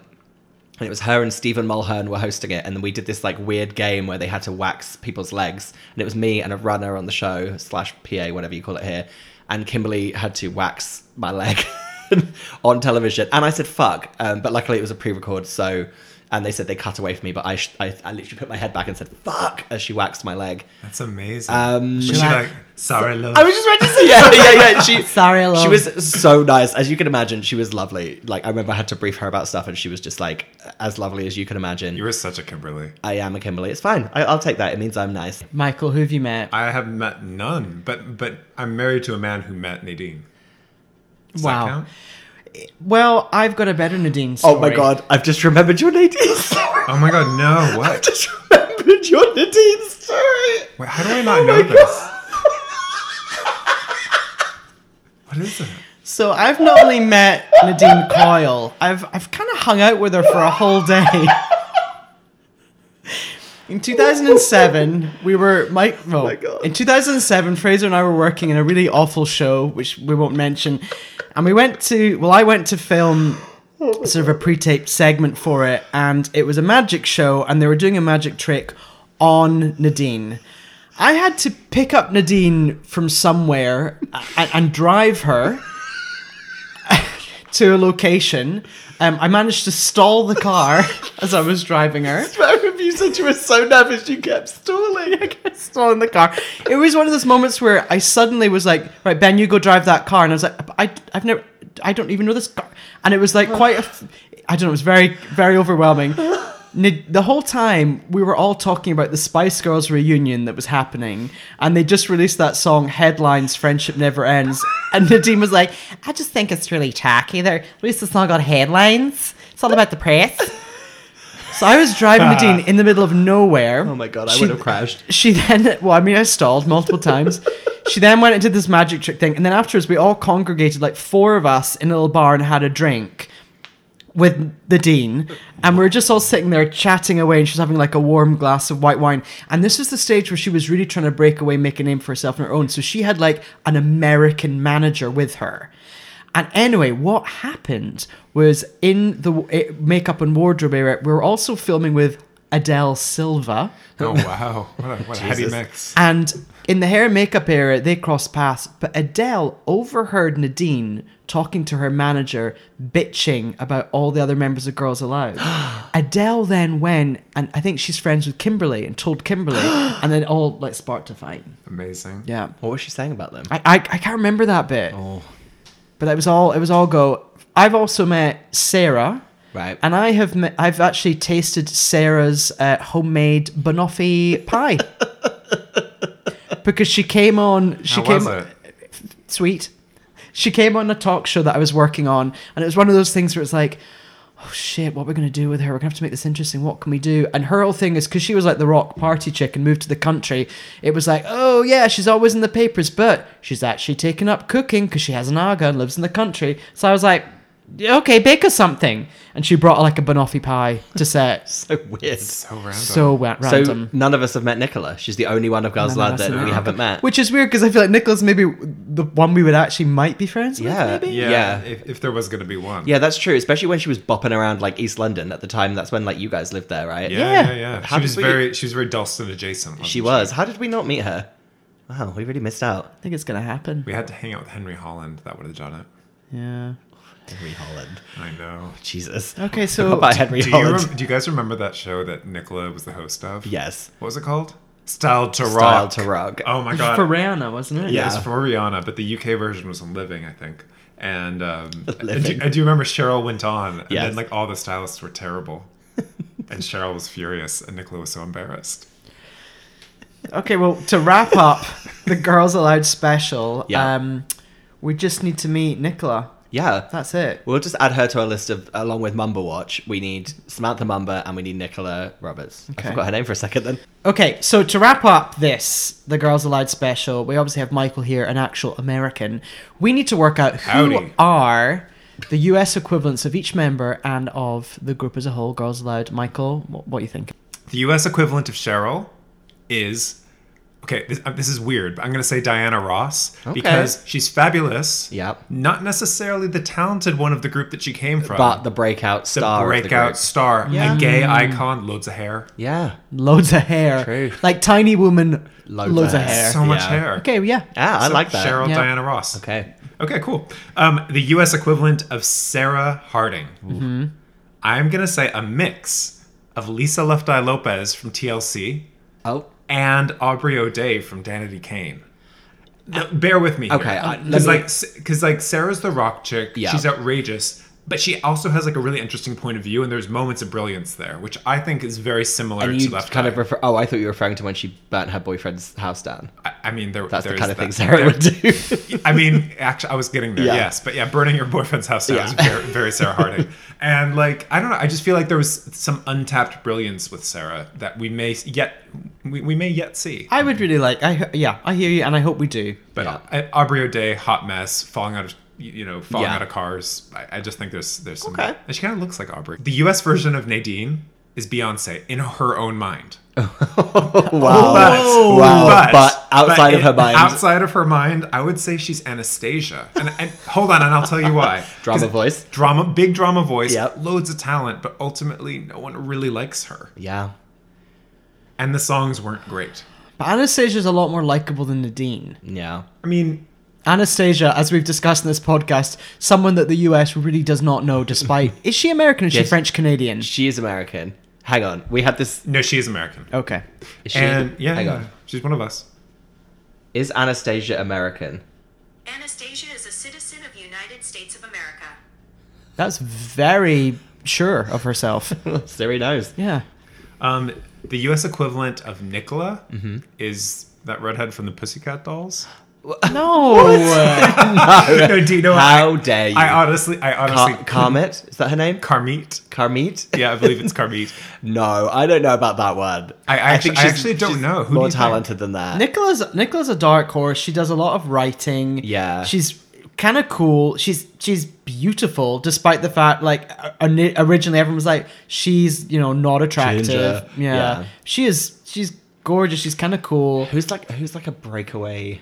S6: and it was her and Stephen Mulhern were hosting it, and then we did this like weird game where they had to wax people's legs, and it was me and a runner on the show slash PA whatever you call it here, and Kimberly had to wax my leg on television, and I said fuck, um, but luckily it was a pre-record, so. And they said they cut away from me, but I, sh- I, I literally put my head back and said "fuck" as she waxed my leg.
S7: That's amazing. Um, was she
S5: like-
S7: like, sorry, love.
S6: I was just about to say, yeah, yeah, yeah. She,
S5: Sorry, love.
S6: She was so nice, as you can imagine. She was lovely. Like I remember, I had to brief her about stuff, and she was just like as lovely as you can imagine.
S7: you were such a Kimberly.
S6: I am a Kimberly. It's fine. I, I'll take that. It means I'm nice.
S5: Michael, who have you met?
S7: I have met none, but but I'm married to a man who met Nadine. Does that
S5: Wow.
S7: count?
S5: well, I've got a better Nadine story.
S6: Oh my god! I've just remembered your Nadine story.
S7: Oh my god, no!
S6: I
S7: What?
S6: just remembered your Oh Nadine story.
S7: Wait,
S5: Oh
S7: how do I not
S6: my
S7: know this? What is it?
S5: So I've not only met Nadine Coyle, I've I've kind of hung out with her for a whole day. In 2007, we were Mike. Well, in 2007, Fraser and I were working in a really awful show, which we won't mention, and we went to. Well, I went to film sort of a pre-taped segment for it, and it was a magic show, and they were doing a magic trick on Nadine. I had to pick up Nadine from somewhere and, and drive her to a location. Um, I managed to stall the car as I was driving her. you said you were so nervous you kept stalling. I kept stalling the car. It was one of those moments where I suddenly was like, right, Ben, you go drive that car. And I was like, I, I've never, I don't even know this car. And it was like quite a, I don't know, it was very, very overwhelming. Ni- The whole time we were all talking about the Spice Girls reunion that was happening, and they just released that song "Headlines: Friendship Never Ends," and Nadine was like, "I just think it's really tacky. They're at least it's not got headlines. It's all about the press." So I was driving Nadine in the middle of nowhere. Oh
S6: my god, I would have crashed.
S5: She then, well, I mean, I stalled multiple times. she then went and did this magic trick thing, and then afterwards, we all congregated, like four of us, in a little bar and had a drink with the dean, and we were just all sitting there chatting away, and she was having like a warm glass of white wine. And this was the stage where she was really trying to break away, make a name for herself on her own. So she had like an American manager with her. And anyway, what happened was in the w- eh, makeup and wardrobe area, we were also filming with Adele Silva.
S7: Oh wow, what a, what a heady mix.
S5: And in the hair and makeup area, they crossed paths, but Adele overheard Nadine talking to her manager, bitching about all the other members of Girls Aloud. Adele then went, and I think she's friends with Kimberly, and told Kimberly, and then all like sparked a fight.
S7: Amazing.
S5: Yeah,
S6: What was she saying about them?
S5: I, I, I can't remember that bit,
S6: Oh.
S5: but it was all it was all go. I've also met Sarah.
S6: Right.
S5: And I have met, I've actually tasted Sarah's uh, homemade banoffee pie because she came on. She
S7: How
S5: came
S7: was it?
S5: sweet. She came on a talk show that I was working on, and it was one of those things where it's like, oh shit, what we're gonna do with her? We're gonna have to make this interesting. What can we do? And her whole thing is because she was like the rock party chick and moved to the country. It was like, oh yeah, she's always in the papers, but she's actually taken up cooking because she has an aga and lives in the country. So I was like, "Yeah, okay, bake us something. And she brought like a banoffee pie to set.
S6: So weird.
S7: So random.
S5: so wa- random.
S6: So none of us have met Nicola. She's the only one of Girls
S5: None of
S6: Aloud
S5: us
S6: that
S5: have.
S6: we haven't met.
S5: Which is weird because I feel like Nicholas maybe the one we would actually might be friends
S6: Yeah,
S5: with. Maybe.
S7: yeah,
S6: Yeah.
S7: If, if there was going to be one.
S6: yeah, that's true. Especially when she was bopping around like East London at the time. That's when like you guys lived there, right?
S7: Yeah, yeah,
S5: Yeah.
S7: yeah.
S6: How did
S7: she was
S6: we-
S7: very, she was very Dalston adjacent. wasn't
S6: She was. How did we not meet her? Wow, we really missed out.
S5: I think it's gonna happen.
S7: We had to hang out with Henry Holland. That would have done it.
S5: Yeah.
S6: Henry Holland.
S7: I know.
S6: Jesus.
S5: Okay,
S6: Forgot
S5: so
S6: about Henry
S7: Do you,
S6: Holland.
S7: rem- do you guys remember that show that Nicola was the host of?
S6: yes.
S7: What was it called? Style to
S6: Style
S7: Rock.
S6: to Rock.
S7: Oh my god.
S5: for Rihanna, wasn't it?
S7: Yeah,
S6: Yeah.
S7: it's for Rihanna, but the UK version was on Living, I think. And um, and, do,
S6: Living.
S7: and do you remember Cheryl went on, and
S6: Yes.
S7: then like all the stylists were terrible, and Cheryl was furious, and Nicola was so embarrassed.
S5: Okay, well, to wrap up the Girls Allowed special,
S6: Yeah.
S5: um, we just need to meet Nicola.
S6: Yeah.
S5: That's it.
S6: We'll just add her to our list of, along with Mumba Watch. We need Samantha Mumba and we need Nicola Roberts.
S5: Okay.
S6: I forgot her name for a second then.
S5: Okay, so to wrap up this, the Girls Allowed special, we obviously have Michael here, an actual American. We need to work out who
S7: Howdy.
S5: are the US equivalents of each member and of the group as a whole, Girls Allowed. Michael, what, what do you think?
S7: The U.S. equivalent of Cheryl is okay. This, uh, this is weird, but I'm going to say Diana Ross because she's fabulous.
S6: Yep.
S7: Not necessarily the talented one of the group that she came from,
S6: But the breakout
S7: the
S6: star. of the
S7: breakout
S6: group. Mm.
S7: star, a gay icon, loads of hair,
S6: Yeah.
S5: Loads of hair.
S6: True.
S5: Like tiny woman,
S6: Loads
S5: loads,
S6: of
S5: of
S6: hair.
S5: hair.
S7: so much
S6: Yeah.
S7: hair.
S5: okay, yeah.
S6: Yeah, Ah, I
S7: So
S6: like that.
S7: Cheryl
S5: Yeah.
S7: Diana Ross.
S6: Okay.
S7: Okay, cool. Um, the U.S. equivalent of Sarah Harding.
S6: Mm-hmm.
S7: I'm gonna say a mix of Lisa Left Eye Lopez from TLC
S6: Oh.
S7: and Aubrey O'Day from Danity Kane. Now, bear with me.
S6: Okay, uh, let
S7: because
S6: me-
S7: like, because like Sarah's the rock chick.
S6: Yeah.
S7: She's outrageous, but she also has like a really interesting point of view, and there's moments of brilliance there, which I think is very similar
S6: And you
S7: to Left
S6: kind
S7: Eye.
S6: of refer. Oh, I thought you were referring to when she burnt her boyfriend's house down.
S7: I, I mean, there,
S6: That's
S7: there's
S6: the kind of thing
S7: that.
S6: Sarah
S7: There-
S6: would do.
S7: I mean, actually, I was getting there.
S6: Yeah.
S7: Yes, but yeah, burning your boyfriend's house down
S6: Yeah.
S7: is very, very Sarah Harding. and like, I don't know. I just feel like there was some untapped brilliance with Sarah that we may yet we, we may yet see.
S5: I would really like. I yeah, I hear you, and I hope we do.
S7: But uh Aubrey O'Day, hot mess, falling out of you, you know, falling
S6: Yeah.
S7: out of cars. I, I just think there's there's some.
S6: Okay.
S7: And she kind of looks like Aubrey. The U.S. version of Nadine is Beyonce in her own mind.
S6: Oh, Wow.
S7: But,
S6: Wow. But, outside
S7: but
S6: of her
S7: it-
S6: mind.
S7: outside of her mind, I would say she's Anastasia. And, and hold on, and I'll tell you why.
S6: Drama
S7: 'Cause
S6: voice.
S7: drama, big drama voice,
S6: Yep.
S7: loads of talent, but ultimately, no one really likes her.
S6: yeah.
S7: And the songs weren't great.
S5: But Anastasia's a lot more likable than Nadine.
S6: Yeah.
S7: I mean,
S5: Anastasia, as we've discussed in this podcast, someone that the US really does not know, despite. is she American or is she
S6: Yes.
S5: French Canadian?
S6: She is American. Hang on. We had this.
S7: no, she is American.
S5: Okay.
S6: Is Oh, she,
S7: And yeah,
S6: hang
S7: yeah,
S6: on.
S7: she's one of us.
S6: Is Anastasia American?
S12: Anastasia is a citizen of United States of America.
S5: That's very sure of herself.
S6: Siri knows.
S5: yeah.
S7: Um, the U.S. equivalent of Nicola
S6: Mm-hmm.
S7: is that redhead from the Pussycat Dolls.
S5: No.
S7: no, do you know? I,
S6: How dare you?
S7: I honestly, I honestly,
S6: Car- Carmet? Is that her name?
S7: Carmeet.
S6: Carmeet?
S7: Yeah, I believe it's Carmeet.
S6: No, I don't know about that one.
S7: I actu- I actually don't
S6: she's
S7: know. Who do
S6: more
S7: you think?
S6: talented than that.
S5: Nicola's Nicola's a dark horse. She does a lot of writing.
S6: Yeah.
S5: She's kind of cool. She's she's beautiful, despite the fact like o- oni- originally everyone was like she's you know not attractive.
S6: Ginger.
S5: Yeah.
S6: Yeah.
S5: She is. She's gorgeous. She's kind of cool.
S6: Who's like who's like a breakaway,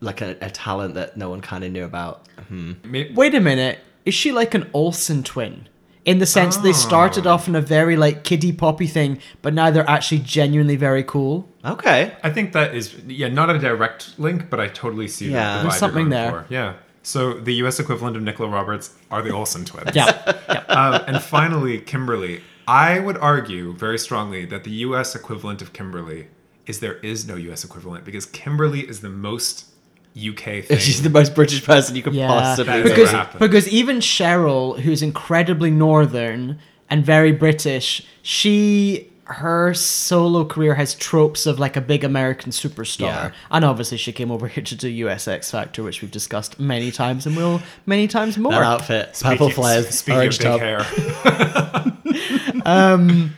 S6: like a, a talent that no one kind of knew about?
S7: May-
S5: Wait a minute. Is she like an Olsen twin? In the sense they started
S6: Ah.
S5: off in a very like kiddie poppy thing, but now they're actually genuinely very cool.
S6: Okay,
S7: I think that is yeah, not a direct link, but I totally see
S6: Yeah.
S7: the
S6: There's
S7: vibe
S5: something
S7: you're going
S5: there.
S7: For. Yeah. So the U.S. equivalent of Nicola Roberts are the Olsen twins.
S5: Yeah.
S7: um, and finally, Kimberly. I would argue very strongly that the U.S. equivalent of Kimberly is there is no U.S. equivalent because Kimberly is the most UK thing.
S6: she's the most British person you could
S5: Yeah,
S6: possibly
S7: That's
S5: because
S7: what happened.
S5: because even Cheryl, who's incredibly northern and very British, she her solo career has tropes of like a big American superstar,
S6: Yeah.
S5: and obviously she came over here to do US X Factor, which we've discussed many times and will many times more.
S6: That outfit, purple flares,
S7: Speaking
S6: orange
S7: of big
S6: top.
S7: hair.
S6: Um,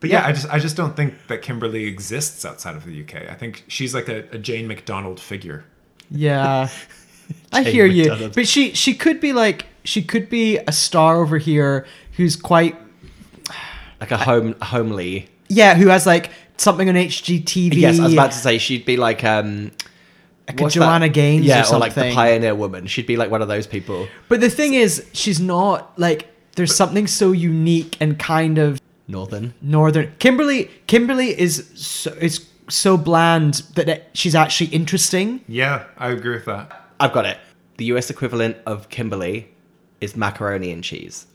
S7: But yeah, I just I just don't think that Kimberly exists outside of the UK. I think she's like a, a Jane McDonald figure.
S5: Yeah. I
S6: Jane
S5: hear you.
S6: McDonald.
S5: But she she could be like she could be a star over here who's quite
S6: Like a home homely.
S5: yeah, who has like something on HGTV.
S6: Yes, I was about to say she'd be like um
S5: like a
S6: what's
S5: Joanna
S6: that?
S5: Gaines
S6: yeah,
S5: or something.
S6: like the pioneer woman. She'd be like one of those people.
S5: But the thing is, she's not like there's something so unique and kind of
S6: Northern.
S5: northern. Kimberly, Kimberly is so, is so bland that it- she's actually interesting.
S7: Yeah, I agree with that.
S6: I've got it. The US equivalent of Kimberly is macaroni and cheese.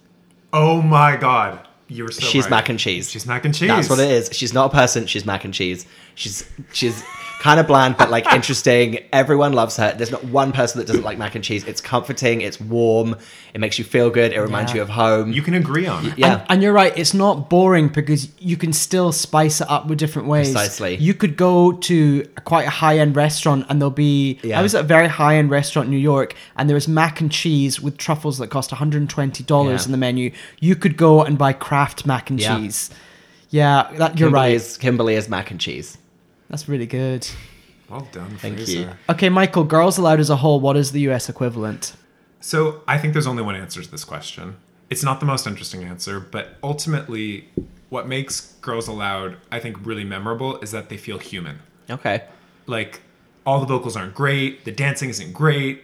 S7: Oh my god. You were so
S6: she's
S7: right.
S6: mac and cheese.
S7: She's mac and cheese.
S6: That's what it is. She's not a person. She's mac and cheese. She's she's kind of bland, but like interesting. Everyone loves her. There's not one person that doesn't like mac and cheese. It's comforting. It's warm. It makes you feel good. It reminds
S5: Yeah.
S6: you of home.
S7: You can agree on it.
S6: yeah.
S5: And, and you're right, it's not boring because you can still spice it up with different ways.
S6: Precisely.
S5: You could go to a- quite a high end restaurant and there'll be.
S6: Yeah.
S5: I was at a very high end restaurant in New York and there was mac and cheese with truffles that cost $120
S6: Yeah.
S5: in the menu. You could go and buy Kraft mac and
S6: Yeah.
S5: cheese. Yeah, that, you're
S6: Kimberly
S5: right.
S6: Is, Kimberly is mac and cheese.
S5: That's really good.
S7: Well done,
S6: Thank
S7: Fraser.
S6: you.
S5: Okay, Michael, girls allowed as a whole, what is the US equivalent?
S7: So I think there's only one answer to this question. It's not the most interesting answer, but ultimately, what makes Girls Aloud, I think, really memorable is that they feel human.
S6: Okay.
S7: Like, all the vocals aren't great, the dancing isn't great.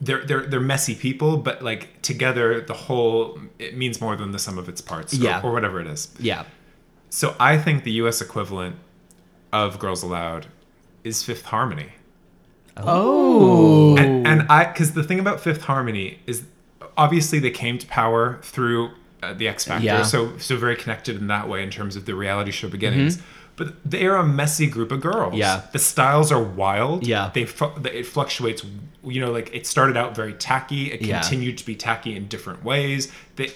S7: They're, they're, they're messy people, but like together, the whole, it means more than the sum of its parts. or-
S6: Yeah.
S7: Or, whatever it is.
S6: Yeah.
S7: So I think the US equivalent of Girls Aloud is Fifth Harmony.
S5: Oh.
S7: And, and I, because the thing about Fifth Harmony is, obviously they came to power through uh, the X Factor,
S6: Yeah.
S7: so so very connected in that way in terms of the reality show beginnings.
S6: Mm-hmm.
S7: But they are a messy group of girls.
S6: Yeah.
S7: the styles are wild.
S6: Yeah.
S7: they fu- the- it fluctuates. You know, like it started out very tacky. It
S6: Yeah.
S7: continued to be tacky in different ways. They,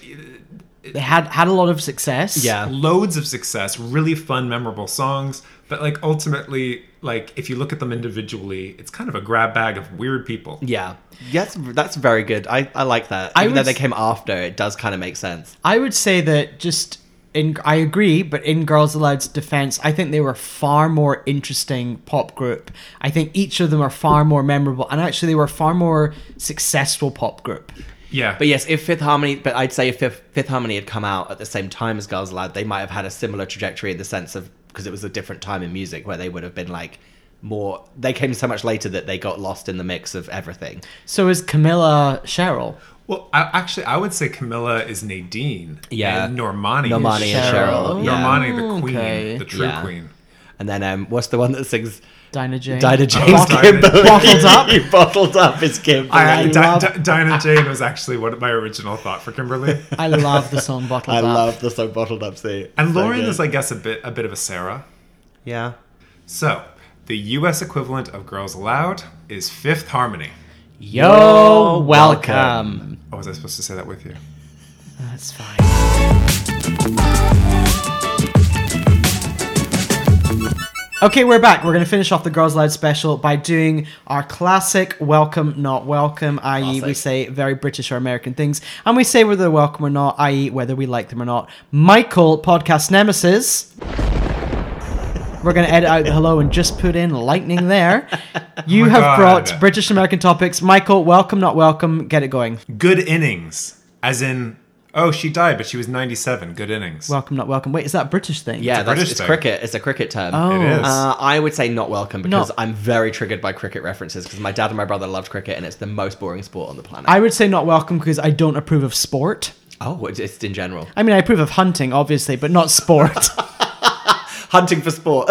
S5: They had had a lot of success.
S6: Yeah.
S7: loads of success, really fun, memorable songs. But like ultimately, like if you look at them individually, it's kind of a grab bag of weird people.
S6: Yeah. Yes, that's very good. I, I like that.
S5: I
S6: Even though
S5: would
S6: they
S5: s-
S6: came after, it does kind of make sense.
S5: I would say that just in I agree, but in Girls Aloud's defense, I think they were far more interesting pop group. I think each of them are far more memorable, and actually they were far more successful pop group.
S7: Yeah.
S6: But yes, if Fifth Harmony, but I'd say if Fifth, Fifth Harmony had come out at the same time as Girls Aloud, they might have had a similar trajectory in the sense of because it was a different time in music where they would have been like more. They came so much later that they got lost in the mix of everything.
S5: So is Camilla Cheryl?
S7: Well, I, actually, I would say Camilla is Nadine.
S6: Yeah.
S7: And Normani.
S6: Normani
S7: is
S6: and Cheryl, yeah.
S7: Normani, the queen,
S5: Okay.
S7: the true
S6: Yeah.
S7: queen.
S6: And then um, what's the one that sings?
S5: Dinah Jane.
S6: Dinah Jane's
S7: Oh, Bottled-
S6: Kimberly.
S7: Bottled Up?
S6: He bottled up his Kimberly.
S7: I, I, Di- Di- Dinah Jane was actually what my original thought for Kimberly.
S5: I love the song Bottled
S6: I
S5: Up.
S6: love the song Bottled Up. See,
S7: And
S6: So
S7: Lauren
S6: good.
S7: is, I guess, a bit a bit of a Sarah.
S6: yeah.
S7: So, the U.S. equivalent of Girls Aloud is Fifth Harmony.
S5: Yo, welcome.
S7: Oh, was I supposed to say that with you?
S5: That's fine. Okay, we're back. We're going to finish off the Girls Loud special by doing our classic welcome, not welcome, i.e., we
S6: Classic.
S5: say very British or American things, and we say whether they're welcome or not, i.e., whether we like them or not. Michael, podcast nemesis. We're going to edit out the hello and just put in lightning there. You
S7: my
S5: have
S7: God.
S5: brought British American topics. Michael, welcome, not welcome. Get it going.
S7: Good innings, as in, oh, she died, but she was 97. Good innings.
S5: Welcome, not welcome. Wait, is that a British thing?
S6: Yeah, that's,
S7: British
S6: it's
S7: thing.
S6: cricket. It's a cricket term.
S5: Oh.
S7: It is.
S6: Uh, I would say not welcome because
S5: Not-
S6: I'm very triggered by cricket references because my dad and my brother loved cricket and it's the most boring sport on the planet.
S5: I would say not welcome because I don't approve of sport.
S6: oh, it's, it's in general.
S5: I mean, I approve of hunting, obviously, but not sport.
S6: Hunting for sport.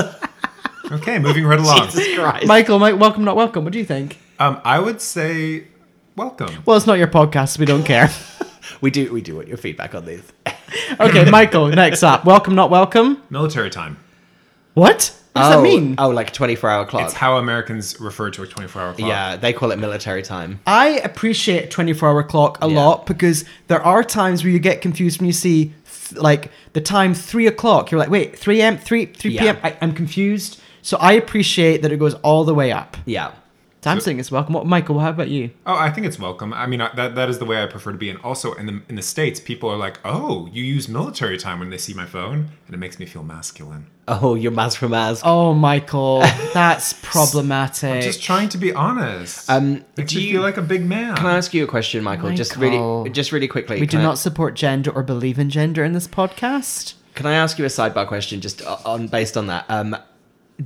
S7: okay, moving right along.
S6: Jesus Christ.
S5: Michael, Mike, welcome, not welcome. What do you think?
S7: Um, I would say welcome.
S5: Well, it's not your podcast, so we don't care.
S6: we do we do want your feedback on these.
S5: Okay, Michael, next up. Welcome, not welcome.
S7: Military time.
S5: What? uh, What does that
S6: oh,
S5: mean?
S6: Oh, like 24 hour clock.
S7: It's how Americans refer to a 24 hour clock.
S6: yeah, they call it military time.
S5: I appreciate 24 hour clock a
S6: Yeah.
S5: lot because there are times where you get confused when you see th- like the time 3 o'clock. You're like, wait, 3 a.m., 3, 3
S6: Yeah.
S5: p.m. I, I'm confused. So I appreciate that it goes all the way up.
S6: Yeah.
S5: So I'm saying it's welcome. What, Michael, how about you?
S7: Oh, I think it's welcome. I mean, I, that that is the way I prefer to be. And also in the in the states, people are like, "Oh, you use military time" when they see my phone, and it makes me feel masculine.
S6: Oh, you're Maz from Maz.
S5: Oh, Michael, that's problematic.
S7: Just trying to be honest.
S6: Um,
S7: makes
S6: do
S7: me
S6: you-
S7: feel like a big man.
S6: Can I ask you a question, Michael? Just really,
S5: Michael.
S6: just really quickly.
S5: we do
S6: can I-
S5: not support gender or believe in gender in this podcast.
S6: Can I ask you a sidebar question, just o- on based on that? Um,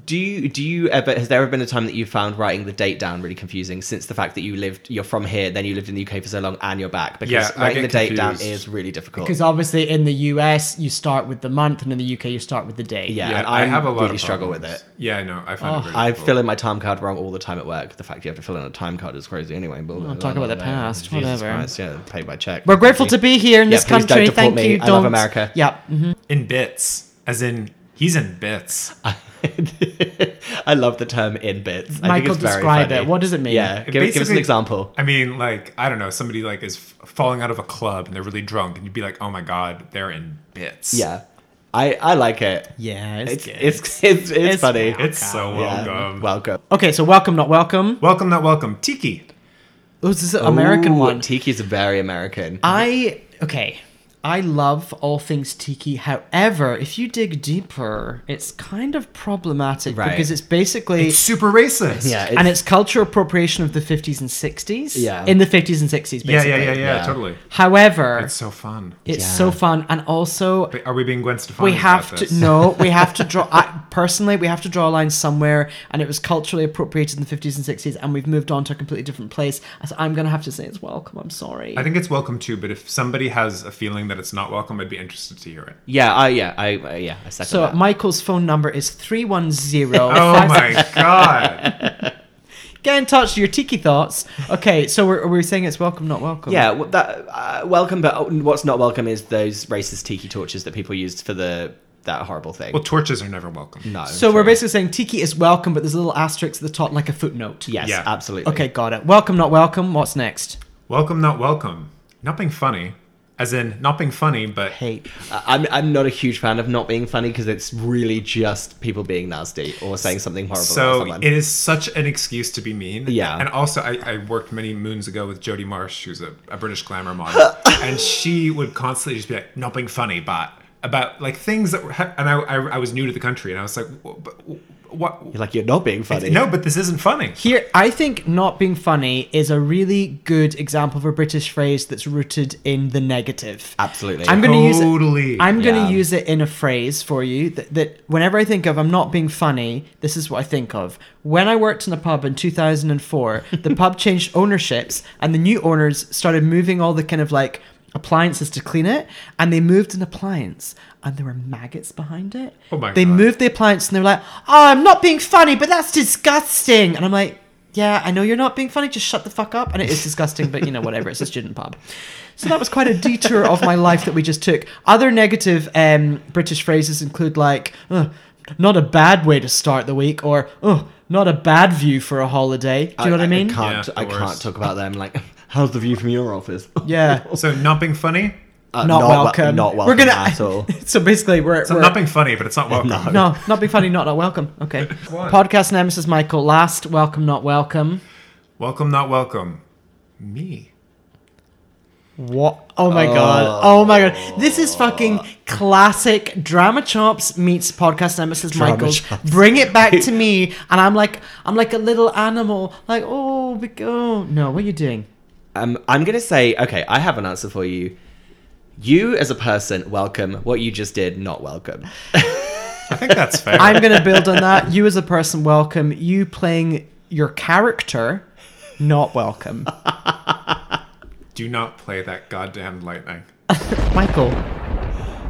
S6: do you do you ever has there ever been a time that you found writing the date down really confusing? Since the fact that you lived, you're from here, then you lived in the UK for so long, and you're back because
S7: Yeah, I
S6: writing the
S7: get
S6: date down
S7: confused.
S6: is really difficult.
S5: Because obviously, in the US, you start with the month, and in the UK, you start with the day.
S6: yeah,
S7: Yeah,
S6: and
S7: I
S6: I'm
S7: have a lot
S6: really
S7: of
S6: struggle with
S7: problems.
S6: it.
S7: Yeah, I know. I find it really
S6: Oh, I
S7: difficult.
S6: fill in my time card wrong all the time at work. The fact you have to fill in a time card is crazy anyway. But
S5: talk about the past,
S6: Jesus
S5: whatever.
S6: Christ, yeah, pay by check.
S5: We're grateful to be here in
S6: Yeah,
S5: this
S6: please don't
S5: country.
S6: deport
S5: Thank
S6: me.
S5: you.
S6: I
S5: Don't
S6: love America.
S5: Yeah. mhm.
S7: in bits, as in he's in bits.
S6: Uh, I love the term in bits. I think
S5: Michael,
S6: it's very
S5: describe
S6: funny.
S5: it. What does it mean?
S6: Yeah,
S7: It
S6: give, give us an
S7: basically-
S6: example.
S7: I mean, like I don't know, somebody like is f- falling out of a club and they're really drunk, and you'd be like, "Oh my god, they're in bits."
S6: Yeah, I I like it.
S5: Yeah. It's,
S6: It's
S5: good.
S6: it's it's, it's, funny.
S7: it's so
S6: Yeah.
S7: welcome.
S6: Welcome.
S5: okay, so welcome, not welcome.
S7: Welcome, not welcome, Tiki.
S5: Oh, this is an American
S6: Ooh,
S5: one.
S6: Tiki's very American.
S5: I okay. I love all things tiki. However, if you dig deeper, it's kind of problematic
S6: Right.
S5: because it's basically
S7: It's super racist.
S6: yeah,
S5: and it's cultural appropriation of the 50s and 60s.
S6: Yeah.
S5: In the 50s and 60s, basically.
S7: yeah, yeah, yeah, yeah,
S6: Yeah.
S7: totally.
S5: However,
S7: It's
S5: it's,
S7: so fun.
S5: so fun. And also,
S7: Wait, Are we being Gwen Stefani?
S5: we
S7: about
S5: have to,
S7: this?
S5: no, we have to draw, I, personally, we have to draw a line somewhere. And it was culturally appropriated in the 50s and 60s, and we've moved on to a completely different place. So I'm going to have to say it's welcome. I'm sorry.
S7: I think it's welcome too, but if somebody has a feeling that it's not welcome, I'd be interested to hear it.
S6: yeah, I yeah, I uh, yeah, I second
S5: so
S6: that.
S5: Michael's phone number is 310.
S7: Oh my god.
S5: Get in touch with your tiki thoughts. Okay, so we're, we're saying it's welcome, not welcome.
S6: yeah, well, that uh, welcome, but oh, what's not welcome is those racist tiki torches that people used for the that horrible thing. Uh,
S7: Well, torches are never welcome.
S6: no,
S5: So we're
S6: true.
S5: basically saying tiki is welcome, but there's a little asterisk at the top, like a footnote.
S6: yes,
S7: Yeah.
S6: absolutely.
S5: Okay, got it. Welcome, not welcome. What's next?
S7: Welcome, not welcome. Not being funny, as in not being funny, but
S5: Hate.
S6: I- I'm I'm not a huge fan of not being funny because it's really just people being nasty or saying something horrible. about
S7: So
S6: someone.
S7: it is such an excuse to be mean.
S6: Yeah.
S7: And also, I, I worked many moons ago with Jodie Marsh, who's a, a British glamour model, and she would constantly just be like, "Not being funny, but about like things that were, ha- and I, I, I was new to the country and I was like, "Wh- but wh- what?
S6: You're like, you're not being funny.
S7: No, but this isn't funny.
S5: Here, I think not being funny is a really good example of a British phrase that's rooted in the negative.
S6: Absolutely.
S5: I'm going to use
S7: Totally.
S5: it. I'm going to
S6: Yeah.
S5: use it in a phrase for you that, that whenever I think of I'm not being funny, this is what I think of. When I worked in a pub in 2004, the pub changed ownerships and the new owners started moving all the kind of like appliances to clean it and they moved an appliance and there were maggots behind it.
S7: Oh my
S5: They
S7: God.
S5: moved the appliance and they were like, "Oh, I'm not being funny, but that's disgusting." And I'm like, "Yeah, I know you're not being funny. Just shut the fuck up." And it is disgusting, but you know, whatever. It's a student pub. So that was quite a detour of my life that we just took. Other negative um, British phrases include like, "Ugh, "Not a bad way to start the week," or "Oh, not a bad view for a holiday." Do you know what I mean?
S6: can't.
S7: Yeah,
S6: I
S7: the
S6: can't
S7: worst.
S6: talk about them. Like, how's the view from your office?
S5: Yeah.
S7: So not being funny.
S6: Uh,
S5: not,
S6: wel-
S5: welcome.
S6: Not welcome
S5: We're gonna.
S6: at all.
S5: so basically, we're,
S7: So
S5: we're
S7: not being funny, but it's not welcome.
S5: no, not being funny, not not welcome. Okay.
S7: Why?
S5: Podcast nemesis Michael. Last welcome, not welcome.
S7: Welcome, not welcome. Me.
S5: What? Oh my god! Oh my god! This is fucking classic drama chops meets podcast nemesis
S6: Drama
S5: Michael's.
S6: Chops.
S5: Bring it back to me, and I'm like, I'm like a little animal. Like, oh, we go. No, what are you doing?
S6: Um, I'm gonna say, okay, I have an answer for you. You as a person, welcome. What you just did, not welcome.
S7: I think that's fair.
S5: I'm gonna build on that. You as a person, welcome. You playing your character, not welcome.
S7: Do not play that goddamn lightning.
S5: Michael,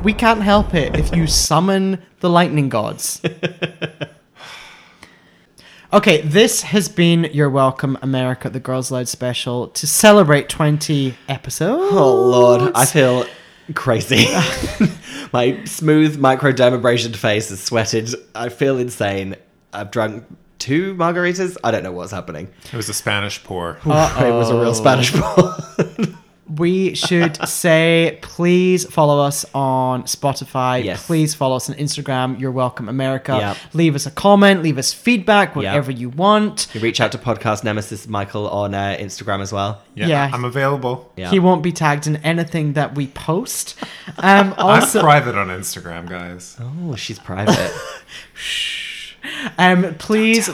S5: we can't help it if you summon the lightning gods. Okay, this has been your Welcome America the Girls Loud special to celebrate 20 episodes.
S6: Oh lord, I feel crazy. My smooth microdermabrasion face is sweated. I feel insane. I've drunk two margaritas. I don't know what's happening.
S7: It was a Spanish pour.
S6: It was a real Spanish ball.
S5: We should say please follow us on Spotify.
S6: Yes.
S5: Please follow us on Instagram, You're Welcome America.
S6: Yep.
S5: Leave us a comment, leave us feedback, whatever you want.
S6: you reach out to podcast nemesis Michael on uh, Instagram as well.
S5: yeah.
S7: I'm available.
S6: Yeah.
S5: He won't be tagged in anything that we post. Um, also,
S7: I'm private on Instagram, guys.
S6: Oh, she's private.
S5: Um, please,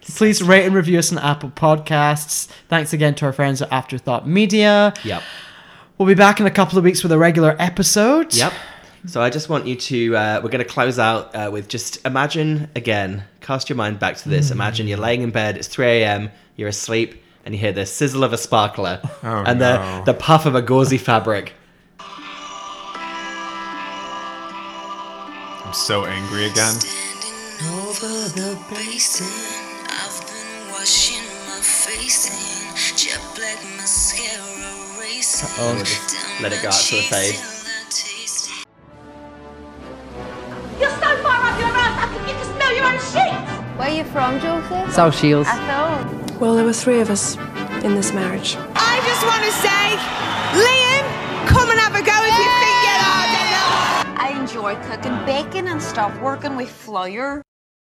S5: please rate and review us on Apple Podcasts. Thanks again to our friends at Afterthought Media.
S6: yep.
S5: We'll be back in a couple of weeks with a regular episode.
S6: Yep. So I just want you to, uh, we're going to close out uh, with just imagine again, cast your mind back to
S7: Mm.
S6: this. Imagine you're laying in bed, it's 3 a.m., you're asleep, and you hear the sizzle of a sparkler
S7: Oh,
S6: and
S7: no.
S6: the, the puff of a gauzy fabric.
S7: I'm so angry again.
S12: Over the basin, I've been washing my face in jet black mascara racing.
S6: We'll just let it go out to the fade.
S2: You're so far up your ass, I can get to smell your own sheets!
S9: Where are you from, Joseph?
S3: South Shields.
S9: I thought.
S3: Well, there were three of us in this marriage.
S4: I just want to say, Liam, come and have a go if you think you're hard enough.
S1: I enjoy cooking, baking, and stuff, working with Flyer.